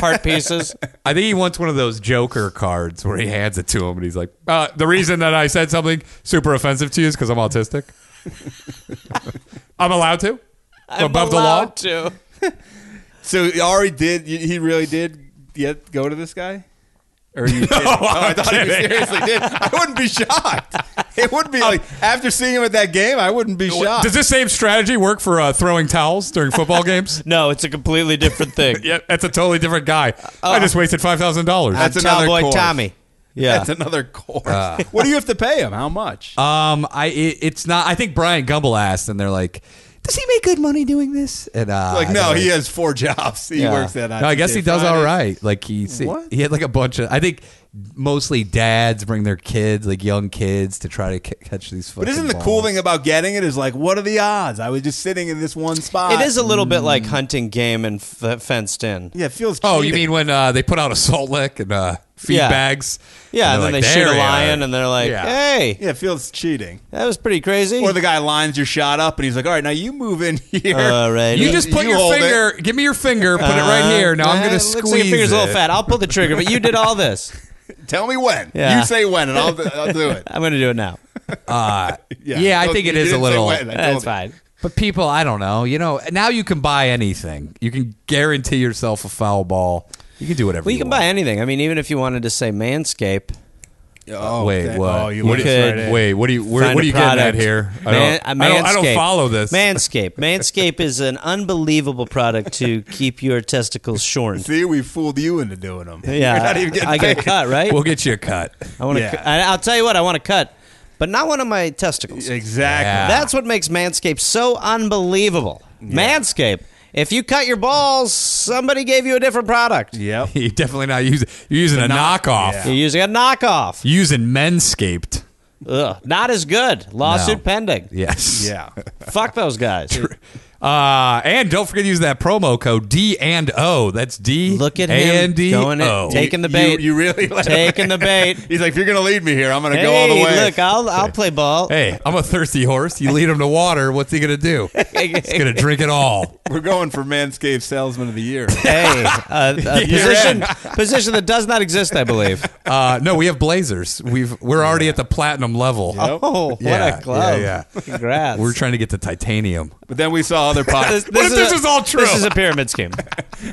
Speaker 4: part pieces.
Speaker 1: I think he wants one of those Joker cards where he hands it to him and he's like, uh, "The reason that I said something super offensive to you is because I'm autistic. I'm allowed to. I'm above the law.
Speaker 4: allowed to.
Speaker 3: So Ari did. He really did get go to this guy. Or you no, oh, I
Speaker 1: I'm
Speaker 3: thought he
Speaker 1: kidding.
Speaker 3: seriously did. I wouldn't be shocked. It would be
Speaker 1: Um,
Speaker 3: like after seeing him at that game, I wouldn't be shocked.
Speaker 1: Does this same strategy work for uh, throwing towels during football games?
Speaker 4: No, it's a completely different thing.
Speaker 1: Yeah, that's a totally different guy. I just wasted five thousand dollars.
Speaker 3: Oh. That's another
Speaker 4: Cowboy
Speaker 3: course.
Speaker 4: Tommy. Yeah.
Speaker 3: That's another course.
Speaker 1: Uh,
Speaker 3: what do you have to pay him? How much?
Speaker 1: Um, I it, it's not. I think Brian Gumble asked, and they're like, "Does he make good money doing this?" And uh,
Speaker 3: like
Speaker 1: I
Speaker 3: no,
Speaker 1: don't
Speaker 3: he
Speaker 1: know.
Speaker 3: has four jobs. He works that.
Speaker 1: No, I guess he does all right. Like he,
Speaker 3: What?
Speaker 1: he had like a bunch of. I think mostly dads bring their kids, like young kids, to try to c- catch these.
Speaker 3: But isn't the cool thing about getting it is like, what are the odds? I was just sitting in this one spot.
Speaker 1: Uh,
Speaker 4: It is a little bit like hunting game and f- fenced in.
Speaker 3: Yeah, it feels.
Speaker 1: Oh, you
Speaker 3: cheating.
Speaker 1: mean when uh, they put out a salt lick and uh, feed
Speaker 4: Yeah.
Speaker 1: bags?
Speaker 4: Yeah, and,
Speaker 1: they're
Speaker 4: then
Speaker 1: like,
Speaker 4: they shoot
Speaker 1: "There
Speaker 4: a
Speaker 1: you
Speaker 4: lion,
Speaker 1: are."
Speaker 4: and they're like,
Speaker 1: Yeah.
Speaker 4: "Hey,
Speaker 3: Yeah, it feels cheating.
Speaker 4: that was pretty crazy."
Speaker 3: Or the guy lines your shot up and he's like, all right, now you move in here.
Speaker 4: All right.
Speaker 1: You just put your
Speaker 3: hold it.
Speaker 1: finger. Give me your finger. Put it right here. Now I'm
Speaker 4: Uh,
Speaker 1: going to
Speaker 4: looks
Speaker 1: squeeze
Speaker 4: like your finger's
Speaker 1: it.
Speaker 4: a little fat. I'll pull the trigger, but you did all this.
Speaker 3: Tell me when.
Speaker 4: Yeah.
Speaker 3: You say when and I'll, I'll do it.
Speaker 4: I'm going to do it now.
Speaker 1: Uh, yeah, I
Speaker 3: No,
Speaker 1: think it
Speaker 3: you
Speaker 1: is a
Speaker 3: didn't say
Speaker 1: little.
Speaker 3: when, I told
Speaker 4: That's
Speaker 3: you.
Speaker 4: fine.
Speaker 1: But people, I don't know. You know, now you can buy anything. You can guarantee yourself a foul ball. You can do whatever.
Speaker 4: Well, you
Speaker 1: you
Speaker 4: can
Speaker 1: want.
Speaker 4: buy anything. I mean, even if you wanted to say manscape,
Speaker 3: Oh,
Speaker 1: Wait,
Speaker 3: okay.
Speaker 1: what?
Speaker 3: Oh, you
Speaker 1: What is-
Speaker 3: went right in.
Speaker 1: Wait, what do you? Where,
Speaker 4: Find
Speaker 1: what are
Speaker 4: a
Speaker 1: you getting at
Speaker 4: product.
Speaker 1: here? I
Speaker 4: Man-
Speaker 1: don't, I don't, I don't
Speaker 4: Manscaped.
Speaker 1: follow this.
Speaker 4: Manscaped. Manscaped is an unbelievable product to keep your testicles shorn.
Speaker 3: See, we fooled you into doing them.
Speaker 4: Yeah,
Speaker 3: You're not even getting
Speaker 4: I
Speaker 3: paid.
Speaker 4: get cut right.
Speaker 1: We'll get you a cut.
Speaker 4: I want to.
Speaker 3: Yeah.
Speaker 4: I'll tell you what. I want to cut, but not one of my testicles.
Speaker 3: Exactly.
Speaker 4: That's what makes Manscaped so unbelievable. Manscaped. If you cut your balls, somebody gave you a different product.
Speaker 3: Yep.
Speaker 1: You're definitely not using. You're using a
Speaker 3: knock-
Speaker 1: knockoff.
Speaker 3: yeah.
Speaker 4: You're using a knockoff.
Speaker 1: You're using Manscaped.
Speaker 4: Ugh, not as good. Lawsuit
Speaker 1: No.
Speaker 4: pending.
Speaker 1: Yes.
Speaker 3: Yeah.
Speaker 4: Fuck those guys.
Speaker 1: Uh, and don't forget to use that promo code D and O. That's D.
Speaker 4: Look at
Speaker 1: A
Speaker 4: him
Speaker 1: and D
Speaker 4: going in-
Speaker 1: O.
Speaker 4: taking the
Speaker 3: You-
Speaker 4: bait.
Speaker 3: You, really let him-
Speaker 4: Taking the bait.
Speaker 3: He's like, if you're going to lead me here, I'm going to
Speaker 4: hey,
Speaker 3: go all the way.
Speaker 4: look, I'll I'll play ball.
Speaker 1: Hey, I'm a thirsty horse. You lead him to water. What's he gonna do? He's gonna drink it all.
Speaker 3: We're going for Manscaped Salesman of the Year.
Speaker 4: Hey, a, a
Speaker 1: You're
Speaker 4: position position that does not exist, I believe.
Speaker 1: Uh, no, we have blazers. We've we're already at the platinum level.
Speaker 3: Yep.
Speaker 4: Oh, what
Speaker 1: Yeah,
Speaker 4: a club!
Speaker 1: yeah, yeah.
Speaker 4: Congrats.
Speaker 1: We're trying to get to titanium.
Speaker 3: But then we saw other podcasts.
Speaker 1: What if this is all true?
Speaker 4: This is a pyramid scheme,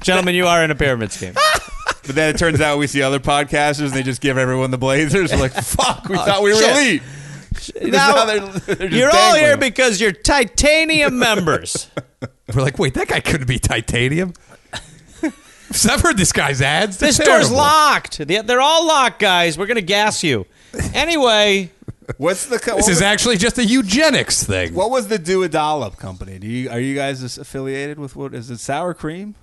Speaker 4: gentlemen. You are in a pyramid scheme.
Speaker 3: Ah, but then it turns out we see other podcasters and they just give everyone the blazers. We're like, fuck, we thought we were
Speaker 4: Oh, shit.
Speaker 3: elite.
Speaker 4: Now,
Speaker 3: they're- they're just
Speaker 4: you're all
Speaker 3: dangling
Speaker 4: here
Speaker 3: them.
Speaker 4: because you're titanium members.
Speaker 1: We're like, wait, that guy couldn't be titanium. So I've heard this guy's ads. They're
Speaker 4: This door's
Speaker 1: terrible.
Speaker 4: locked. The- They're all locked, guys. We're gonna gas you. Anyway,
Speaker 3: What's the co-
Speaker 1: This
Speaker 3: what,
Speaker 1: is
Speaker 3: was,
Speaker 1: actually just a eugenics thing.
Speaker 3: what was the Do a Dollop company? Do you are you guys as- affiliated with what is it? Sour cream?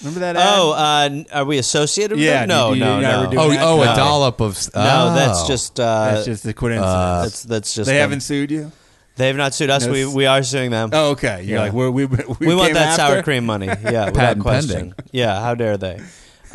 Speaker 3: Remember that? ad?
Speaker 4: oh, uh, n- are we associated? with
Speaker 3: Yeah,
Speaker 4: them? no,
Speaker 3: you- you
Speaker 4: no,
Speaker 3: and I were
Speaker 4: no.
Speaker 3: doing-
Speaker 1: oh, oh, a
Speaker 3: No.
Speaker 1: dollop of.
Speaker 4: no,
Speaker 1: oh.
Speaker 4: that's just uh,
Speaker 3: that's just a coincidence.
Speaker 4: that's that's just
Speaker 3: they
Speaker 4: them.
Speaker 3: haven't sued you.
Speaker 4: They've not sued us.
Speaker 3: No,
Speaker 4: We
Speaker 3: it's-
Speaker 4: we are suing them.
Speaker 3: Oh, okay. You're
Speaker 4: Yeah.
Speaker 3: like we're, we we
Speaker 4: we want
Speaker 3: came
Speaker 4: that sour
Speaker 3: after?
Speaker 4: cream money. Yeah, without
Speaker 1: Patent
Speaker 4: question.
Speaker 1: pending.
Speaker 4: Yeah, how dare they?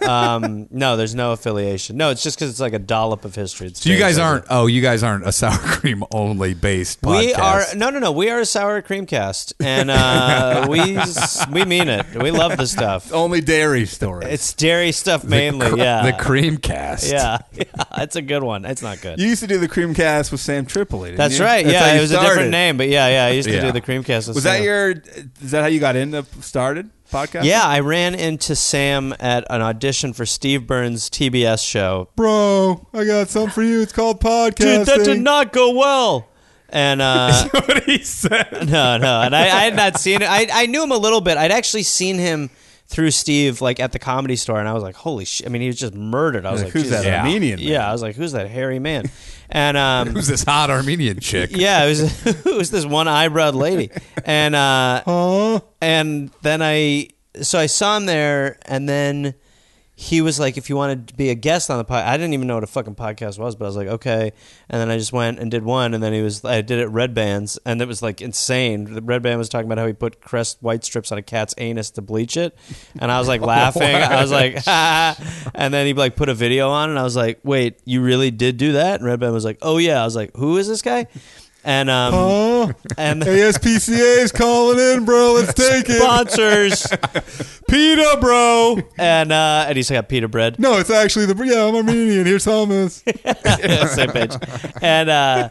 Speaker 4: Um, no, there's no affiliation. No, it's just because it's like a dollop of history. It's
Speaker 1: So you guys
Speaker 4: basically-
Speaker 1: aren't. Oh, you guys aren't a sour cream only based podcast.
Speaker 4: We are no, no, no. We are a sour cream cast, and uh, we s- we mean it. We love the stuff.
Speaker 3: Only dairy stories.
Speaker 4: It's dairy stuff mainly.
Speaker 1: Cr-
Speaker 4: yeah,
Speaker 1: Oh. The cream cast.
Speaker 4: yeah, yeah. It's a good one. It's not good.
Speaker 3: you used to do the Creamcast with Sam Tripoli. didn't
Speaker 4: That's
Speaker 3: you?
Speaker 4: right.
Speaker 3: That's how
Speaker 4: yeah,
Speaker 3: you
Speaker 4: it was a
Speaker 3: started.
Speaker 4: different name, but yeah, yeah. I used to
Speaker 1: Yeah.
Speaker 4: do the cream cast.
Speaker 3: Was that your? Is that how you got into started podcast?
Speaker 4: Yeah, I ran into Sam at an audition for Steve Burns' TBS show
Speaker 3: bro, I got something for you. It's called podcasting.
Speaker 4: dude, that did not go well. And uh,
Speaker 1: what he said.
Speaker 4: no, no, and I, I had not seen it. I, I knew him a little bit. I'd actually seen him through Steve, like at the comedy store, and I was like, "Holy shit!" I mean, he was just murdered. I was like,
Speaker 3: Who's
Speaker 4: Jesus.
Speaker 3: that
Speaker 1: Yeah.
Speaker 3: Armenian? man?
Speaker 4: Yeah, I was like, "Who's that hairy man?" And um,
Speaker 1: Who's this hot Armenian chick?
Speaker 4: yeah, it was it was this one eyebrowed lady, and uh, and then I so I saw him there, and then he was like, "If you wanted to be a guest on the pod," I didn't even know what a fucking podcast was, but I was like, "Okay," and then I just went and did one, and then he was I did it at Red Bands, and it was like insane. The Red Band was talking about how he put Crest white strips on a cat's anus to bleach it, and I was like laughing. I was like, and then he like put a video on, and I was like, "Wait, you really did do that?" And Red Band was like, "Oh yeah," I was like, "Who is this guy?" And um, and
Speaker 3: E ASPCA is calling in, bro. Let's take it.
Speaker 4: sponsors
Speaker 3: Pita, bro.
Speaker 4: and uh and he's got pita bread
Speaker 3: No, it's actually the yeah. I'm Armenian. Here's Thomas.
Speaker 4: same page and uh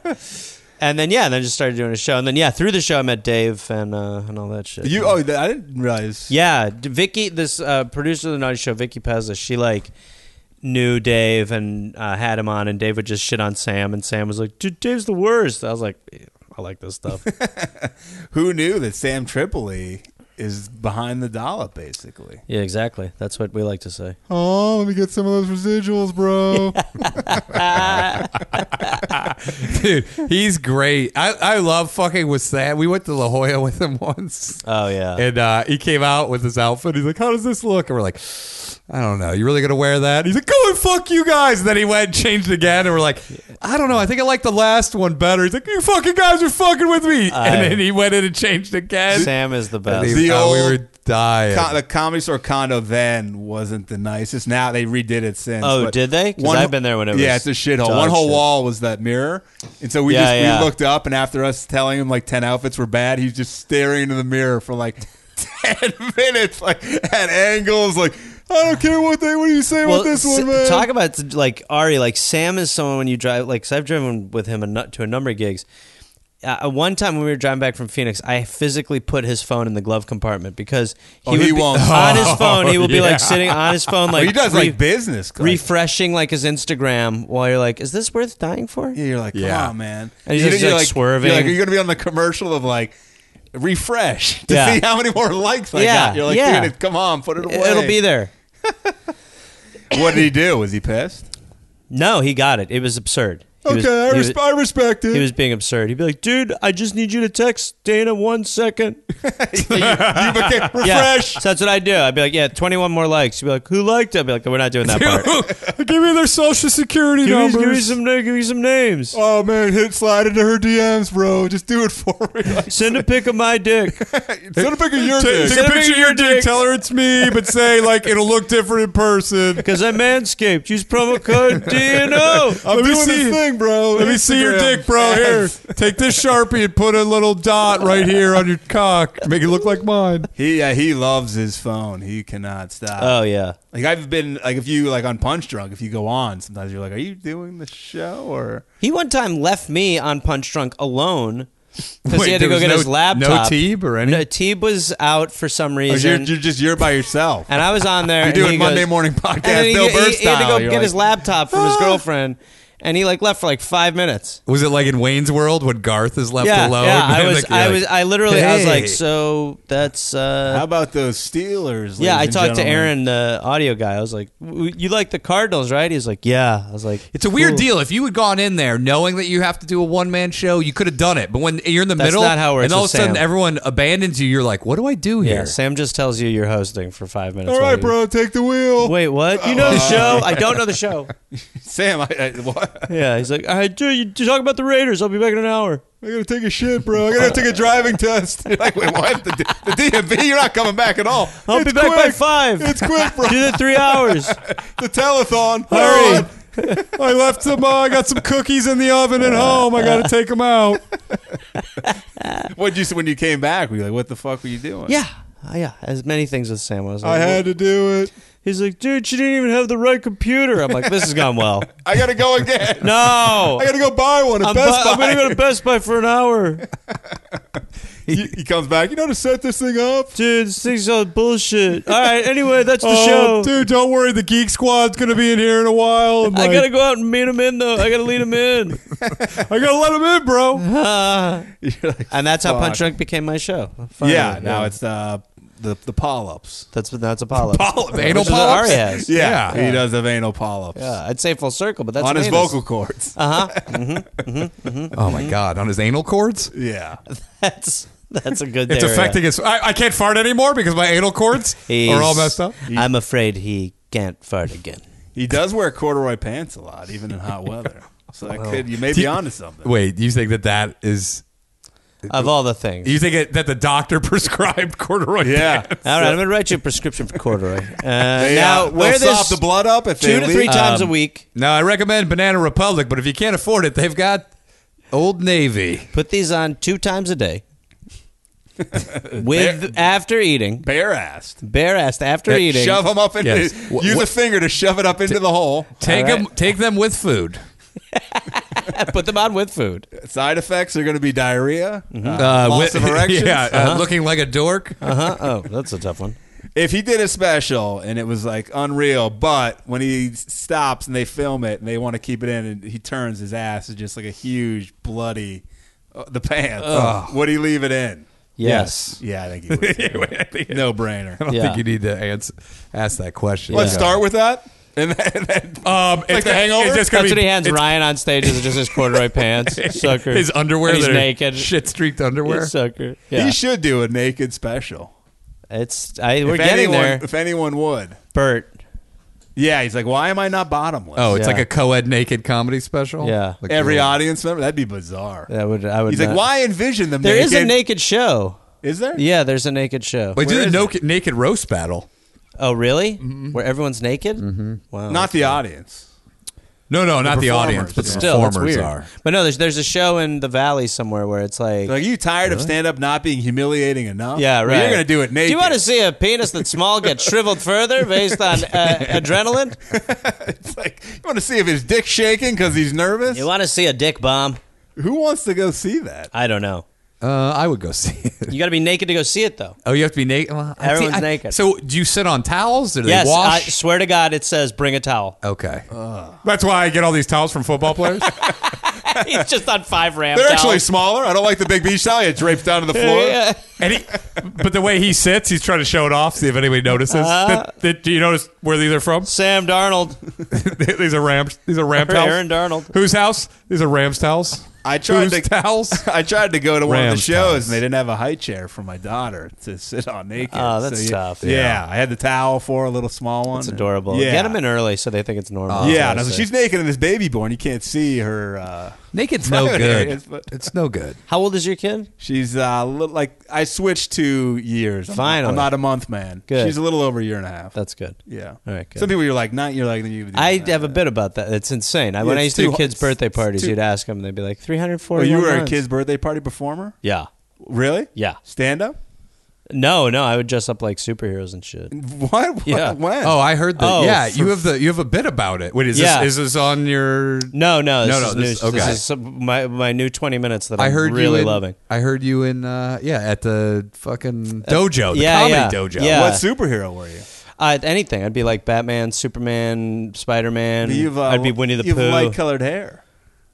Speaker 4: and then yeah and then just started doing a show and then yeah through the show i met dave and uh and all that shit
Speaker 3: You? Oh, th- I didn't realize.
Speaker 4: yeah d- vicky this uh producer of the naughty show vicky pezza she like knew dave and uh, had him on and dave would just shit on sam and sam was like dude dave's the worst i was like i like this stuff
Speaker 3: Who knew that Sam Tripoli is behind the dollop, basically.
Speaker 4: yeah exactly that's what we like to say
Speaker 3: Oh, let me get some of those residuals, bro.
Speaker 1: Dude, he's great. I, I love fucking with Sam. We went to La Jolla with him once.
Speaker 4: oh yeah
Speaker 1: And uh, he came out with his outfit. He's like, "How does this look?" And we're like, I don't know. You really gonna wear that? He's like, go and fuck you guys. And then he went and changed again, and we're like, I don't know. I think I like the last one better. He's like, you fucking guys are fucking with me. and then he went in and changed again.
Speaker 4: Sam is the
Speaker 1: And
Speaker 4: best.
Speaker 1: he-
Speaker 3: The
Speaker 1: oh, we
Speaker 3: old
Speaker 1: were dying.
Speaker 3: Co- the comedy store condo then wasn't the nicest. Now they redid it since.
Speaker 4: Oh,
Speaker 3: but
Speaker 4: did they? 'Cause
Speaker 3: one-
Speaker 4: I've been there when it was
Speaker 3: Yeah, it's a shithole.
Speaker 4: dog
Speaker 3: One whole
Speaker 4: shit.
Speaker 3: wall was that mirror, and so we
Speaker 4: Yeah,
Speaker 3: just
Speaker 4: yeah.
Speaker 3: we looked up, and after us telling him like ten outfits were bad, he's just staring into the mirror for like ten minutes, like at angles, like I don't care what they what do you say about this
Speaker 4: s-
Speaker 3: one, man.
Speaker 4: talk about like Ari. Like Sam is someone when you drive. Like 'cause I've driven with him a, nu- to a number of gigs. Uh, one time when we were driving back from Phoenix, I physically put his phone in the glove compartment because he
Speaker 3: Oh,
Speaker 4: would
Speaker 3: he
Speaker 4: be
Speaker 3: won't.
Speaker 4: on his phone. He will be
Speaker 1: yeah.
Speaker 4: like sitting on his phone, like
Speaker 3: he does
Speaker 4: re-
Speaker 3: like business. Like,
Speaker 4: refreshing like his Instagram while you're like, is this worth dying for?
Speaker 3: Yeah, you're like, come
Speaker 1: Yeah.
Speaker 3: on, man.
Speaker 4: And he's
Speaker 3: You're-
Speaker 4: just,
Speaker 3: you're
Speaker 4: like, swerving.
Speaker 3: You're like, are you gonna be on the commercial of like refresh to
Speaker 4: Yeah.
Speaker 3: see how many more likes I
Speaker 4: Yeah,
Speaker 3: got? You're like,
Speaker 4: yeah.
Speaker 3: dude, come on, put it away.
Speaker 4: It'll be there.
Speaker 3: What did he do? Was he pissed?
Speaker 4: No, he got it. It was absurd. He
Speaker 3: Okay,
Speaker 4: was-
Speaker 3: I,
Speaker 4: he was-
Speaker 3: res- I respect it.
Speaker 4: He was being absurd. He'd be like, dude, I just need you to text Dana one second.
Speaker 3: you became
Speaker 4: Yeah.
Speaker 3: refresh.
Speaker 4: So that's what I do. I'd be like, yeah, 21 more likes. You'd be like, who liked it? I'd be like, we're not doing that part.
Speaker 1: give me their social security
Speaker 4: give, me,
Speaker 1: numbers.
Speaker 4: give me some, na- give me some names.
Speaker 3: Oh man, hit slide into her DMs, bro. Just do it for me. Like,
Speaker 4: Send a pic of my dick.
Speaker 3: Send a pic of your
Speaker 1: Take,
Speaker 3: dick.
Speaker 1: take a picture of your dick. Tell her it's me, but say like it'll look different in person.
Speaker 4: Because I manscaped. Use promo code DNO.
Speaker 1: Let
Speaker 3: I'm
Speaker 1: me
Speaker 3: doing
Speaker 1: see-
Speaker 3: this thing, bro.
Speaker 1: Let me see your
Speaker 3: Instagram.
Speaker 1: dick, bro. Here, take this sharpie and put a little dot right here on your cock. Make it look like mine.
Speaker 3: He yeah, he loves his phone. He cannot stop.
Speaker 4: Oh, yeah.
Speaker 3: like I've been like if you like on Punch Drunk, if you go on, sometimes you're like, are you doing the show or?
Speaker 4: He one time left me on Punch Drunk alone because
Speaker 1: Wait,
Speaker 4: he had
Speaker 1: there
Speaker 4: to go
Speaker 1: was
Speaker 4: get
Speaker 1: no-
Speaker 4: his
Speaker 1: no
Speaker 4: laptop.
Speaker 1: Teeb or any-
Speaker 4: No, Teeb was out for some
Speaker 3: Oh,
Speaker 4: reason.
Speaker 3: you're, you're just you're by yourself.
Speaker 4: and I was on there.
Speaker 3: You're
Speaker 4: and
Speaker 3: doing
Speaker 4: he
Speaker 3: Monday
Speaker 4: goes-
Speaker 3: morning
Speaker 4: And then
Speaker 3: podcast,
Speaker 4: he,
Speaker 3: Bill
Speaker 4: he-
Speaker 3: Burr
Speaker 4: he had to go
Speaker 3: style.
Speaker 4: get
Speaker 3: You're
Speaker 4: his
Speaker 3: like, "Ah."
Speaker 4: laptop from his girlfriend, and he like left for like five minutes.
Speaker 1: Was it like in Wayne's World when Garth is left
Speaker 4: yeah,
Speaker 1: alone?
Speaker 4: yeah. I
Speaker 1: And,
Speaker 4: was,
Speaker 1: like, you're
Speaker 4: I
Speaker 1: like,
Speaker 4: was, I literally, I was
Speaker 1: "Hey."
Speaker 4: like, so that's. uh
Speaker 3: How about those Steelers?
Speaker 4: yeah, I
Speaker 3: ladies and
Speaker 4: talked to
Speaker 3: gentlemen?
Speaker 4: Aaron, the audio guy. I was like, "W- "You like the Cardinals, right?" He's like, "Yeah." I was like,
Speaker 1: It's a weird
Speaker 4: "Cool."
Speaker 1: deal. If you had gone in there knowing that you have to do a one man show, you could have done it. But when you're in the
Speaker 4: That's
Speaker 1: middle,
Speaker 4: not how it works
Speaker 1: and all of a
Speaker 4: with
Speaker 1: sudden
Speaker 4: Sam.
Speaker 1: everyone abandons you, you're like, "What do I do
Speaker 4: Yeah,
Speaker 1: here?"
Speaker 4: Sam just tells you you're hosting for five minutes.
Speaker 3: All
Speaker 4: while
Speaker 3: right,
Speaker 4: you-
Speaker 3: bro, Uh, take the wheel.
Speaker 4: Wait, what? You know the show? I don't know the show.
Speaker 3: Sam, I, I, what?
Speaker 4: Yeah, he's like, "All right, dude, you you talk about the Raiders. I'll be back in an hour."
Speaker 3: I gotta take a shit, bro. I gotta take a driving test. You're like, wait, what? The, the DMV? You're not coming back at all.
Speaker 4: I'll
Speaker 3: It's
Speaker 4: be back by
Speaker 3: quick.
Speaker 4: five.
Speaker 3: It's quick, bro.
Speaker 4: Do the three hours.
Speaker 3: The telethon.
Speaker 4: Hurry.
Speaker 1: I left some. Uh, I got some cookies in the oven at home. I got to take them out.
Speaker 3: What you when you came back? Were you like, what the fuck were you doing?
Speaker 4: Yeah, Uh, yeah. As many things with Sam I was. Like,
Speaker 3: to do it.
Speaker 4: He's like, dude, she didn't even have the right computer. I'm like, this has gone well.
Speaker 3: I gotta go again.
Speaker 4: No,
Speaker 3: I gotta go buy one at
Speaker 4: I'm,
Speaker 3: Best
Speaker 4: bu- I'm
Speaker 3: Buy.
Speaker 4: gonna go to Best Buy for an hour,
Speaker 3: he, he comes back. You know how to set this thing up.
Speaker 4: dude. This thing's all bullshit. All right, anyway, that's the
Speaker 1: Oh,
Speaker 4: show.
Speaker 1: dude, don't worry. The Geek Squad's gonna be in here in a while. and,
Speaker 4: I
Speaker 1: like,
Speaker 4: gotta go out and meet him in though. I gotta lead him in.
Speaker 1: I gotta let him in, bro.
Speaker 3: You're like,
Speaker 4: and that's how
Speaker 3: Fuck.
Speaker 4: Punch Drunk became my show. Finally,
Speaker 3: yeah. Now it's uh, the the polyps.
Speaker 4: that's that's Apollo.
Speaker 1: Polyp, anal
Speaker 4: Which is what
Speaker 1: polyps?
Speaker 4: Ari has.
Speaker 3: Yeah,
Speaker 1: Yeah.
Speaker 3: he does have anal polyps
Speaker 4: Yeah, I'd say full circle, but that's Uh,
Speaker 3: on
Speaker 4: what
Speaker 3: his
Speaker 4: it is.
Speaker 3: vocal cords.
Speaker 1: Oh my god, on his anal cords.
Speaker 3: yeah,
Speaker 4: That's that's a good.
Speaker 1: It's
Speaker 4: area.
Speaker 1: affecting his. I, I can't fart anymore because my anal cords
Speaker 4: He's-
Speaker 1: are all messed up.
Speaker 4: I'm afraid he can't fart again.
Speaker 3: he does wear corduroy pants a lot, even in hot weather. So that could you may be onto something.
Speaker 1: Wait, you think that that is?
Speaker 4: Of all the things.
Speaker 1: You think it, that the doctor prescribed corduroy?
Speaker 3: Yeah.
Speaker 1: pants?
Speaker 4: All right, I'm gonna write you a prescription for corduroy. Uh, now
Speaker 3: yeah,
Speaker 4: wear
Speaker 3: they'll sop
Speaker 4: this
Speaker 3: the blood Um, up if
Speaker 4: two
Speaker 3: they
Speaker 4: to
Speaker 3: leak.
Speaker 4: three times a week.
Speaker 1: Now I recommend Banana Republic, but if you can't afford it, they've got Old Navy.
Speaker 4: Put these on two times a day. With after eating,
Speaker 3: bare assed.
Speaker 4: bare assed after
Speaker 1: Yeah,
Speaker 4: eating.
Speaker 3: Uh, Shove them up into.
Speaker 1: Yes. Wh-
Speaker 3: Use
Speaker 1: wh-
Speaker 3: a finger to shove it up into the hole.
Speaker 1: Take
Speaker 4: All right.
Speaker 1: them. Take them with food.
Speaker 4: Put them on with food.
Speaker 3: Side effects are going to be diarrhea,
Speaker 4: Mm-hmm.
Speaker 3: uh,
Speaker 1: Uh,
Speaker 3: loss
Speaker 1: wi-
Speaker 3: of erections.
Speaker 1: Yeah, uh, looking like a dork.
Speaker 4: Uh-huh. Oh, that's a tough one.
Speaker 3: If he did a special and it was like unreal, but when he s- stops and they film it and they want to keep it in, and he turns his ass is just like a huge bloody uh, the pants. Would he leave it in?
Speaker 4: Yes.
Speaker 3: Yeah, I think he would. no brainer.
Speaker 1: I don't
Speaker 4: Yeah.
Speaker 1: think you need to answer, ask that question.
Speaker 3: Let's start with that. And then, and then
Speaker 1: Um, it's
Speaker 3: like the
Speaker 1: gonna-
Speaker 3: hangover?
Speaker 1: It's just gonna
Speaker 4: That's
Speaker 1: be
Speaker 4: what he hands Ryan on stage is just his corduroy pants. Sucker.
Speaker 1: his underwear.
Speaker 4: And he's
Speaker 1: that are
Speaker 4: naked.
Speaker 1: shit streaked underwear.
Speaker 4: Sucker. Yeah.
Speaker 3: he should do a naked special.
Speaker 4: It's I, we're
Speaker 3: if
Speaker 4: getting
Speaker 3: anyone,
Speaker 4: there.
Speaker 3: If anyone would,
Speaker 4: Bert.
Speaker 3: Yeah, he's like, why am I not bottomless?
Speaker 1: Oh, it's
Speaker 4: Yeah.
Speaker 1: like a co-ed naked comedy special.
Speaker 4: Yeah.
Speaker 1: Like
Speaker 3: every
Speaker 1: you're-
Speaker 3: audience member that'd be bizarre.
Speaker 4: That would I would.
Speaker 3: He's
Speaker 4: not-
Speaker 3: like, why envision them?
Speaker 4: There is a
Speaker 3: naked?
Speaker 4: naked show.
Speaker 3: Is there?
Speaker 4: Yeah, there's a naked show.
Speaker 1: Wait, do
Speaker 3: Where
Speaker 1: the
Speaker 3: is it?
Speaker 1: naked, naked roast battle?
Speaker 4: Oh, really? Where everyone's naked? Mm-hmm. Wow.
Speaker 3: Not the audience.
Speaker 1: No, no, not the
Speaker 3: performers,
Speaker 1: audience, but
Speaker 3: yeah.
Speaker 1: the
Speaker 4: Still, it's
Speaker 1: performers
Speaker 4: weird.
Speaker 1: are.
Speaker 4: But no, there's there's a show in the valley somewhere where it's like,
Speaker 3: Like, are you tired of stand up not being humiliating enough?
Speaker 4: yeah, right.
Speaker 3: Well, you're gonna do it naked.
Speaker 4: Do you want to see a penis that's small get shriveled further based on uh, adrenaline?
Speaker 3: It's like you want to see if his dick shaking because he's nervous.
Speaker 4: You want to see a dick bomb?
Speaker 3: Who wants to go see that?
Speaker 4: I don't know.
Speaker 1: Uh, I would go see it.
Speaker 4: You got to be naked to go see it though.
Speaker 1: Oh, you have to be naked. Well, I- see,
Speaker 4: Everyone's
Speaker 1: I-
Speaker 4: naked.
Speaker 1: So, do you sit on towels? Do they
Speaker 4: yes, I
Speaker 1: wash?
Speaker 4: swear to God, it says bring a towel.
Speaker 1: okay. That's why I get all these towels from football players.
Speaker 4: He's just on five ramp.
Speaker 3: They're
Speaker 4: towels.
Speaker 3: actually smaller. I don't like the big beach towel. It drapes down to the floor.
Speaker 4: Yeah.
Speaker 1: and he, but the way he sits, he's trying to show it off, see if anybody notices.
Speaker 4: Uh-huh.
Speaker 1: That- that- do you notice where these are from?
Speaker 4: Sam Darnold,
Speaker 1: these are Rams. These are Ram
Speaker 4: Or
Speaker 1: towels.
Speaker 4: Aaron Darnold.
Speaker 1: Whose house? These are Rams towels.
Speaker 3: I tried
Speaker 1: Whose
Speaker 3: to-
Speaker 1: towels.
Speaker 3: I tried to go to one of the
Speaker 1: Rams
Speaker 3: shows
Speaker 1: towels.
Speaker 3: and they didn't have a high chair for my daughter to sit on naked.
Speaker 4: Oh, that's
Speaker 3: yeah-
Speaker 4: tough.
Speaker 3: Yeah. I had the towel for a little small one.
Speaker 4: it's adorable.
Speaker 3: Yeah, Uh,
Speaker 4: Get him in early so they think it's normal.
Speaker 3: yeah, and I was like, she's naked and this baby born. You can't see her. Uh,
Speaker 1: Naked's no
Speaker 3: Private
Speaker 1: good.
Speaker 3: areas, but-
Speaker 1: It's no good.
Speaker 4: How old is your kid?
Speaker 3: she's uh, li- like I switched two years. I'm-
Speaker 4: Finally.
Speaker 3: I'm not a month man.
Speaker 4: Good.
Speaker 3: She's a little over a year and a half.
Speaker 4: That's good.
Speaker 3: yeah.
Speaker 4: All right, good.
Speaker 3: Some people you're like not you're like then you.
Speaker 4: I have a bit about that. It's insane. I, when I
Speaker 3: it's
Speaker 4: used to
Speaker 3: too-
Speaker 4: do kids' birthday
Speaker 3: it's
Speaker 4: parties,
Speaker 3: too-
Speaker 4: you'd ask them, they'd be like, 340.
Speaker 3: Well, Oh, you were a kid's birthday party performer.
Speaker 4: Yeah.
Speaker 3: Really?
Speaker 4: Yeah.
Speaker 3: Stand up.
Speaker 4: No, no, I would dress up like superheroes and shit.
Speaker 3: What? what?
Speaker 4: Yeah.
Speaker 3: When?
Speaker 1: Oh, I heard that.
Speaker 4: Oh,
Speaker 1: yeah,
Speaker 4: for-
Speaker 1: you have the you have a bit about it. Wait, is
Speaker 4: Yeah.
Speaker 1: this is this on your?
Speaker 4: No, no, this
Speaker 1: No, no,
Speaker 4: is
Speaker 1: this-
Speaker 4: new.
Speaker 1: okay.
Speaker 4: This is some- my my new 20 minutes that I'm
Speaker 1: I heard you
Speaker 4: really
Speaker 1: in,
Speaker 4: loving.
Speaker 1: I heard you in uh, yeah at the fucking dojo, the
Speaker 4: yeah,
Speaker 1: comedy
Speaker 4: yeah.
Speaker 1: dojo.
Speaker 4: Yeah.
Speaker 3: What superhero were you?
Speaker 4: Uh, anything. I'd be like Batman, Superman, Spider Man. Mm. I'd be Winnie the
Speaker 3: you've uh,
Speaker 4: Pooh.
Speaker 3: light colored hair.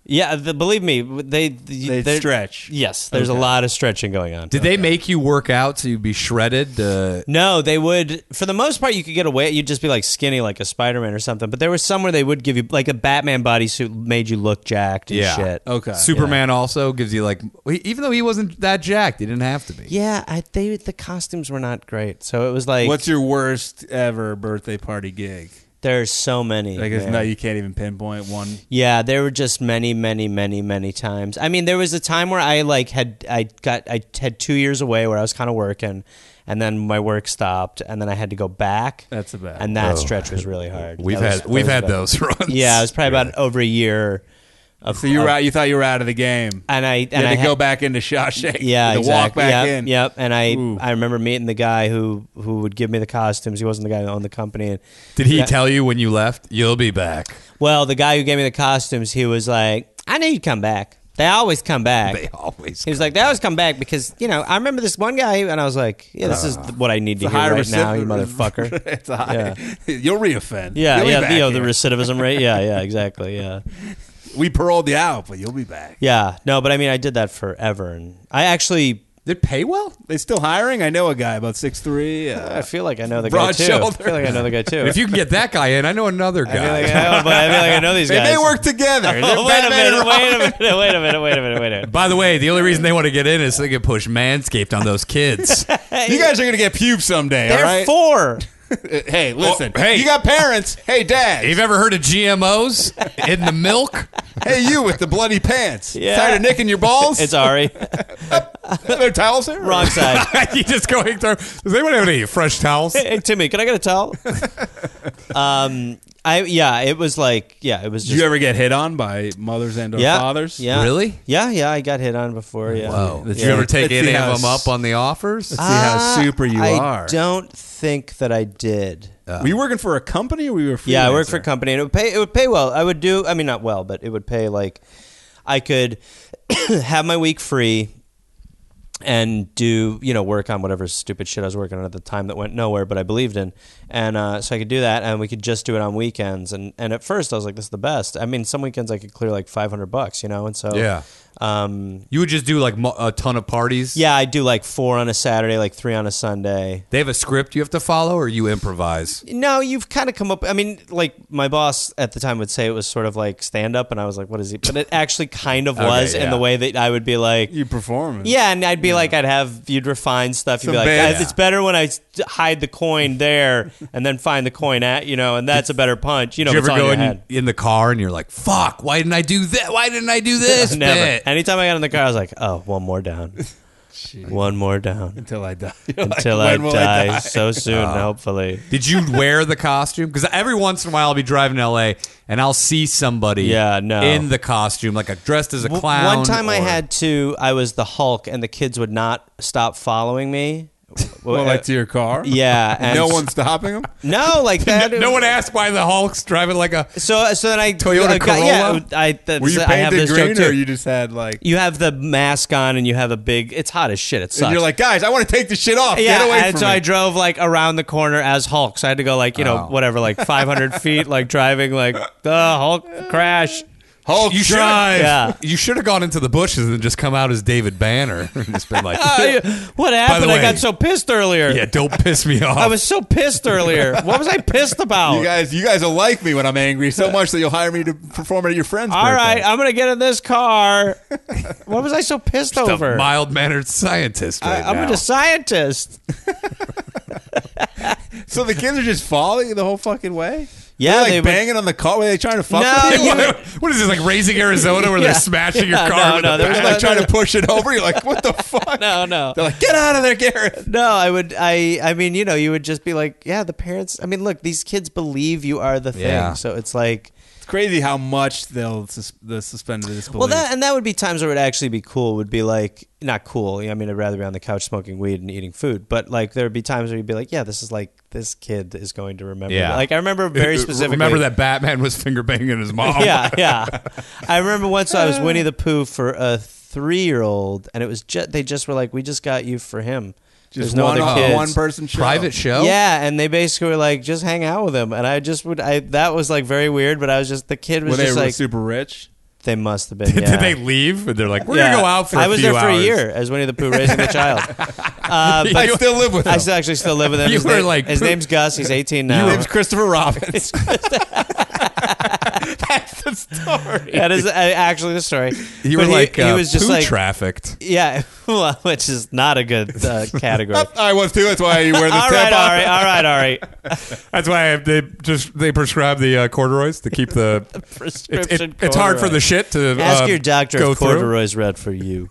Speaker 4: yeah, the, believe me, they
Speaker 3: They
Speaker 4: they're-
Speaker 3: stretch.
Speaker 4: Yes, there's a lot of stretching going on.
Speaker 1: Did they make you work out so you'd be shredded? Uh,
Speaker 4: No, they would. For the most part, you could get away. You'd just be like skinny, like a Spider Man or something. But there was somewhere they would give you like a Batman bodysuit made you look jacked and
Speaker 1: yeah.
Speaker 4: shit.
Speaker 3: Okay.
Speaker 1: Superman also gives you like, even though he wasn't that jacked, he didn't have to be.
Speaker 4: Yeah, I, they the costumes were not great, so it was like
Speaker 3: What's your worst ever birthday party gig?
Speaker 4: there's so many.
Speaker 3: Like, it's
Speaker 4: man.
Speaker 3: no, you can't even pinpoint one.
Speaker 4: Yeah, there were just many, many, many, many times. I mean, there was a time where I like had I got I had two years away where I was kind of working, and then my work stopped, and then I had to go back.
Speaker 3: That's a bad
Speaker 4: And that stretch was really hard.
Speaker 1: Oh. We've
Speaker 4: That was-
Speaker 1: had
Speaker 4: that
Speaker 1: we've
Speaker 4: was
Speaker 1: had
Speaker 4: bad.
Speaker 1: those runs.
Speaker 4: Yeah, it was probably about over a year. Of,
Speaker 3: So you
Speaker 4: of-
Speaker 3: were out. You thought you were out of the game.
Speaker 4: and I and
Speaker 3: You had
Speaker 4: I
Speaker 3: to
Speaker 4: had-
Speaker 3: go back into Shawshank.
Speaker 4: Yeah,
Speaker 3: You had to
Speaker 4: exactly.
Speaker 3: walk back
Speaker 4: yep,
Speaker 3: in.
Speaker 4: Yep. And I
Speaker 3: Ooh.
Speaker 4: I remember meeting the guy who who would give me the costumes. He wasn't the guy that owned the company. And
Speaker 1: Did he
Speaker 4: Yeah.
Speaker 1: tell you when you left? You'll be back.
Speaker 4: well, the guy who gave me the costumes, he was like, "I knew you'd come back. They always come back."
Speaker 1: They always.
Speaker 4: he was like, "They always come back because you know I remember this one guy," and I was like, "Yeah, this
Speaker 3: Ah.
Speaker 4: is what I need to hear right now, you motherfucker."
Speaker 3: it's a high. You'll reoffend.
Speaker 4: Yeah,
Speaker 3: You'll be
Speaker 4: yeah,
Speaker 3: back
Speaker 4: the, oh, the
Speaker 3: here.
Speaker 4: recidivism rate. Yeah, yeah, exactly. Yeah,
Speaker 3: we paroled you out, but you'll be back.
Speaker 4: yeah. No, but I mean, I did that forever, and I actually,
Speaker 1: Did it pay well?
Speaker 3: They still hiring. I know a guy about six three. Uh,
Speaker 4: I feel like I know the guy
Speaker 3: Broad
Speaker 4: too. I
Speaker 3: shoulders.
Speaker 4: feel like I know the guy too.
Speaker 1: If you can get that guy in, I know another
Speaker 4: I feel
Speaker 1: guy.
Speaker 4: like I know, but I feel like I know these
Speaker 3: they
Speaker 4: guys.
Speaker 3: may work together. They're
Speaker 4: Oh, wait
Speaker 3: Batman
Speaker 4: a minute,
Speaker 3: and
Speaker 4: wait a
Speaker 3: Robin.
Speaker 4: minute, wait a minute, wait a minute, wait a minute.
Speaker 1: By the way, the only reason they want to get in is so they can push Manscaped on those kids.
Speaker 3: You guys are gonna get pubes someday. all
Speaker 4: They're
Speaker 3: right?
Speaker 4: four.
Speaker 3: Hey, listen.
Speaker 1: Well, Oh, hey.
Speaker 3: you got parents. Hey, dad.
Speaker 1: You've ever heard of GMOs in the milk?
Speaker 3: hey, you with the bloody pants.
Speaker 4: Yeah.
Speaker 3: Tired of nicking your balls?
Speaker 4: It's Ari.
Speaker 3: Are there towels here?
Speaker 4: Wrong side.
Speaker 1: you just going through. Does anyone have any fresh towels?
Speaker 4: Hey, Timmy, can I get a towel? um, I yeah, it was like yeah, it was
Speaker 3: Did
Speaker 4: just
Speaker 3: you ever get hit on by mothers and or
Speaker 4: yeah,
Speaker 3: fathers?
Speaker 4: Yeah,
Speaker 1: Really?
Speaker 4: Yeah, yeah. I got hit on before. Yeah.
Speaker 1: Oh, did
Speaker 3: Let's
Speaker 1: you
Speaker 3: see-
Speaker 1: ever take
Speaker 3: let's see
Speaker 1: any
Speaker 3: how
Speaker 1: of them
Speaker 3: s-
Speaker 1: up on the offers?
Speaker 3: See how
Speaker 4: Uh,
Speaker 3: super you
Speaker 4: I
Speaker 3: are.
Speaker 4: don't think that I did.
Speaker 3: Were you working for a company or were you a freelancer?
Speaker 4: yeah, I worked for a company, and it would pay. It would pay well. I would do. I mean, not well, but it would pay like I could have my week free and do you know work on whatever stupid shit I was working on at the time that went nowhere, but I believed in, and uh, so I could do that, and we could just do it on weekends. And and at first I was like, this is the best. I mean, some weekends I could clear like five hundred bucks, you know, and so
Speaker 1: Yeah.
Speaker 4: Um,
Speaker 1: You would just do like mo- a ton of parties.
Speaker 4: yeah, I do like four on a Saturday, like three on a Sunday.
Speaker 1: They have a script you have to follow, or you improvise.
Speaker 4: No, you've kind of come up. I mean, like my boss at the time would say it was sort of like stand up, and I was like, "What is he?" But it actually kind of was in
Speaker 1: yeah.
Speaker 4: the way that I would be like,
Speaker 3: You perform.
Speaker 4: Yeah, and I'd be like, I'd have you'd refine stuff. You'd
Speaker 3: Some
Speaker 4: be like,
Speaker 3: bad-
Speaker 4: "Guys, it's better when I s- hide the coin there and then find the coin at you know, and that's a better punch. You know,
Speaker 1: Did you
Speaker 4: if
Speaker 1: ever
Speaker 4: it's on
Speaker 1: go
Speaker 4: your
Speaker 1: in,
Speaker 4: head.
Speaker 1: in the car and you're like, "Fuck! Why didn't I do that? Why didn't I do this?"
Speaker 4: Never.
Speaker 1: bit?"
Speaker 4: Anytime I got in the car, I was like, oh, one more down, one more down
Speaker 3: Until I die.
Speaker 4: until
Speaker 3: When
Speaker 4: I,
Speaker 3: will
Speaker 4: die
Speaker 3: I die?
Speaker 4: so soon, hopefully.
Speaker 1: Did you wear the costume? Because every once in a while I'll be driving to LA and I'll see somebody
Speaker 4: Yeah, no.
Speaker 1: in the costume, like a dressed as a
Speaker 4: W-
Speaker 1: clown.
Speaker 4: One time I
Speaker 1: or-
Speaker 4: had to, I was the Hulk, and the kids would not stop following me.
Speaker 3: Well, like to your car.
Speaker 4: uh, yeah, and
Speaker 3: No one's stopping him.
Speaker 4: no like that.
Speaker 1: No one asked why the Hulk's driving like a.
Speaker 4: So so then I
Speaker 1: Toyota
Speaker 4: I got-
Speaker 1: Corolla?
Speaker 4: Yeah, I, that's,
Speaker 3: Were you
Speaker 4: I have
Speaker 3: painted
Speaker 4: this joke
Speaker 3: green,
Speaker 4: too.
Speaker 3: or you just had like?
Speaker 4: you have the mask on and you have the big. It's hot as shit. It sucks.
Speaker 3: And you're like, guys, I want to take this shit off.
Speaker 4: yeah,
Speaker 3: Get away
Speaker 4: and
Speaker 3: from
Speaker 4: so
Speaker 3: me. Oh.
Speaker 4: I drove like around the corner as Hulk. So I had to go like you know whatever like 500 feet, like driving like the Hulk crash.
Speaker 3: Hulk
Speaker 1: You should
Speaker 4: drive. Yeah.
Speaker 1: have. You should have gone into the bushes and just come out as David Banner and just been like,
Speaker 4: Uh, what happened?
Speaker 1: way-
Speaker 4: I got so pissed earlier.
Speaker 1: "Yeah, don't piss me off."
Speaker 4: I was so pissed earlier. What was I pissed about?
Speaker 3: You guys, you guys will like me when I'm angry so much that you'll hire me to perform at your friend's.
Speaker 4: All right,
Speaker 3: birthday.
Speaker 4: I'm gonna get in this car. what was I so pissed over?
Speaker 1: mild mannered scientist.
Speaker 4: I,
Speaker 1: Right
Speaker 4: I'm
Speaker 1: now.
Speaker 4: a scientist.
Speaker 3: So the kids are just following you the whole fucking way.
Speaker 4: Yeah,
Speaker 3: They're, like
Speaker 4: they would-
Speaker 3: banging on the car. Were they trying to fuck
Speaker 4: No,
Speaker 3: with you?
Speaker 4: you-
Speaker 3: Like,
Speaker 1: what is this like raising Arizona where they're smashing your
Speaker 4: Yeah,
Speaker 1: car?
Speaker 4: no,
Speaker 1: with
Speaker 4: no,
Speaker 1: a
Speaker 4: there was
Speaker 3: they're
Speaker 1: bat?
Speaker 3: like trying to push it over. You're like, what the fuck?
Speaker 4: No, no.
Speaker 3: They're like, get out of there, Garrett.
Speaker 4: No, I would. I. I mean, you know, you would just be like, yeah, the parents. I mean, look, these kids believe you are the thing,
Speaker 1: Yeah.
Speaker 4: so it's like,
Speaker 3: It's crazy how much they'll sus- the suspended disbelief.
Speaker 4: well, that and that would be times where it would actually be cool. Would be like not cool. I mean, I'd rather be on the couch smoking weed and eating food, but like there would be times where you'd be like, yeah, this is like this kid is going to remember.
Speaker 1: Yeah.
Speaker 4: Like I remember very specifically.
Speaker 1: Uh, Remember that Batman was finger banging his mom.
Speaker 4: yeah, yeah. I remember once I was Winnie the Pooh for a three-year-old, and it was just they just were like, we just got you for him.
Speaker 3: just
Speaker 4: There's no
Speaker 3: one,
Speaker 1: uh,
Speaker 3: uh,
Speaker 4: other kids.
Speaker 3: one person show.
Speaker 1: private show.
Speaker 4: Yeah, and they basically were like, just hang out with him. And I just would, I that was like very weird, but I was just, the kid was
Speaker 3: Were they
Speaker 4: just like,
Speaker 3: super rich?
Speaker 4: they must have been.
Speaker 1: Did
Speaker 4: yeah.
Speaker 1: they leave? They're like, we're
Speaker 4: Yeah.
Speaker 1: gonna go out for.
Speaker 4: I
Speaker 1: a
Speaker 4: was
Speaker 1: few
Speaker 4: there for
Speaker 1: hours."
Speaker 4: a year as Winnie the Pooh raising the child. Uh, but
Speaker 3: I still live with
Speaker 4: I
Speaker 3: them.
Speaker 4: still actually still live with him.
Speaker 1: You
Speaker 4: his
Speaker 1: were
Speaker 4: name-
Speaker 1: like
Speaker 4: his
Speaker 1: Pooh.
Speaker 4: name's Gus. He's 18
Speaker 3: His
Speaker 4: now.
Speaker 3: name's Christopher Robbins. That's the story.
Speaker 4: that is uh, actually the story.
Speaker 1: You
Speaker 4: But
Speaker 1: were like,
Speaker 4: he,
Speaker 1: uh,
Speaker 4: was just
Speaker 1: poo
Speaker 4: like,
Speaker 1: trafficked.
Speaker 4: yeah, well, which is not a good uh, category. all
Speaker 3: I was too. That's why you wear the
Speaker 4: right, all
Speaker 3: tip off.
Speaker 4: right, all right, all right.
Speaker 1: That's why they just they prescribe the uh, corduroys to keep the. it,
Speaker 4: Prescription.
Speaker 1: it- it's hard for the
Speaker 4: corduroy.
Speaker 1: shit to
Speaker 4: Ask
Speaker 1: um,
Speaker 4: your doctor
Speaker 1: Go
Speaker 4: if
Speaker 1: through.
Speaker 4: corduroy's red for you.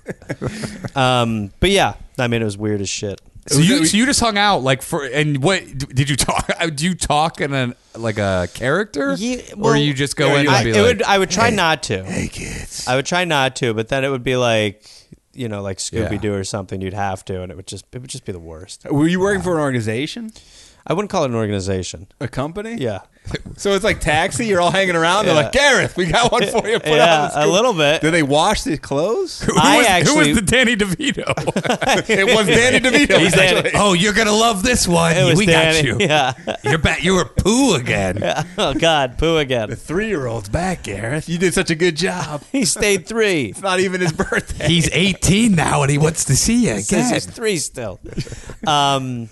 Speaker 4: um, but yeah, I mean, it was weird as shit.
Speaker 1: So you, so you just hung out like for and what did you talk? Do you talk in a like a character,
Speaker 4: Ye-
Speaker 1: or
Speaker 4: well,
Speaker 1: you just go
Speaker 3: yeah,
Speaker 1: in
Speaker 3: you
Speaker 1: and
Speaker 4: I,
Speaker 1: be
Speaker 4: it
Speaker 1: like,
Speaker 4: would, I would try not to.
Speaker 3: Hey kids.
Speaker 4: I would try not to, but then it would be like, you know, like
Speaker 1: Yeah.
Speaker 4: Scooby Doo or something. You'd have to, and it would just, it would just be the worst.
Speaker 3: Were you working for an organization?
Speaker 4: I wouldn't call it an organization.
Speaker 3: A company?
Speaker 4: Yeah,
Speaker 3: So it's like taxi. You're all hanging around. They're like, Gareth, we got one for you. Put
Speaker 4: uh, yeah,
Speaker 3: on
Speaker 4: a little bit.
Speaker 3: Do they wash the clothes?
Speaker 1: who,
Speaker 4: I
Speaker 1: was, who
Speaker 4: actually-
Speaker 1: was the Danny DeVito?
Speaker 3: it was Danny DeVito.
Speaker 4: He's
Speaker 3: actually.
Speaker 4: Danny.
Speaker 1: oh, you're gonna love this one.
Speaker 4: It was
Speaker 1: we
Speaker 4: Danny.
Speaker 1: got you.
Speaker 4: Yeah.
Speaker 1: You're back. You were poo again.
Speaker 4: Oh God, poo again.
Speaker 3: Three-year-old's back, Gareth. You did such a good job.
Speaker 4: He stayed three.
Speaker 3: It's not even his birthday.
Speaker 1: He's 18 now and he wants to see you
Speaker 4: Says
Speaker 1: again.
Speaker 4: he's three still. Um,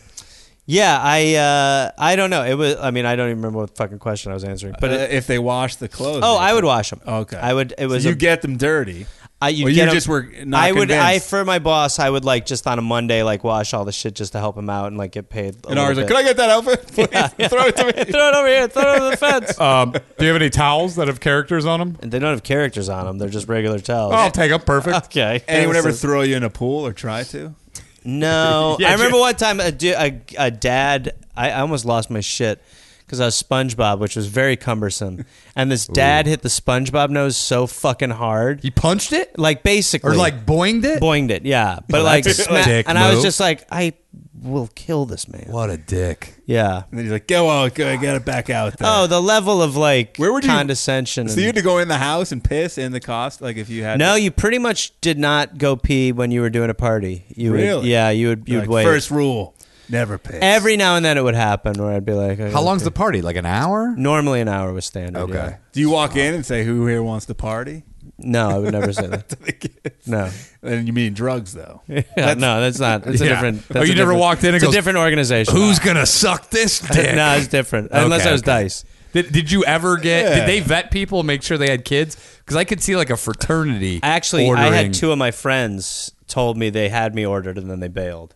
Speaker 4: yeah, I, uh, I don't know. It was. I mean, I don't even remember what fucking question I was answering. But
Speaker 3: But uh,
Speaker 4: it,
Speaker 3: if they wash the clothes,
Speaker 4: oh, I would wash them.
Speaker 3: Uh, Okay.
Speaker 4: I would.
Speaker 3: So
Speaker 4: It was.
Speaker 3: you
Speaker 4: a-
Speaker 3: get them dirty.
Speaker 4: I you'd
Speaker 3: Or you
Speaker 4: get 'em-
Speaker 3: just were not
Speaker 4: I would. I
Speaker 3: convinced.
Speaker 4: for my boss, I would like just on a Monday, like wash all the shit just to help him out and like get paid. A
Speaker 3: And ours like,
Speaker 4: little
Speaker 3: could I get that outfit? Please throw it to me.
Speaker 4: bit. throw it over here, throw it over the fence.
Speaker 1: Um, do you have any towels that have characters on them?
Speaker 4: And they don't have characters on them; they're just regular towels.
Speaker 1: Oh, I'll take them. Perfect.
Speaker 4: Okay.
Speaker 3: Anyone ever
Speaker 4: So-
Speaker 3: throw you in a pool or try to?
Speaker 4: No,
Speaker 1: Yeah,
Speaker 4: I remember
Speaker 1: ju-
Speaker 4: one time a, du- a, a dad. I, I almost lost my shit because I was SpongeBob, which was very cumbersome, and this dad hit the SpongeBob nose so fucking hard,
Speaker 1: He punched it
Speaker 4: like basically,
Speaker 1: or like boinged it?
Speaker 4: boinged it. Yeah, but
Speaker 1: Oh,
Speaker 4: like,
Speaker 1: that's a
Speaker 4: sma-
Speaker 1: dick
Speaker 4: and I was
Speaker 1: move.
Speaker 4: just like, I will kill this man.
Speaker 1: What a dick.
Speaker 4: Yeah.
Speaker 3: And then he's like, go out, go, get it back out there.
Speaker 4: Oh, the level of like
Speaker 3: Where would you-
Speaker 4: condescension.
Speaker 3: so you had
Speaker 4: and-
Speaker 3: to go in the house and piss in the cost? Like if you had
Speaker 4: no, you pretty much did not go pee when you were doing a party. You would,
Speaker 3: Really?
Speaker 4: yeah, you would, you'd
Speaker 3: like,
Speaker 4: wait.
Speaker 3: First rule, never piss.
Speaker 4: Every now and then it would happen where I'd be like, I
Speaker 1: How
Speaker 4: gotta
Speaker 1: long's
Speaker 4: pee.
Speaker 1: the party? Like an hour?
Speaker 4: Normally an hour was standard.
Speaker 1: Okay.
Speaker 4: yeah.
Speaker 3: Do you walk in and say, who here wants to party?
Speaker 4: No, I would never say that. No,
Speaker 3: And you mean drugs, though.
Speaker 4: Yeah, no, that's not. That's
Speaker 1: Yeah.
Speaker 4: a different.
Speaker 1: Oh,
Speaker 4: That's
Speaker 1: you
Speaker 4: a
Speaker 1: never
Speaker 4: different-
Speaker 1: walked in and
Speaker 4: It's
Speaker 1: goes,
Speaker 4: a different organization.
Speaker 1: Who's gonna suck this dick?
Speaker 4: No, it's different. Unless I was
Speaker 1: okay.
Speaker 4: Dice.
Speaker 1: Did, did you ever get?
Speaker 3: Yeah.
Speaker 1: Did they vet people and make sure they had kids? Because I could see like a fraternity.
Speaker 4: Actually, I
Speaker 1: ordering-
Speaker 4: had two of my friends told me they had me ordered and then they bailed.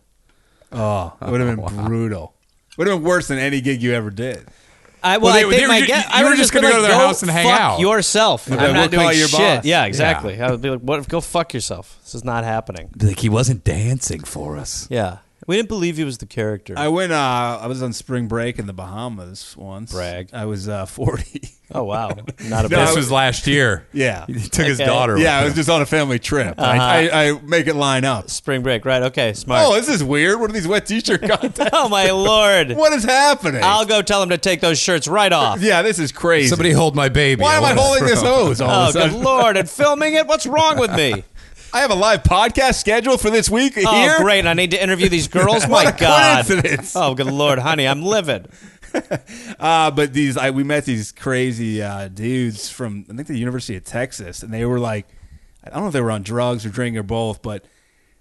Speaker 3: Oh, it would have been brutal. Would have been worse than any gig you ever did.
Speaker 4: I
Speaker 1: Well,
Speaker 4: well,
Speaker 1: they-
Speaker 4: I
Speaker 1: they were
Speaker 4: think my
Speaker 1: ju-
Speaker 4: guess,
Speaker 1: you
Speaker 4: I
Speaker 1: were
Speaker 4: would've
Speaker 1: just
Speaker 4: been
Speaker 1: gonna go to
Speaker 4: like,
Speaker 1: their house and hang
Speaker 4: fuck
Speaker 1: out."
Speaker 4: yourself. I'm
Speaker 3: we'll
Speaker 4: not
Speaker 3: call
Speaker 4: doing
Speaker 3: your
Speaker 4: shit.
Speaker 3: boss.
Speaker 4: Yeah, exactly. I would be like, "What? Go fuck yourself. This is not happening."
Speaker 1: like he wasn't dancing for us.
Speaker 4: Yeah, we didn't believe he was the character.
Speaker 3: I went. Uh, I was on spring break in the Bahamas once.
Speaker 4: Brag.
Speaker 3: I was uh, forty.
Speaker 4: oh wow, not a
Speaker 1: this
Speaker 3: No, I-
Speaker 4: bad.
Speaker 1: was last year.
Speaker 3: Yeah.
Speaker 1: he took his daughter.
Speaker 3: yeah, I
Speaker 1: with
Speaker 3: was just on a family trip.
Speaker 4: Uh-huh.
Speaker 3: I, I, I make it line up.
Speaker 4: Spring break, right? Okay,
Speaker 3: Oh,
Speaker 4: smart.
Speaker 3: this is weird. What are these wet T-shirt contests?
Speaker 4: Oh my lord,
Speaker 3: what is happening?
Speaker 4: I'll go tell him to take those shirts right off.
Speaker 3: yeah, this is
Speaker 1: him.
Speaker 3: crazy.
Speaker 1: Somebody hold my baby.
Speaker 3: Why am I
Speaker 1: wanna
Speaker 3: holding
Speaker 1: throw-
Speaker 3: this hose? All of
Speaker 4: Oh
Speaker 3: a sudden?
Speaker 4: good lord, and filming it? What's wrong with me?
Speaker 3: I have a live podcast scheduled for this week
Speaker 4: Oh
Speaker 3: here.
Speaker 4: great, I need to interview these girls. My
Speaker 3: What a
Speaker 4: God.
Speaker 3: coincidence.
Speaker 4: Oh good lord, honey, I'm livid.
Speaker 3: Uh, but these, I, we met these crazy uh, dudes from I think the University of Texas, and they were like, I don't know if they were on drugs or drinking or both, but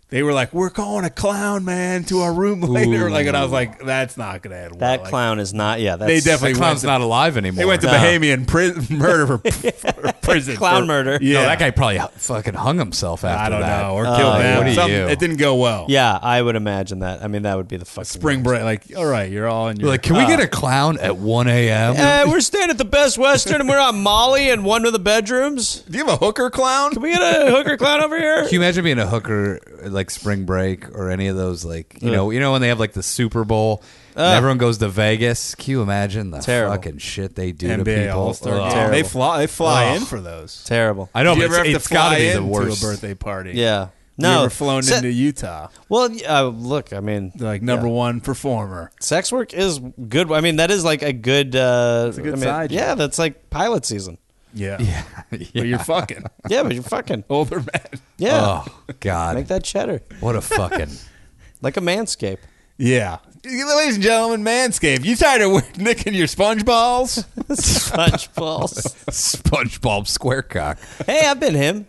Speaker 3: they were like, "We're calling a clown man to our room later." Like, and I was like, "That's not gonna end well."
Speaker 4: That
Speaker 3: Like,
Speaker 4: clown is not. Yeah, that's,
Speaker 3: They definitely
Speaker 1: The
Speaker 3: went
Speaker 1: clown's
Speaker 3: to,
Speaker 1: not alive anymore.
Speaker 3: They went to
Speaker 1: no.
Speaker 3: Bahamian pri- murder for, for prison.
Speaker 4: Clown
Speaker 3: for-
Speaker 4: murder.
Speaker 1: No,
Speaker 3: Yeah,
Speaker 1: that guy probably hu- fucking hung himself after
Speaker 3: I don't
Speaker 1: that.
Speaker 3: know, or killed
Speaker 4: Oh,
Speaker 3: them.
Speaker 1: what do
Speaker 3: Something-
Speaker 1: you-
Speaker 3: It didn't go well.
Speaker 4: Yeah, I would imagine that. I mean, that would be the fucking
Speaker 3: Spring break, like, all right, you're all in your
Speaker 1: Like, can we get a clown at one a.m.?
Speaker 4: Hey, Uh, we're staying at the Best Western, and we're on Molly in one of the bedrooms.
Speaker 3: Do you have a hooker clown?
Speaker 4: Can we get a hooker clown over here?
Speaker 1: Can you imagine being a hooker at, like spring break or any of those like you know you know when they have like the Super Bowl and everyone goes to Vegas? Can you imagine the
Speaker 4: Terrible.
Speaker 1: fucking shit they do to
Speaker 3: NBA
Speaker 1: people?
Speaker 3: All Star.
Speaker 1: Ugh.
Speaker 3: They fly. They fly in for those.
Speaker 4: Terrible.
Speaker 1: I know, but
Speaker 3: Do you ever
Speaker 1: it's,
Speaker 3: have to
Speaker 1: it's gotta
Speaker 3: fly
Speaker 1: be the
Speaker 3: into
Speaker 1: worst.
Speaker 3: a birthday party?
Speaker 4: Yeah.
Speaker 3: you
Speaker 4: No.
Speaker 3: ever flown
Speaker 4: Se-
Speaker 3: into Utah?
Speaker 4: Well, uh, look, I mean,
Speaker 3: They're like number one performer.
Speaker 4: sex work is good. I mean, that is like a good. Uh,
Speaker 3: a good
Speaker 4: I mean,
Speaker 3: side
Speaker 4: Yeah,
Speaker 3: job.
Speaker 4: that's like pilot season.
Speaker 3: Yeah,
Speaker 1: Yeah.
Speaker 3: but you're fucking
Speaker 4: Yeah, but you're fucking.
Speaker 3: older man.
Speaker 4: Yeah.
Speaker 1: Oh God!
Speaker 4: Make that cheddar
Speaker 1: What a fucking
Speaker 4: like a manscape.
Speaker 3: Yeah, ladies and gentlemen, Manscaped. You tired of wearing- nicking your sponge balls?
Speaker 4: Sponge balls.
Speaker 1: SpongeBob SquareCock.
Speaker 4: hey, I've been him.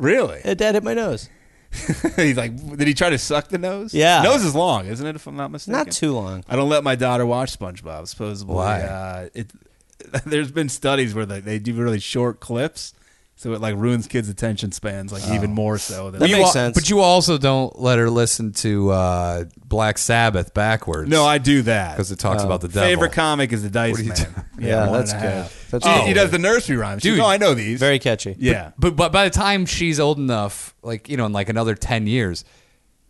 Speaker 3: really?
Speaker 4: Uh, Dad hit my nose.
Speaker 3: He's like, did he try to suck the nose?
Speaker 4: Yeah.
Speaker 3: nose is long, isn't it? If I'm not mistaken,
Speaker 4: Not too long.
Speaker 3: I don't let my daughter watch SpongeBob. Supposedly,
Speaker 1: Why?
Speaker 3: Uh, it, there's been studies where they, they do really short clips, so it like ruins kids' attention spans like even more so. Than
Speaker 4: Oh. That
Speaker 1: You
Speaker 4: makes
Speaker 1: al-
Speaker 4: sense.
Speaker 1: But you also don't let her listen to uh, Black Sabbath backwards.
Speaker 3: no, I do that
Speaker 1: because it talks
Speaker 4: Oh.
Speaker 1: about the devil.
Speaker 3: favorite comic is the Dice
Speaker 1: you
Speaker 3: Man.
Speaker 1: doing?
Speaker 4: Yeah,
Speaker 3: one
Speaker 4: that's
Speaker 3: and a
Speaker 4: good.
Speaker 3: half.
Speaker 4: That's
Speaker 3: She-
Speaker 4: good.
Speaker 3: he does the nursery rhymes, She-
Speaker 1: Dude.
Speaker 3: No, I know these.
Speaker 4: Very catchy.
Speaker 3: yeah.
Speaker 1: But but by the time she's old enough, like you know, in like another ten years,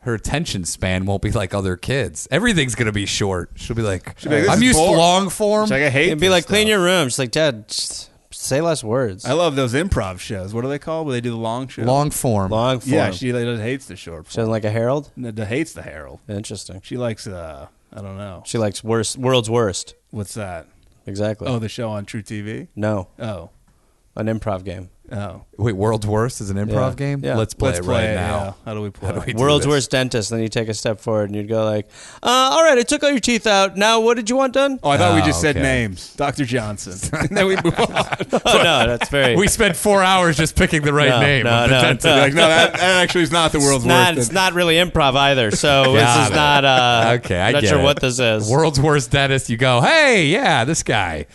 Speaker 1: her attention span won't be like other kids. Everything's gonna be short. She'll be like,
Speaker 3: be like, "This
Speaker 1: I'm
Speaker 3: is
Speaker 1: used to
Speaker 3: boring."
Speaker 1: long form.
Speaker 3: She's like I hate.
Speaker 4: It'd be
Speaker 3: this
Speaker 4: like, clean
Speaker 3: stuff.
Speaker 4: your room. She's like, Dad, just say less words.
Speaker 3: I love those improv shows. What are they called? Where they do the long show?
Speaker 1: long form.
Speaker 4: Long form.
Speaker 3: Yeah, she like, hates the short.
Speaker 4: She doesn't like a herald.
Speaker 3: Form. No, hates the Herald.
Speaker 4: Interesting.
Speaker 3: She likes uh, I don't know.
Speaker 4: She likes worst world's worst.
Speaker 3: What's that?
Speaker 4: Exactly.
Speaker 3: Oh, the show on True TV.
Speaker 4: no,
Speaker 3: Oh,
Speaker 4: an improv game.
Speaker 3: oh.
Speaker 1: Wait, world's worst is an improv
Speaker 4: Yeah.
Speaker 1: game.
Speaker 4: Yeah.
Speaker 1: Let's play
Speaker 3: Let's
Speaker 1: it
Speaker 3: play
Speaker 1: right
Speaker 3: it
Speaker 1: now.
Speaker 3: yeah. How do we play?
Speaker 1: How do we do
Speaker 4: World's
Speaker 1: this?
Speaker 4: worst dentist. Then you take a step forward and you'd go like, uh, "All right, I took all your teeth out. Now what did you want done?"
Speaker 3: Oh, I thought we
Speaker 1: Oh,
Speaker 3: just said
Speaker 1: okay.
Speaker 3: names. Dr. Johnson. and then we move on.
Speaker 4: Oh, no, that's very.
Speaker 1: We spent four hours just picking the right
Speaker 4: No,
Speaker 1: name.
Speaker 4: no,
Speaker 1: of the
Speaker 4: no,
Speaker 1: dentist.
Speaker 4: no.
Speaker 3: Like, no, that, that actually is not the world's
Speaker 4: not,
Speaker 3: worst.
Speaker 4: it's not really improv either, so this
Speaker 1: Got
Speaker 4: is
Speaker 1: it.
Speaker 4: not. Uh,
Speaker 1: Okay, I
Speaker 4: am not
Speaker 1: get
Speaker 4: sure
Speaker 1: it.
Speaker 4: what this is.
Speaker 1: World's worst dentist. You go, hey, yeah, this guy.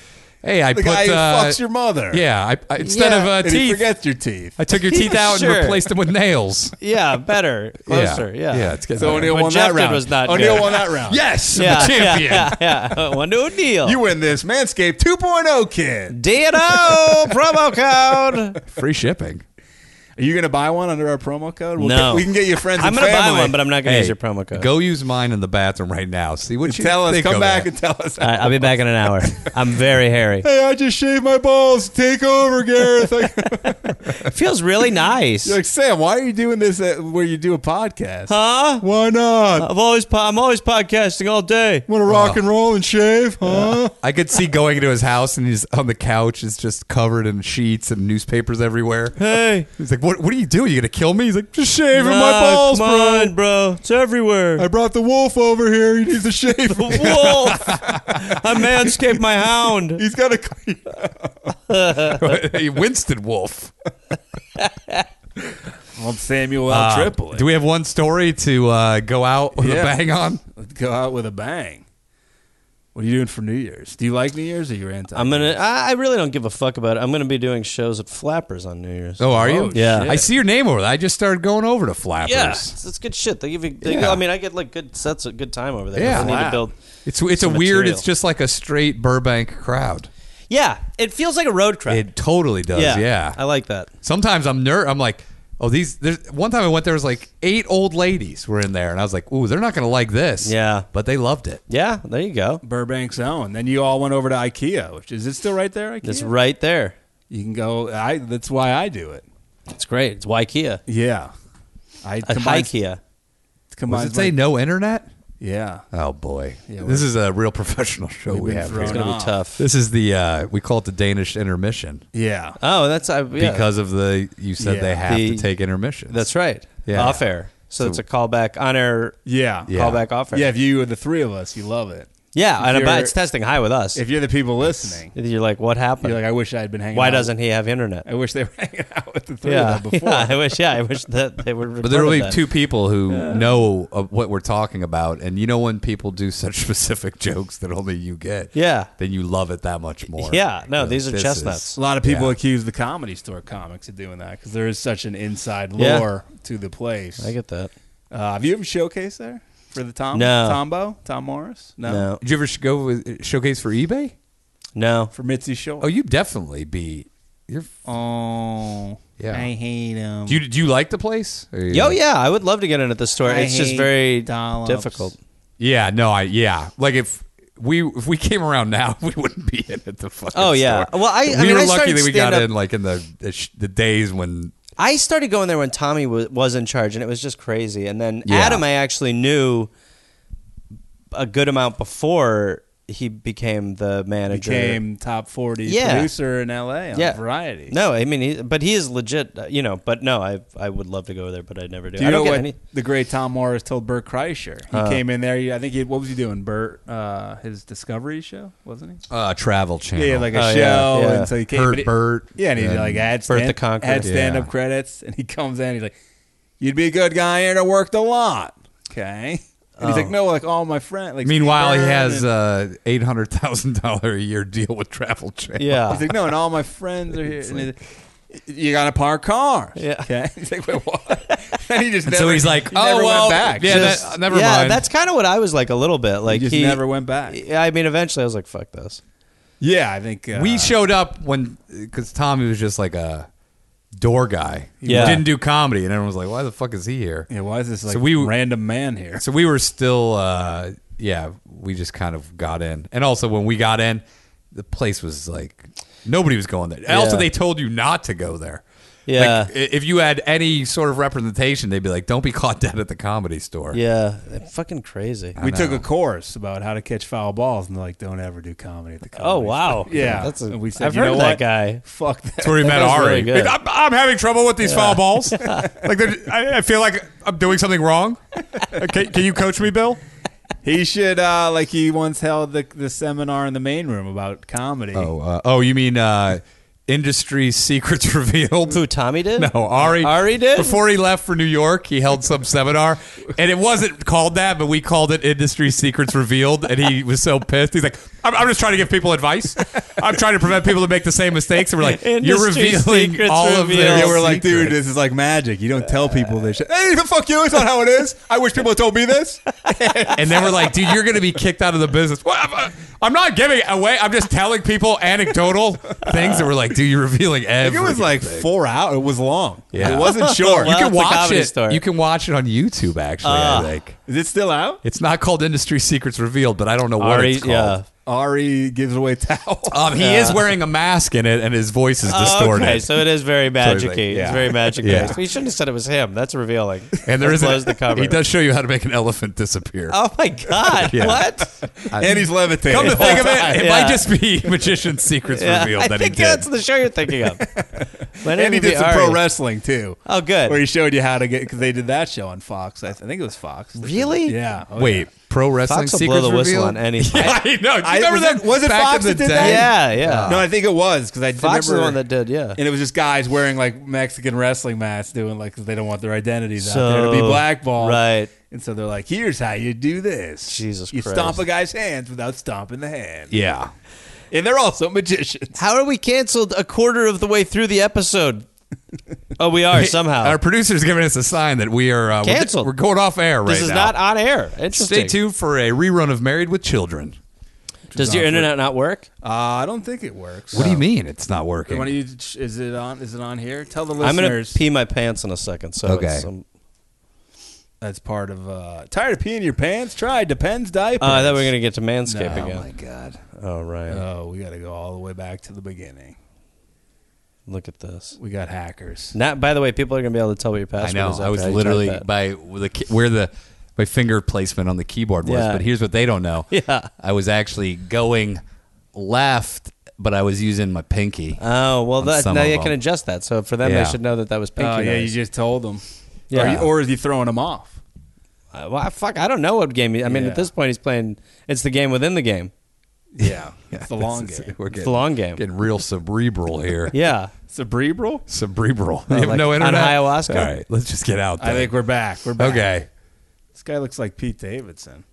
Speaker 1: Hey, I
Speaker 3: the
Speaker 1: put
Speaker 3: guy who
Speaker 1: uh,
Speaker 3: fucks your mother.
Speaker 1: yeah, I, I, instead
Speaker 4: Yeah,
Speaker 1: of uh,
Speaker 3: And he
Speaker 1: teeth,
Speaker 3: forgets your teeth.
Speaker 1: I took your teeth out
Speaker 4: Sure.
Speaker 1: and replaced them with nails.
Speaker 4: Yeah, better, closer. Yeah,
Speaker 1: yeah, it's getting
Speaker 3: So
Speaker 1: better.
Speaker 3: O'Neill
Speaker 4: But
Speaker 3: won
Speaker 4: Jeff
Speaker 3: that
Speaker 4: did
Speaker 3: round.
Speaker 4: was not
Speaker 3: O'Neill
Speaker 4: good.
Speaker 3: won that round.
Speaker 1: Yes, I'm
Speaker 4: yeah,
Speaker 1: the champion.
Speaker 4: Yeah, yeah, yeah. One to O'Neill.
Speaker 3: You win this Manscaped 2.0 kid.
Speaker 4: D&O promo code.
Speaker 1: Free shipping.
Speaker 3: Are you going to buy one under our promo code? We'll
Speaker 4: No.
Speaker 3: Get, we can get your friends
Speaker 4: I'm
Speaker 3: and
Speaker 4: gonna
Speaker 3: family.
Speaker 4: buy one, but I'm not gonna
Speaker 1: Hey,
Speaker 4: use your promo code.
Speaker 1: Go use mine in the bathroom right now. See what you
Speaker 3: Tell us.
Speaker 1: think
Speaker 3: Come
Speaker 1: of
Speaker 3: back
Speaker 1: that.
Speaker 3: and tell us.
Speaker 4: All right, I'll be back in an hour. I'm very hairy.
Speaker 3: Hey, I just shaved my balls. Take over, Gareth. Like,
Speaker 4: It feels really nice.
Speaker 3: like, Sam, why are you doing this at, where you do a podcast?
Speaker 4: Huh?
Speaker 3: Why not?
Speaker 4: I've always po- I'm always podcasting all day.
Speaker 3: Want to rock and roll and shave? Huh?
Speaker 1: I could see going into his house and he's on the couch. It's just covered in sheets and newspapers everywhere.
Speaker 4: Hey,
Speaker 1: He's like, "What? What are you doing? You gonna kill me?" He's like, "Just shaving
Speaker 4: nah,
Speaker 1: my balls,
Speaker 4: come
Speaker 1: bro."
Speaker 4: on, bro. It's everywhere.
Speaker 3: I brought the wolf over here. He needs a shave.
Speaker 4: Wolf, I manscaped my hound.
Speaker 3: He's got a.
Speaker 1: Hey, Winston Wolf.
Speaker 3: Old Samuel
Speaker 1: Uh,
Speaker 3: Triple.
Speaker 1: Do we have one story to uh, go out with
Speaker 3: Yeah.
Speaker 1: a bang on?
Speaker 3: Let's go out with a bang. What are you doing for New Year's? Do you like New Year's or you're anti?
Speaker 4: I'm gonna. I I really don't give a fuck about it. I'm gonna be doing shows at Flappers on New Year's.
Speaker 1: Oh, are you?
Speaker 3: Oh, Yeah. shit.
Speaker 1: I see your name over there. I just started going over to Flappers.
Speaker 4: yeah, it's, it's good shit. They give you. They,
Speaker 1: Yeah.
Speaker 4: I mean, I get like good sets, of good time over there.
Speaker 1: Yeah.
Speaker 4: I need
Speaker 1: Wow.
Speaker 4: to build.
Speaker 1: It's it's a
Speaker 4: Some
Speaker 1: weird.
Speaker 4: material.
Speaker 1: It's just like a straight Burbank crowd.
Speaker 4: Yeah, it feels like a road crowd.
Speaker 1: It totally does. Yeah.
Speaker 4: I like that.
Speaker 1: Sometimes I'm ner. I'm like, oh, these. There's one time I went there was like eight old ladies were in there, and I was like, ooh, they're not gonna like this.
Speaker 4: Yeah.
Speaker 1: But they loved it.
Speaker 4: Yeah, there you go.
Speaker 3: Burbank's own. Then you all went over to IKEA, which is it still right there? IKEA.
Speaker 4: It's right there.
Speaker 3: You can go. I. That's why I do it.
Speaker 4: It's great. It's Waikea.
Speaker 3: Yeah. I
Speaker 4: At
Speaker 3: combine-
Speaker 4: Ikea.
Speaker 3: combine
Speaker 1: Does it
Speaker 3: my-
Speaker 1: say no internet?
Speaker 3: Yeah.
Speaker 1: Oh boy,
Speaker 3: Yeah,
Speaker 1: this is a real professional show
Speaker 3: We've
Speaker 1: we
Speaker 3: been
Speaker 1: have.
Speaker 3: thrown
Speaker 1: Here.
Speaker 4: It's gonna
Speaker 3: off.
Speaker 4: be tough.
Speaker 1: This is the uh, we call it the Danish intermission
Speaker 3: Yeah.
Speaker 4: Oh, that's I, yeah,
Speaker 1: because of the you said
Speaker 3: Yeah.
Speaker 1: they have
Speaker 4: The-
Speaker 1: to take intermission.
Speaker 4: that's right.
Speaker 1: Yeah.
Speaker 4: Off air. So, it's a callback on air.
Speaker 3: Yeah.
Speaker 1: Yeah.
Speaker 4: Callback off air.
Speaker 3: Yeah. If you were the three of us, you love it.
Speaker 4: Yeah, and
Speaker 3: you're-
Speaker 4: about, it's testing high with us.
Speaker 3: If you're the people listening,
Speaker 4: you're like, what happened?
Speaker 3: you're like, I wish I had been hanging.
Speaker 4: Why
Speaker 3: out.
Speaker 4: doesn't he have internet?
Speaker 3: I wish they were hanging out with the three
Speaker 4: Yeah,
Speaker 3: of them before.
Speaker 4: yeah, I wish. Yeah, I wish that they were.
Speaker 1: But there will be
Speaker 4: that.
Speaker 1: two people who know of what we're talking about, and you know when people do such specific jokes that only you get,
Speaker 4: Yeah.
Speaker 1: then you love it that much more.
Speaker 4: Yeah,
Speaker 1: You
Speaker 4: no,
Speaker 1: know,
Speaker 4: these are
Speaker 1: this
Speaker 4: chestnuts.
Speaker 1: is-
Speaker 3: A lot of people
Speaker 1: Yeah.
Speaker 3: accuse the comedy store comics of doing that because there is such an inside
Speaker 4: Yeah.
Speaker 3: lore to the place.
Speaker 4: I get that.
Speaker 3: Uh, have you ever showcased there for the Tom
Speaker 4: No.
Speaker 3: Tombo Tom Morris? No.
Speaker 4: No,
Speaker 1: Did you ever sh- go with, showcase for eBay?
Speaker 4: no.
Speaker 3: For Mitzi Shore.
Speaker 1: Oh, you definitely be. You're,
Speaker 3: Oh,
Speaker 1: Yeah.
Speaker 2: I hate him.
Speaker 1: do you do you like the place? Or you-
Speaker 4: Yo, Oh, yeah, I would love to get in at the store.
Speaker 2: I
Speaker 4: it's just
Speaker 2: hate
Speaker 4: very
Speaker 2: dollops.
Speaker 4: difficult.
Speaker 1: yeah. No, I yeah. Like if we if we came around now, we wouldn't be in at the fucking.
Speaker 4: Oh, yeah.
Speaker 1: store.
Speaker 4: Well, I- I
Speaker 1: we
Speaker 4: mean,
Speaker 1: were
Speaker 4: I
Speaker 1: lucky
Speaker 4: started
Speaker 1: that we got
Speaker 4: stand-up-
Speaker 1: in like in the the, sh- the days when
Speaker 4: I started going there when Tommy was, was in charge, and it was just crazy. And then
Speaker 1: Yeah.
Speaker 4: Adam, I actually knew a good amount before he became the manager.
Speaker 3: became top forty
Speaker 4: Yeah.
Speaker 3: producer in L.A. on
Speaker 4: Yeah.
Speaker 3: Variety.
Speaker 4: No, I mean, he, but he is legit, uh, you know. But no, I I would love to go there, but I never do.
Speaker 3: Do you
Speaker 4: I
Speaker 3: know
Speaker 4: don't get
Speaker 3: what
Speaker 4: any. Uh.
Speaker 3: the great Tom Morris told Bert Kreischer? He came in there. he- I think he, what was he doing? Bert, uh, his Discovery show, wasn't he?
Speaker 1: uh Travel Channel.
Speaker 3: Yeah, like a
Speaker 4: Oh, yeah,
Speaker 3: show,
Speaker 4: yeah.
Speaker 3: and so he came.
Speaker 1: Hurt
Speaker 3: but he-
Speaker 1: Bert
Speaker 3: Yeah, and he
Speaker 1: and
Speaker 3: like had
Speaker 4: Bert
Speaker 3: stand,
Speaker 4: the Conqueror.
Speaker 3: had stand-up
Speaker 1: Yeah.
Speaker 3: credits, and he comes in. He's like, "You'd be a good guy here to worked a lot, okay?" And he's like, "No, like all my friends." Like,
Speaker 1: Oh. Meanwhile, he
Speaker 3: Steve Byrne
Speaker 1: has
Speaker 3: and-
Speaker 1: a eight hundred thousand dollar a year deal with Travel Channel.
Speaker 4: Yeah,
Speaker 3: he's like, "No, and all my friends are here." And he's like, you gotta park cars.
Speaker 4: Yeah.
Speaker 3: Okay. He's like, "Wait, what? and he just
Speaker 1: And
Speaker 3: never,
Speaker 1: so he's like,
Speaker 3: he
Speaker 1: "Oh,
Speaker 3: never
Speaker 1: well,
Speaker 3: went back.
Speaker 1: yeah,
Speaker 3: Just-
Speaker 1: that- never
Speaker 4: yeah,
Speaker 1: mind.
Speaker 4: That's kind of what I was like a little bit. Like
Speaker 3: he just
Speaker 4: he
Speaker 3: never went back.
Speaker 4: Yeah, I mean, eventually I was like, fuck this.
Speaker 3: Yeah, I think uh,
Speaker 1: we showed up when because Tommy was just like a door guy. He
Speaker 4: Yeah.
Speaker 1: didn't do comedy, and everyone was like, "Why the fuck is he here?"
Speaker 3: Yeah, why is this like
Speaker 1: we-
Speaker 3: random man here?
Speaker 1: So we were still, uh, yeah, we just kind of got in, and also when we got in, the place was like nobody was going there. And Also,
Speaker 4: Yeah.
Speaker 1: they told you not to go there.
Speaker 4: Yeah.
Speaker 1: like, i- if you had any sort of representation, they'd be like, "Don't be caught dead at the comedy store."
Speaker 4: Yeah, fucking crazy.
Speaker 3: we took a course about how to catch foul balls, and they're like, don't ever do comedy at the comedy.
Speaker 4: Oh wow,
Speaker 3: store." yeah.
Speaker 4: that's a,
Speaker 3: and
Speaker 4: we
Speaker 3: we said,
Speaker 4: I've
Speaker 3: you
Speaker 4: heard
Speaker 3: know
Speaker 4: that
Speaker 3: what?
Speaker 4: guy.
Speaker 3: Fuck that.
Speaker 1: That's where we met
Speaker 4: was
Speaker 1: Ari.
Speaker 4: really good.
Speaker 1: I'm, I'm having trouble with these foul balls. like they're- I, I feel like I'm doing something wrong. Uh, Can, can you coach me, Bill?
Speaker 3: He should uh, like he once held the the seminar in the main room about comedy.
Speaker 1: Oh, uh, oh, you mean uh, industry secrets revealed?
Speaker 4: Who Tommy did?
Speaker 1: No, Ari.
Speaker 4: Ari did?
Speaker 1: Before he left for New York, he held some seminar, and it wasn't called that, but we called it Industry Secrets Revealed. And he was so pissed. He's like, "I'm, I'm just trying to give people advice. I'm trying to prevent people to make the same mistakes." And we're like, "You're
Speaker 4: Industry
Speaker 1: revealing
Speaker 4: secrets
Speaker 1: all of
Speaker 4: revealed.
Speaker 1: their."
Speaker 3: Yeah, we're like, dude,
Speaker 1: secrets."
Speaker 3: this is like magic. You don't tell people this shit. Hey, fuck you. It's not how it is. I wish people had told me this.
Speaker 1: And then we're like, dude, you're going to be kicked out of the business. Well, I'm, uh, I'm not giving it away. I'm just telling people anecdotal things that we're like, dude, you're revealing
Speaker 3: It
Speaker 1: everything.
Speaker 3: was like four hours. It was long.
Speaker 1: Yeah.
Speaker 3: It wasn't short.
Speaker 1: you
Speaker 4: Well,
Speaker 1: can
Speaker 4: it's a
Speaker 1: watch
Speaker 4: comedy
Speaker 1: it.
Speaker 4: store.
Speaker 1: You can watch it on YouTube. Actually,
Speaker 3: Ah.
Speaker 1: I think
Speaker 3: is it still out?
Speaker 1: it's not called Industry Secrets Revealed, but I don't know what
Speaker 4: Ari,
Speaker 1: it's called.
Speaker 4: yeah.
Speaker 3: Ari gives away towels.
Speaker 1: Um, he is wearing a mask in it, and his voice is distorted.
Speaker 4: Oh, Okay, so it is very
Speaker 1: like,
Speaker 4: magic
Speaker 1: yeah.
Speaker 4: It's very magic
Speaker 1: Yeah.
Speaker 4: We shouldn't have said it was him. That's revealing.
Speaker 1: and there
Speaker 4: That
Speaker 1: is
Speaker 4: blows the cover.
Speaker 1: he does show you how to make an elephant disappear.
Speaker 4: Oh my god!
Speaker 1: Yeah.
Speaker 4: What?
Speaker 3: and he's levitating.
Speaker 1: Come to think of it, it
Speaker 4: Yeah.
Speaker 1: might just be Magician's Secrets
Speaker 4: Yeah,
Speaker 1: Revealed
Speaker 4: I
Speaker 1: that he
Speaker 4: think
Speaker 1: did.
Speaker 4: that's the show you're thinking of. My name
Speaker 3: and he
Speaker 4: would be
Speaker 3: did some
Speaker 4: Ari.
Speaker 3: pro wrestling too.
Speaker 4: Oh, good.
Speaker 3: Where he showed you how to get because they did that show on Fox. I, th- I think it was Fox.
Speaker 4: Really?
Speaker 3: Yeah. Oh,
Speaker 1: Wait,
Speaker 3: yeah.
Speaker 1: pro wrestling
Speaker 4: Fox will blow
Speaker 1: secrets
Speaker 4: the whistle
Speaker 1: revealed?
Speaker 4: on anything.
Speaker 1: I know. Do you
Speaker 3: I-
Speaker 1: remember
Speaker 3: was
Speaker 1: that?
Speaker 3: it- was it
Speaker 1: back
Speaker 3: Fox
Speaker 1: in the
Speaker 3: that did
Speaker 1: day?
Speaker 3: that?
Speaker 4: yeah, yeah.
Speaker 3: no, I think it was because I
Speaker 4: Fox is
Speaker 3: remember,
Speaker 4: the one that did. Yeah.
Speaker 3: and it was just guys wearing like Mexican wrestling masks doing like because they don't want their identities
Speaker 4: So-
Speaker 3: out there to be blackballed,
Speaker 4: right.
Speaker 3: And so they're like, "Here's how you do this:
Speaker 4: Jesus
Speaker 3: you
Speaker 4: Christ.
Speaker 3: stomp a guy's hands without stomping the hand."
Speaker 1: Yeah.
Speaker 3: And they're also magicians.
Speaker 4: How are we canceled a quarter of the way through the episode? oh, we are somehow.
Speaker 1: Our producer's giving us a sign that we are uh, we're-
Speaker 4: Canceled.
Speaker 1: We're going off air right
Speaker 4: this is
Speaker 1: now.
Speaker 4: not on air. Interesting.
Speaker 1: Stay tuned for a rerun of Married with Children.
Speaker 4: Does your internet not work?
Speaker 3: Uh, I don't think it works.
Speaker 4: Oh.
Speaker 1: What do you mean it's not working?
Speaker 3: Why don't you, is it on? Is it on here? Tell the
Speaker 4: I'm gonna
Speaker 3: listeners
Speaker 4: pee my pants in a second. So
Speaker 1: Okay.
Speaker 4: it's, um,
Speaker 3: that's part of. Uh, tired of peeing your pants? Try Depends diapers.
Speaker 4: uh, I thought we were gonna get to manscape
Speaker 3: No,
Speaker 4: again.
Speaker 3: my god!
Speaker 4: oh right.
Speaker 3: Oh, we got to go all the way back to the beginning.
Speaker 4: Look at this.
Speaker 3: We got hackers.
Speaker 4: Not by the way, people are gonna be able to tell what your
Speaker 1: I
Speaker 4: password
Speaker 1: know.
Speaker 4: is.
Speaker 1: I
Speaker 4: after
Speaker 1: was
Speaker 4: type
Speaker 1: literally
Speaker 4: that.
Speaker 1: by the ki- where the my finger placement on the keyboard was.
Speaker 4: Yeah.
Speaker 1: But here's what they don't know.
Speaker 4: Yeah.
Speaker 1: I was actually going left, but I was using my pinky.
Speaker 4: Oh well,
Speaker 1: on
Speaker 4: that,
Speaker 1: some
Speaker 4: now
Speaker 1: of
Speaker 4: you
Speaker 1: them.
Speaker 4: can adjust that. So for them,
Speaker 1: Yeah.
Speaker 4: they should know that that was pinky.
Speaker 3: Oh yeah, you
Speaker 4: noise.
Speaker 3: just told them.
Speaker 4: Yeah.
Speaker 3: Or, you- or is he throwing them off?
Speaker 4: Uh, well, I- fuck, I don't know what game. He, I mean,
Speaker 3: Yeah.
Speaker 4: at this point, he's playing. It's the game within the game.
Speaker 3: Yeah,
Speaker 1: Yeah,
Speaker 3: it's the
Speaker 1: this
Speaker 3: long
Speaker 1: is-
Speaker 3: game.
Speaker 1: We're
Speaker 4: It's
Speaker 1: getting,
Speaker 4: the long game.
Speaker 1: getting real cerebral here.
Speaker 4: Yeah.
Speaker 3: Cerebral.
Speaker 1: Cerebral. You
Speaker 3: Uh,
Speaker 1: have
Speaker 4: like
Speaker 1: no
Speaker 4: on
Speaker 1: internet.
Speaker 4: ayahuasca?
Speaker 1: All right, let's just get out. There.
Speaker 3: I think we're back. We're back.
Speaker 1: okay.
Speaker 3: This guy looks like Pete Davidson.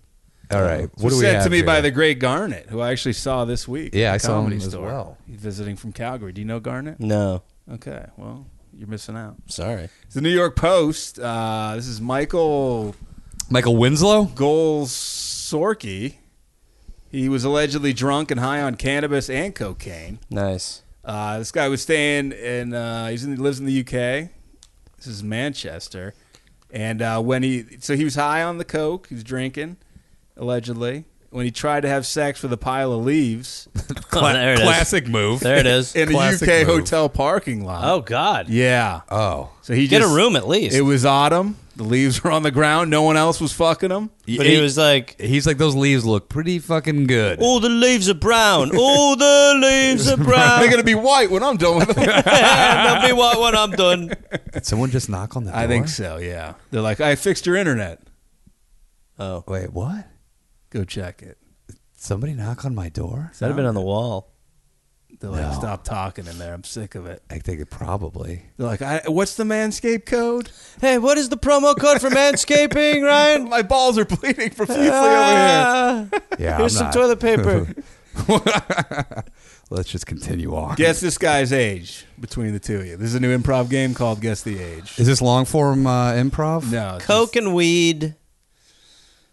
Speaker 1: All right. What
Speaker 3: It
Speaker 1: do
Speaker 3: was
Speaker 1: we
Speaker 3: said
Speaker 1: have
Speaker 3: to me
Speaker 1: here?
Speaker 3: by the great Garnet, who I actually saw this week.
Speaker 1: Yeah, I
Speaker 3: at the
Speaker 1: saw him
Speaker 3: Comedy
Speaker 1: as
Speaker 3: Store.
Speaker 1: well.
Speaker 3: He's visiting from Calgary. Do you know Garnet?
Speaker 4: No.
Speaker 3: Okay, well, you're missing out.
Speaker 4: Sorry.
Speaker 3: It's the New York Post. Uh, this is Michael
Speaker 1: Michael Winslow.
Speaker 3: Golsorky. He was allegedly drunk and high on cannabis and cocaine.
Speaker 4: Nice.
Speaker 3: Uh, this guy was staying in. Uh, he's in, he lives in the UK. This is Manchester, and uh, when he so he was high on the coke. He was drinking, allegedly. When he tried to have sex with a pile of leaves
Speaker 1: Cla-
Speaker 5: Oh, there it is.
Speaker 1: classic move.
Speaker 5: There it is.
Speaker 3: in
Speaker 1: Classic
Speaker 3: a UK
Speaker 1: move.
Speaker 3: hotel parking lot.
Speaker 5: Oh God.
Speaker 3: yeah.
Speaker 1: Oh,
Speaker 3: So he
Speaker 5: Get a
Speaker 3: just-
Speaker 5: room at least.
Speaker 3: It was autumn. The leaves were on the ground. No one else was fucking them.
Speaker 5: but he was like,
Speaker 1: He's like those leaves look pretty fucking good.
Speaker 5: all the leaves are brown. All the leaves are brown.
Speaker 3: They're gonna be white when I'm done with them.
Speaker 5: and they'll be white when I'm done.
Speaker 1: Did someone just knock on the door?
Speaker 3: I think so. Yeah. They're like, I fixed your internet.
Speaker 5: Oh.
Speaker 1: Wait, what?
Speaker 3: Go check it.
Speaker 1: Somebody knock on my door?
Speaker 4: That'd have been on the wall.
Speaker 3: They're like,
Speaker 1: No.
Speaker 3: stop talking in there. I'm sick of it.
Speaker 1: I think it probably.
Speaker 3: They're like, I, what's the manscape code?
Speaker 4: Hey, what is the promo code for manscaping, Ryan?
Speaker 3: My balls are bleeding profusely over here.
Speaker 4: Ah,
Speaker 1: Yeah,
Speaker 4: here's some toilet paper.
Speaker 1: Let's just continue on.
Speaker 3: Guess this guy's age between the two of you. This is a new improv game called Guess the Age.
Speaker 1: Is this long form uh, improv?
Speaker 3: No, it's
Speaker 4: Coke
Speaker 3: just-
Speaker 4: and weed.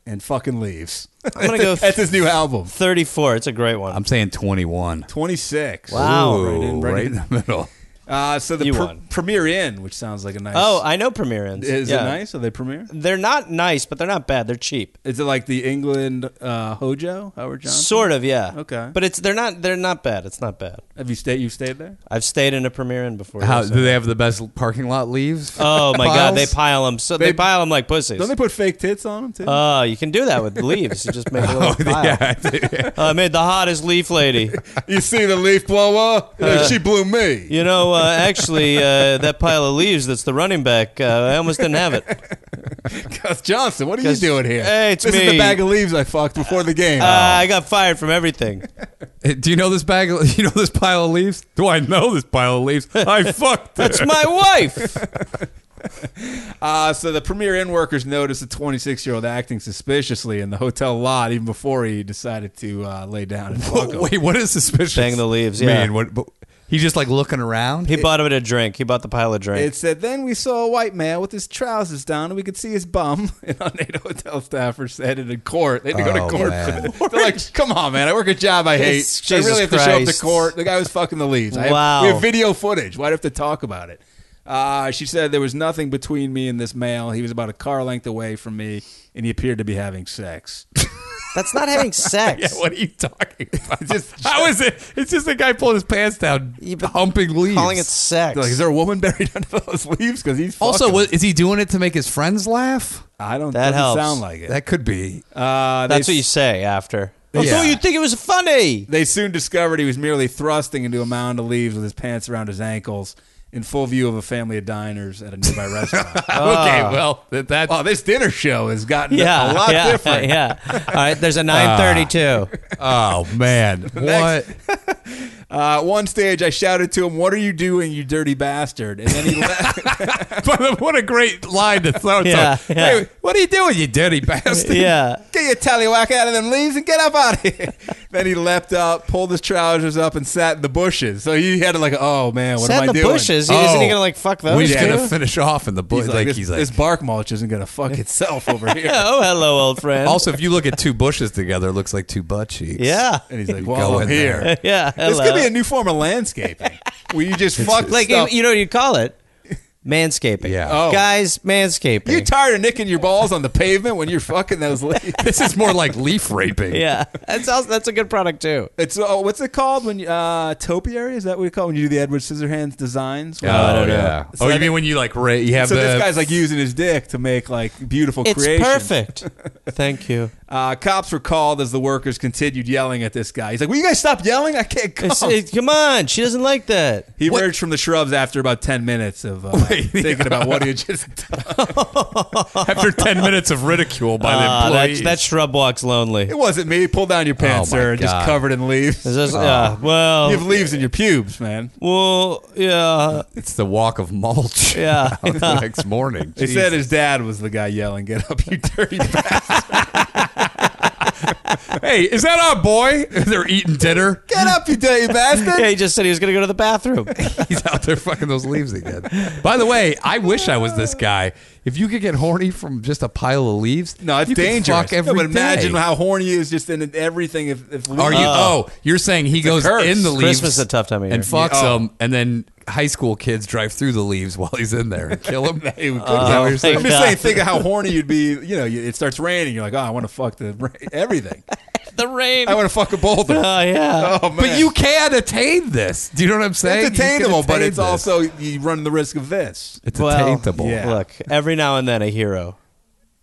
Speaker 3: and fucking leaves.
Speaker 4: I'm gonna go
Speaker 3: That's his new album.
Speaker 4: 34. It's a great one.
Speaker 1: I'm saying 21.
Speaker 3: Twenty six.
Speaker 4: Wow.
Speaker 1: Ooh,
Speaker 3: Right in, right in.
Speaker 1: the middle.
Speaker 3: Uh, so the
Speaker 4: You
Speaker 3: pr-
Speaker 4: won.
Speaker 3: Premier Inn, which sounds like a nice.
Speaker 4: oh, I know Premier Inns.
Speaker 3: is
Speaker 4: Yeah.
Speaker 3: it nice? Are they Premier?
Speaker 4: They're not nice, but they're not bad. They're cheap.
Speaker 3: Is it like the England uh, Hojo Howard Johnson?
Speaker 4: Sort of, yeah.
Speaker 3: Okay.
Speaker 4: But it's they're not they're not bad. It's not bad.
Speaker 3: Have you stayed? You stayed there?
Speaker 4: I've stayed in a Premier Inn before.
Speaker 1: How
Speaker 4: so-
Speaker 1: do they have the best parking lot leaves?
Speaker 4: oh my
Speaker 1: Piles?
Speaker 4: god, they pile them. So
Speaker 3: They-
Speaker 4: they, pile them like pussies.
Speaker 3: Don't they put fake tits on them too?
Speaker 4: Oh, you can do that with leaves. You just make a little
Speaker 1: Oh,
Speaker 4: pile.
Speaker 1: yeah, yeah.
Speaker 4: Oh, I made the hottest leaf lady.
Speaker 3: you see the leaf blower? she blew me.
Speaker 4: You know, uh, actually, uh, that pile of leaves that's the running back, uh, I almost didn't have it. Uh,
Speaker 3: Gus Johnson, what are you
Speaker 4: Gus-
Speaker 3: doing here?
Speaker 4: Hey, it's
Speaker 3: this is
Speaker 4: me.
Speaker 3: the bag of leaves I fucked before the game.
Speaker 4: Uh, I got fired from everything.
Speaker 1: Do you know this bag? Of, you know this pile of leaves? Do I know this pile of leaves? I fucked it.
Speaker 4: That's my wife.
Speaker 3: Uh, so the Premier Inn workers noticed the 26 year old acting suspiciously in the hotel lot even before he decided to uh, lay down and fuck him.
Speaker 1: Wait, what is suspicious?
Speaker 4: Bang the leaves,
Speaker 1: mean?
Speaker 4: yeah.
Speaker 1: What- but- he's just like looking around.
Speaker 4: He bought him a drink. He bought the pile of drink.
Speaker 3: It said, then we saw a white man with his trousers down and we could see his bum. And unnamed hotel staffers said it in court. They had to go
Speaker 1: Oh,
Speaker 3: to court.
Speaker 1: man.
Speaker 3: For it. They're like, come on, man. I work a job I hate.
Speaker 4: Yes,
Speaker 3: I really
Speaker 4: Jesus
Speaker 3: have to show up
Speaker 4: Christ.
Speaker 3: to court. The guy was fucking the leaves. I
Speaker 4: Wow.
Speaker 3: Have, we have video footage. Why'd I have to talk about it? Uh, she said there was nothing between me and this male. He was about a car length away from me, and he appeared to be having sex.
Speaker 4: That's not having sex.
Speaker 1: Yeah, what are you talking about?
Speaker 3: Just-
Speaker 1: How is it? It's just a guy pulling his pants down,
Speaker 4: but
Speaker 1: humping leaves.
Speaker 4: Calling it sex.
Speaker 3: They're like, is there a woman buried under those leaves? Because he's
Speaker 1: also,
Speaker 3: fucking-
Speaker 1: what, is he doing it to make his friends laugh?
Speaker 3: I don't.
Speaker 4: That
Speaker 3: doesn't
Speaker 4: helps.
Speaker 3: sound like it.
Speaker 1: That could be.
Speaker 4: Oh.
Speaker 3: Uh,
Speaker 4: That's
Speaker 3: they,
Speaker 4: what you say after.
Speaker 1: Yeah.
Speaker 4: I thought you'd Oh, think it was funny.
Speaker 3: They soon discovered he was merely thrusting into a mound of leaves with his pants around his ankles. in full view of a family of diners at a nearby restaurant.
Speaker 1: okay, well, that, that
Speaker 4: Oh,
Speaker 3: Wow, this dinner show has gotten
Speaker 4: Yeah,
Speaker 3: a lot
Speaker 4: yeah,
Speaker 3: different. Ah.
Speaker 4: Yeah. All right. There's a 9:32.
Speaker 1: oh man, what?
Speaker 3: Uh, one stage, I shouted to him, "What are you doing, you dirty bastard?" And then he left.
Speaker 1: By the- what a great line to throw. It's
Speaker 4: Yeah,
Speaker 1: like,
Speaker 4: yeah.
Speaker 1: Hey, what are you doing, you dirty bastard?
Speaker 4: yeah.
Speaker 3: Get your tallywhack out of them leaves and get up out of here. then he leapt up, pulled his trousers up, and sat in the bushes. So he had to like, "Oh man, what am I
Speaker 4: Sat in the
Speaker 3: doing?"
Speaker 4: bushes. Isn't he
Speaker 1: Oh.
Speaker 4: gonna like fuck those?
Speaker 1: We're
Speaker 3: Yeah.
Speaker 1: gonna finish off in the bush.
Speaker 3: He's
Speaker 1: Like,
Speaker 3: like, this,
Speaker 1: he's like.
Speaker 3: this bark mulch isn't gonna fuck itself over here.
Speaker 4: Oh, hello, old friend.
Speaker 1: also, if you look at two bushes together, it looks like two butt cheeks.
Speaker 4: yeah.
Speaker 3: And he's like,
Speaker 1: You
Speaker 3: "Well,
Speaker 1: go
Speaker 3: I'm
Speaker 1: in
Speaker 3: here."
Speaker 1: there.
Speaker 4: Yeah.
Speaker 3: This
Speaker 4: Hello.
Speaker 3: could be a new form of landscaping where you just fuck
Speaker 4: like you,
Speaker 3: stuff.
Speaker 4: you know what you call it? Manscaping.
Speaker 1: Yeah.
Speaker 3: Oh.
Speaker 4: Guys, manscaping.
Speaker 3: You're tired of nicking your balls on the pavement when you're fucking those leaves.
Speaker 1: This is more like leaf raping.
Speaker 4: yeah. That's also, that's a good product too.
Speaker 3: It's oh, what's it called when you, uh, topiary? Is that what you call it when you do the Edward Scissorhands designs?
Speaker 1: Oh, yeah.
Speaker 3: So
Speaker 1: oh, you
Speaker 3: that-
Speaker 1: mean when you like ra- you have
Speaker 3: So
Speaker 1: the
Speaker 3: this guy's like using his dick to make like beautiful
Speaker 4: It's
Speaker 3: creations.
Speaker 4: perfect. Thank you.
Speaker 3: Uh, cops were called as the workers continued yelling at this guy. He's like, "Will you guys stop yelling? I can't come."
Speaker 4: It's- it- come on, she doesn't like that.
Speaker 3: he emerged from the shrubs after about ten minutes of uh,
Speaker 1: Wait.
Speaker 3: thinking about what he had just done.
Speaker 1: after ten minutes of ridicule by
Speaker 4: Ah,
Speaker 1: the
Speaker 4: that,
Speaker 1: employees.
Speaker 4: that shrub walks lonely.
Speaker 3: It wasn't me. Pull down your pants,
Speaker 1: Oh, my
Speaker 3: sir. and Just
Speaker 1: God.
Speaker 3: covered in leaves.
Speaker 4: Is this- yeah, well,
Speaker 3: you have leaves in your pubes, man.
Speaker 4: well, yeah,
Speaker 1: it's the walk of mulch.
Speaker 4: Yeah.
Speaker 1: out the next morning.
Speaker 3: They said
Speaker 1: Jesus.
Speaker 3: his dad was the guy yelling, "Get up, you dirty bastard!"
Speaker 1: "Hey, is that our boy?" They're eating dinner.
Speaker 3: Get up, you dirty bastard!
Speaker 4: yeah. He just said he was going to go to the bathroom.
Speaker 1: He's out there fucking those leaves again. By the way, I wish I was this guy. If you could get horny from just a pile of leaves,
Speaker 3: No, it's
Speaker 1: you could
Speaker 3: dangerous.
Speaker 1: Fuck every
Speaker 3: No, but imagine
Speaker 1: day.
Speaker 3: how horny he is just in everything. If, if
Speaker 1: Are you? Oh, you're saying he goes
Speaker 3: curse.
Speaker 1: in the leaves.
Speaker 4: Christmas is a tough time of year.
Speaker 1: and fucks
Speaker 3: Yeah. Oh.
Speaker 1: them, and then high school kids drive through the leaves while he's in there and kill him.
Speaker 3: It would-
Speaker 1: what you're
Speaker 3: I'm
Speaker 1: saying?
Speaker 3: just saying, think of how horny you'd be. You know, you, it starts raining. You're like, oh, I want to fuck the ra- everything.
Speaker 4: the rain.
Speaker 3: I want to fuck a boulder.
Speaker 4: oh yeah.
Speaker 3: Oh man,
Speaker 1: but you can attain this. Do you know what I'm saying?
Speaker 3: it's
Speaker 1: You can
Speaker 3: attainable, but
Speaker 1: attain
Speaker 3: it's
Speaker 1: this.
Speaker 3: also you run the risk of this.
Speaker 1: it's
Speaker 4: Well,
Speaker 1: attainable.
Speaker 3: yeah.
Speaker 4: Look, every now and then a hero,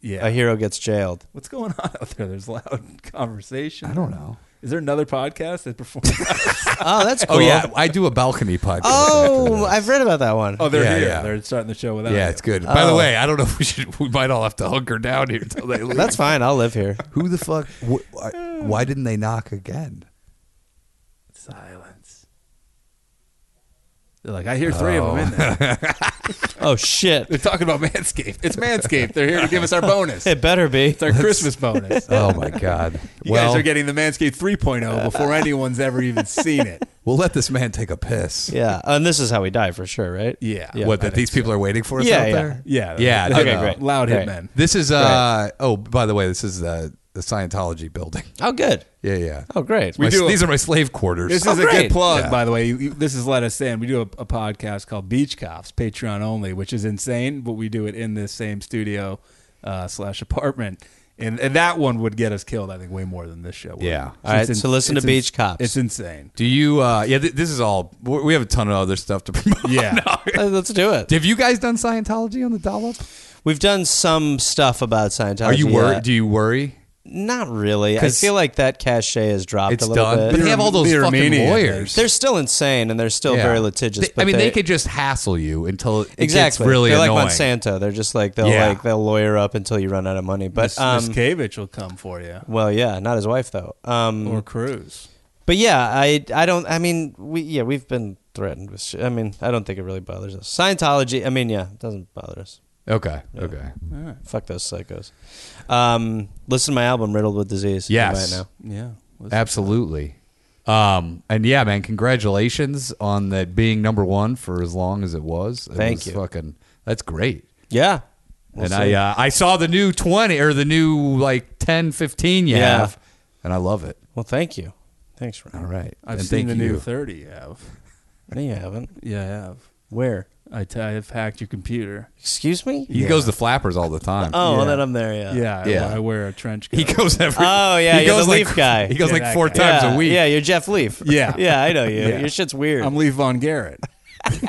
Speaker 3: Yeah,
Speaker 4: a hero gets jailed.
Speaker 3: what's going on out there? There's loud conversation.
Speaker 1: I don't know.
Speaker 3: Is there another podcast that performs?
Speaker 4: Oh, that's cool.
Speaker 1: Oh yeah, I do a balcony podcast. after
Speaker 4: Oh,
Speaker 1: this.
Speaker 4: I've read about that one.
Speaker 3: oh, they're
Speaker 1: Yeah,
Speaker 3: here.
Speaker 1: yeah.
Speaker 3: They're starting the show without.
Speaker 1: yeah,
Speaker 3: you.
Speaker 1: it's good. By the way, I don't know if we should. We might all have to hunker down here until they leave.
Speaker 4: That's fine. I'll live here.
Speaker 1: Who the fuck? Wh- why- why didn't they knock again?
Speaker 3: silence. They're like, I hear three of them in there.
Speaker 4: Oh shit.
Speaker 3: They're talking about Manscaped. It's Manscaped. They're here to give us our bonus. It's
Speaker 4: It better be.
Speaker 3: our Christmas bonus.
Speaker 1: Oh my god!
Speaker 3: You
Speaker 1: well,
Speaker 3: guys are getting the Manscaped 3.0 before anyone's ever even seen it.
Speaker 1: we'll let this man take a piss.
Speaker 4: Yeah, and this is how we die for sure, right?
Speaker 3: Yeah.
Speaker 1: what? That these people are waiting for us
Speaker 4: Yeah,
Speaker 1: out
Speaker 4: yeah.
Speaker 1: there?
Speaker 3: Yeah.
Speaker 1: Yeah,
Speaker 3: They're
Speaker 1: okay,
Speaker 3: the
Speaker 1: great.
Speaker 3: Loud
Speaker 4: Great.
Speaker 3: hitmen.
Speaker 1: This is uh oh. By the way, this is uh, the Scientology building.
Speaker 4: Oh, good.
Speaker 1: Yeah, yeah.
Speaker 4: Oh, great.
Speaker 1: My-
Speaker 3: do a-
Speaker 1: these are my slave quarters. Oh,
Speaker 3: This is a
Speaker 4: great.
Speaker 3: good plug,
Speaker 1: Yeah.
Speaker 3: by the way. You- you- This has let us in. We do a, a podcast called Beach Cops, Patreon only, which is insane, but we do it in this same studio uh, slash apartment. And, and that one would get us killed, I think, way more than this show. would.
Speaker 1: Yeah.
Speaker 4: All right,
Speaker 3: It's
Speaker 4: so listen to
Speaker 3: it's
Speaker 4: Beach Cops.
Speaker 3: It's insane.
Speaker 1: Do you? uh Yeah, th- this is all. we- We have a ton of other stuff to promote.
Speaker 3: Yeah.
Speaker 4: Uh, Let's do it.
Speaker 1: Have you guys done Scientology on the dollop?
Speaker 4: We've done some stuff about Scientology.
Speaker 1: Are you
Speaker 4: yeah.
Speaker 1: worried? Do you worry?
Speaker 4: Not really. I
Speaker 1: 'Cause
Speaker 4: feel like that cachet has dropped
Speaker 1: It's
Speaker 4: a little
Speaker 1: done. But
Speaker 4: bit.
Speaker 1: they have all those
Speaker 3: Leader
Speaker 1: fucking
Speaker 3: Mania,
Speaker 1: lawyers.
Speaker 4: They're still insane and they're still
Speaker 1: Yeah.
Speaker 4: very litigious.
Speaker 1: They-
Speaker 4: but
Speaker 1: I mean,
Speaker 4: they,
Speaker 1: they, could just hassle you until it gets
Speaker 4: exactly.
Speaker 1: really
Speaker 4: they're like
Speaker 1: annoying.
Speaker 4: Monsanto. They're just like they'll
Speaker 1: Yeah.
Speaker 4: like they'll lawyer up until you run out of money. But
Speaker 3: Miss,
Speaker 4: um,
Speaker 3: Miss Kavich will come for you.
Speaker 4: well, yeah, not his wife though. Um,
Speaker 3: Or Cruz.
Speaker 4: But yeah, I I don't. I mean, we yeah we've been threatened with. Shit. I mean, I don't think it really bothers us. Scientology. I mean, yeah, it doesn't bother us.
Speaker 1: Okay, okay.
Speaker 4: Fuck those psychos. Um, listen to my album Riddled with Disease. You
Speaker 1: Yes.
Speaker 4: might know.
Speaker 3: Yeah.
Speaker 1: Absolutely. Um, and yeah, man, congratulations on that being number one for as long as it was. It
Speaker 4: Thank
Speaker 1: was
Speaker 4: you.
Speaker 1: Fucking, that's great.
Speaker 4: Yeah.
Speaker 1: and I uh, I saw the new 20 or the new like 10, 15 you
Speaker 4: Yeah.
Speaker 1: have, and I love it.
Speaker 4: Well, thank you. Thanks, Ryan.
Speaker 1: All right.
Speaker 3: I've
Speaker 1: and
Speaker 3: seen
Speaker 1: thank
Speaker 3: the
Speaker 1: you.
Speaker 3: new 30 you have.
Speaker 4: No, you haven't.
Speaker 3: Yeah, I have.
Speaker 4: Where?
Speaker 3: I, t- I have hacked your computer.
Speaker 4: Excuse me.
Speaker 1: He goes to flappers all the time.
Speaker 4: Oh,
Speaker 3: Yeah.
Speaker 4: well, then I'm there. Yeah.
Speaker 3: Yeah,
Speaker 1: Yeah.
Speaker 3: I, I wear a trench coat.
Speaker 1: He goes every.
Speaker 4: Oh, yeah,
Speaker 1: he
Speaker 4: you're
Speaker 1: goes
Speaker 4: the
Speaker 1: like,
Speaker 4: Leaf guy.
Speaker 1: He goes
Speaker 3: Yeah,
Speaker 1: like
Speaker 3: that
Speaker 1: four
Speaker 3: guy.
Speaker 1: times
Speaker 4: Yeah,
Speaker 1: a week.
Speaker 4: Yeah, you're Jeff Leaf.
Speaker 3: Yeah.
Speaker 4: Yeah, I know you.
Speaker 3: Yeah.
Speaker 4: Your shit's weird.
Speaker 3: I'm Lee Von Garrett.
Speaker 1: Is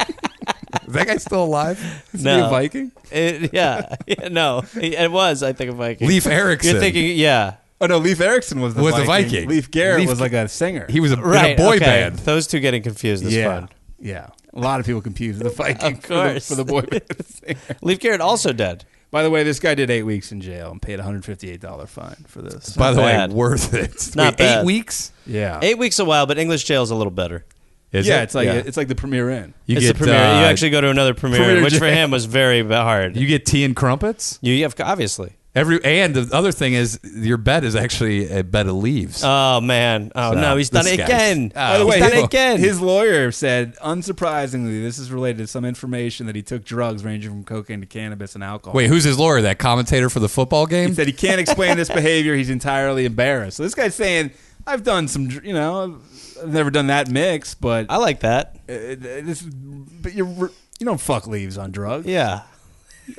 Speaker 1: that guy still alive?
Speaker 3: Is he
Speaker 4: No.
Speaker 3: a Viking?
Speaker 4: It- yeah. Yeah, No, it was. I think a Viking.
Speaker 1: Leaf Erickson.
Speaker 4: You're thinking. Yeah.
Speaker 3: Oh no, Leaf Erickson was the
Speaker 1: Was the
Speaker 3: Viking.
Speaker 1: Viking.
Speaker 3: Leaf Garrett
Speaker 1: Leaf-
Speaker 3: was like a singer.
Speaker 1: he was a, in
Speaker 4: Right.
Speaker 1: a boy
Speaker 4: okay.
Speaker 1: band.
Speaker 4: Those two getting confused is
Speaker 3: yeah,
Speaker 4: fun.
Speaker 3: yeah. A lot of people confused the Viking
Speaker 4: Of
Speaker 3: for the,
Speaker 4: course.
Speaker 3: for the boy band singer.
Speaker 4: Leaf Garrett also dead.
Speaker 3: By the way, this guy did eight weeks in jail and paid a hundred fifty eight dollar fine for this.
Speaker 1: By the
Speaker 4: bad.
Speaker 1: way, worth it. It's
Speaker 4: Not bad.
Speaker 1: eight weeks.
Speaker 3: yeah,
Speaker 4: Eight weeks a while, but English jail's a little better.
Speaker 1: Is
Speaker 3: yeah,
Speaker 1: it?
Speaker 3: it's like it's like the Premier Inn.
Speaker 1: you
Speaker 4: it's
Speaker 1: get
Speaker 4: the premiere.
Speaker 1: uh,
Speaker 4: you actually go to another premiere,
Speaker 3: Premier
Speaker 4: which for
Speaker 3: jail.
Speaker 4: him was very hard.
Speaker 1: you get tea and crumpets.
Speaker 4: You, have obviously.
Speaker 1: Every and the other thing is your bed is actually a bed of leaves.
Speaker 4: Oh man! Oh
Speaker 1: So,
Speaker 4: no, he's
Speaker 1: this
Speaker 4: done it
Speaker 1: guy's-
Speaker 4: again.
Speaker 1: Oh.
Speaker 3: By the way,
Speaker 4: he's done
Speaker 3: his,
Speaker 4: it again.
Speaker 3: his lawyer said, unsurprisingly, this is related to some information that he took drugs ranging from cocaine to cannabis and alcohol.
Speaker 1: Wait, who's his lawyer? That commentator for the football
Speaker 3: He
Speaker 1: game?
Speaker 3: said he can't explain this behavior. He's entirely embarrassed. So this guy's saying, I've done some, dr- you know, I've never done that mix, but
Speaker 4: I like that.
Speaker 3: uh, this, but you're, you don't fuck leaves on drugs.
Speaker 4: Yeah.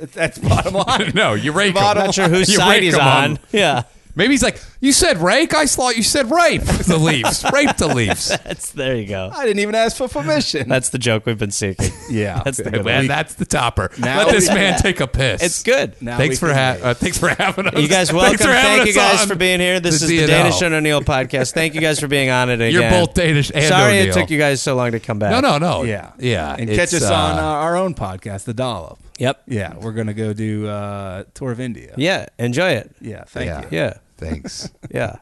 Speaker 3: That's bottom line.
Speaker 1: no, you rake
Speaker 3: Bottom
Speaker 1: him.
Speaker 4: Not sure whose
Speaker 1: You
Speaker 4: side
Speaker 1: rake
Speaker 4: he's
Speaker 1: him
Speaker 4: on. Yeah.
Speaker 1: Maybe he's like, you said rake. I thought you said rape the leaves. rape the leaves.
Speaker 4: That's there you go.
Speaker 3: I didn't even ask for permission.
Speaker 4: That's the joke we've been seeking.
Speaker 3: yeah.
Speaker 4: That's the good one.
Speaker 1: And that's the topper.
Speaker 3: Now
Speaker 1: Let this
Speaker 3: we-
Speaker 1: man take a piss.
Speaker 4: It's good.
Speaker 3: Now
Speaker 1: thanks
Speaker 3: we
Speaker 1: for
Speaker 3: can
Speaker 1: ha- uh, thanks for having us.
Speaker 4: You guys, welcome.
Speaker 1: Thanks for having
Speaker 4: Thank you
Speaker 1: us
Speaker 4: guys
Speaker 1: on
Speaker 4: for being here. This
Speaker 1: the
Speaker 4: is the
Speaker 1: DNL.
Speaker 4: Danish and O'Neill podcast. Thank you guys for being on it again.
Speaker 1: You're both Danish and
Speaker 4: Sorry
Speaker 1: O'Neill.
Speaker 4: it took you guys so long to come back.
Speaker 1: No, no, no.
Speaker 3: Yeah,
Speaker 1: yeah.
Speaker 3: And
Speaker 1: It's,
Speaker 3: catch us on
Speaker 1: uh,
Speaker 3: uh, our own podcast, The Dollop.
Speaker 4: Yep.
Speaker 3: Yeah, we're gonna go do uh, tour of India.
Speaker 4: Yeah. Enjoy it.
Speaker 3: Yeah, thank
Speaker 1: Yeah.
Speaker 3: you.
Speaker 4: Yeah.
Speaker 1: Thanks.
Speaker 4: Yeah.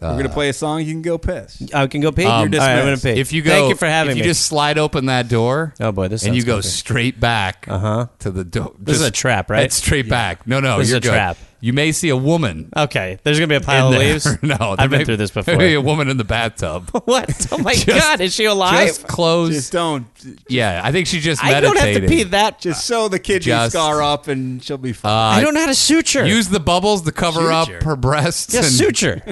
Speaker 3: We're gonna play a song. You can go piss.
Speaker 4: I can go pee.
Speaker 1: Um,
Speaker 4: You're dismissed. I'm gonna pee.
Speaker 1: If you go,
Speaker 4: Thank you for having
Speaker 1: if
Speaker 4: me.
Speaker 1: you just slide open that door.
Speaker 4: Oh, boy, this
Speaker 1: and you
Speaker 4: sounds
Speaker 1: go
Speaker 4: comfy.
Speaker 1: straight back. Uh huh. To the door.
Speaker 4: This is a trap, right?
Speaker 1: straight back. No, no.
Speaker 4: This is
Speaker 1: you're
Speaker 4: a
Speaker 1: good.
Speaker 4: trap.
Speaker 1: You may see a woman.
Speaker 4: okay. There's gonna be a pile
Speaker 1: in
Speaker 4: of
Speaker 1: there.
Speaker 4: leaves.
Speaker 1: no, there
Speaker 4: I've
Speaker 1: may-
Speaker 4: been through this
Speaker 1: there may be a
Speaker 4: before.
Speaker 1: woman in the bathtub.
Speaker 4: what? Oh my
Speaker 1: Just-
Speaker 4: god, is she alive?
Speaker 1: Just close.
Speaker 3: Just don't.
Speaker 1: yeah, I think she just
Speaker 4: I don't
Speaker 1: meditated.
Speaker 4: have to pee that.
Speaker 3: Just uh, sew the kidney
Speaker 1: Just-
Speaker 3: scar up, and she'll be fine.
Speaker 4: I don't know how to suture.
Speaker 1: Uh, Use the bubbles to cover
Speaker 3: Suture.
Speaker 1: up her breasts.
Speaker 4: yeah,
Speaker 1: and
Speaker 4: suture.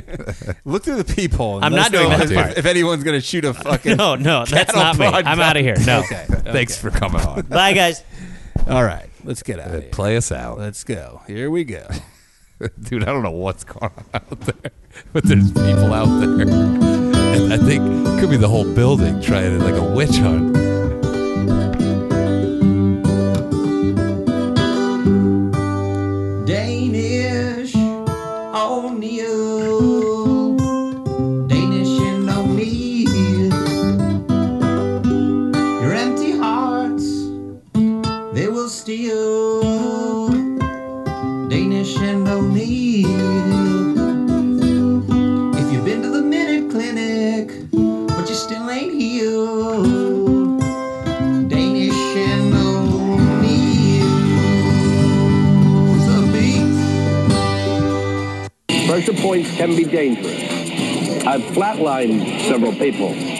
Speaker 3: Look through the peephole. and
Speaker 4: I'm
Speaker 3: let
Speaker 4: not
Speaker 3: us know
Speaker 4: doing that
Speaker 3: if,
Speaker 1: part.
Speaker 3: If anyone's gonna shoot a fucking.
Speaker 4: No, no, that's
Speaker 3: Cattle
Speaker 4: not me.
Speaker 3: prod
Speaker 4: I'm out of here. No.
Speaker 3: Okay.
Speaker 1: Thanks for coming on.
Speaker 4: Bye, guys.
Speaker 3: All right. Uh, Let's get out of here.
Speaker 1: Play us out,
Speaker 3: Let's go. Here we go.
Speaker 1: dude. I don't know what's going on out there, but there's people out there, and I think it could be the whole building trying to like a witch hunt.
Speaker 2: Danish O'Neill. Danish and O'Neill. Your empty hearts, they will steal. Danish and O'Neill. If you've been to the Minute Clinic, but you still ain't healed. Danish and O'Neill. What's up, B?
Speaker 7: Pressure points can be dangerous. I've flatlined several people.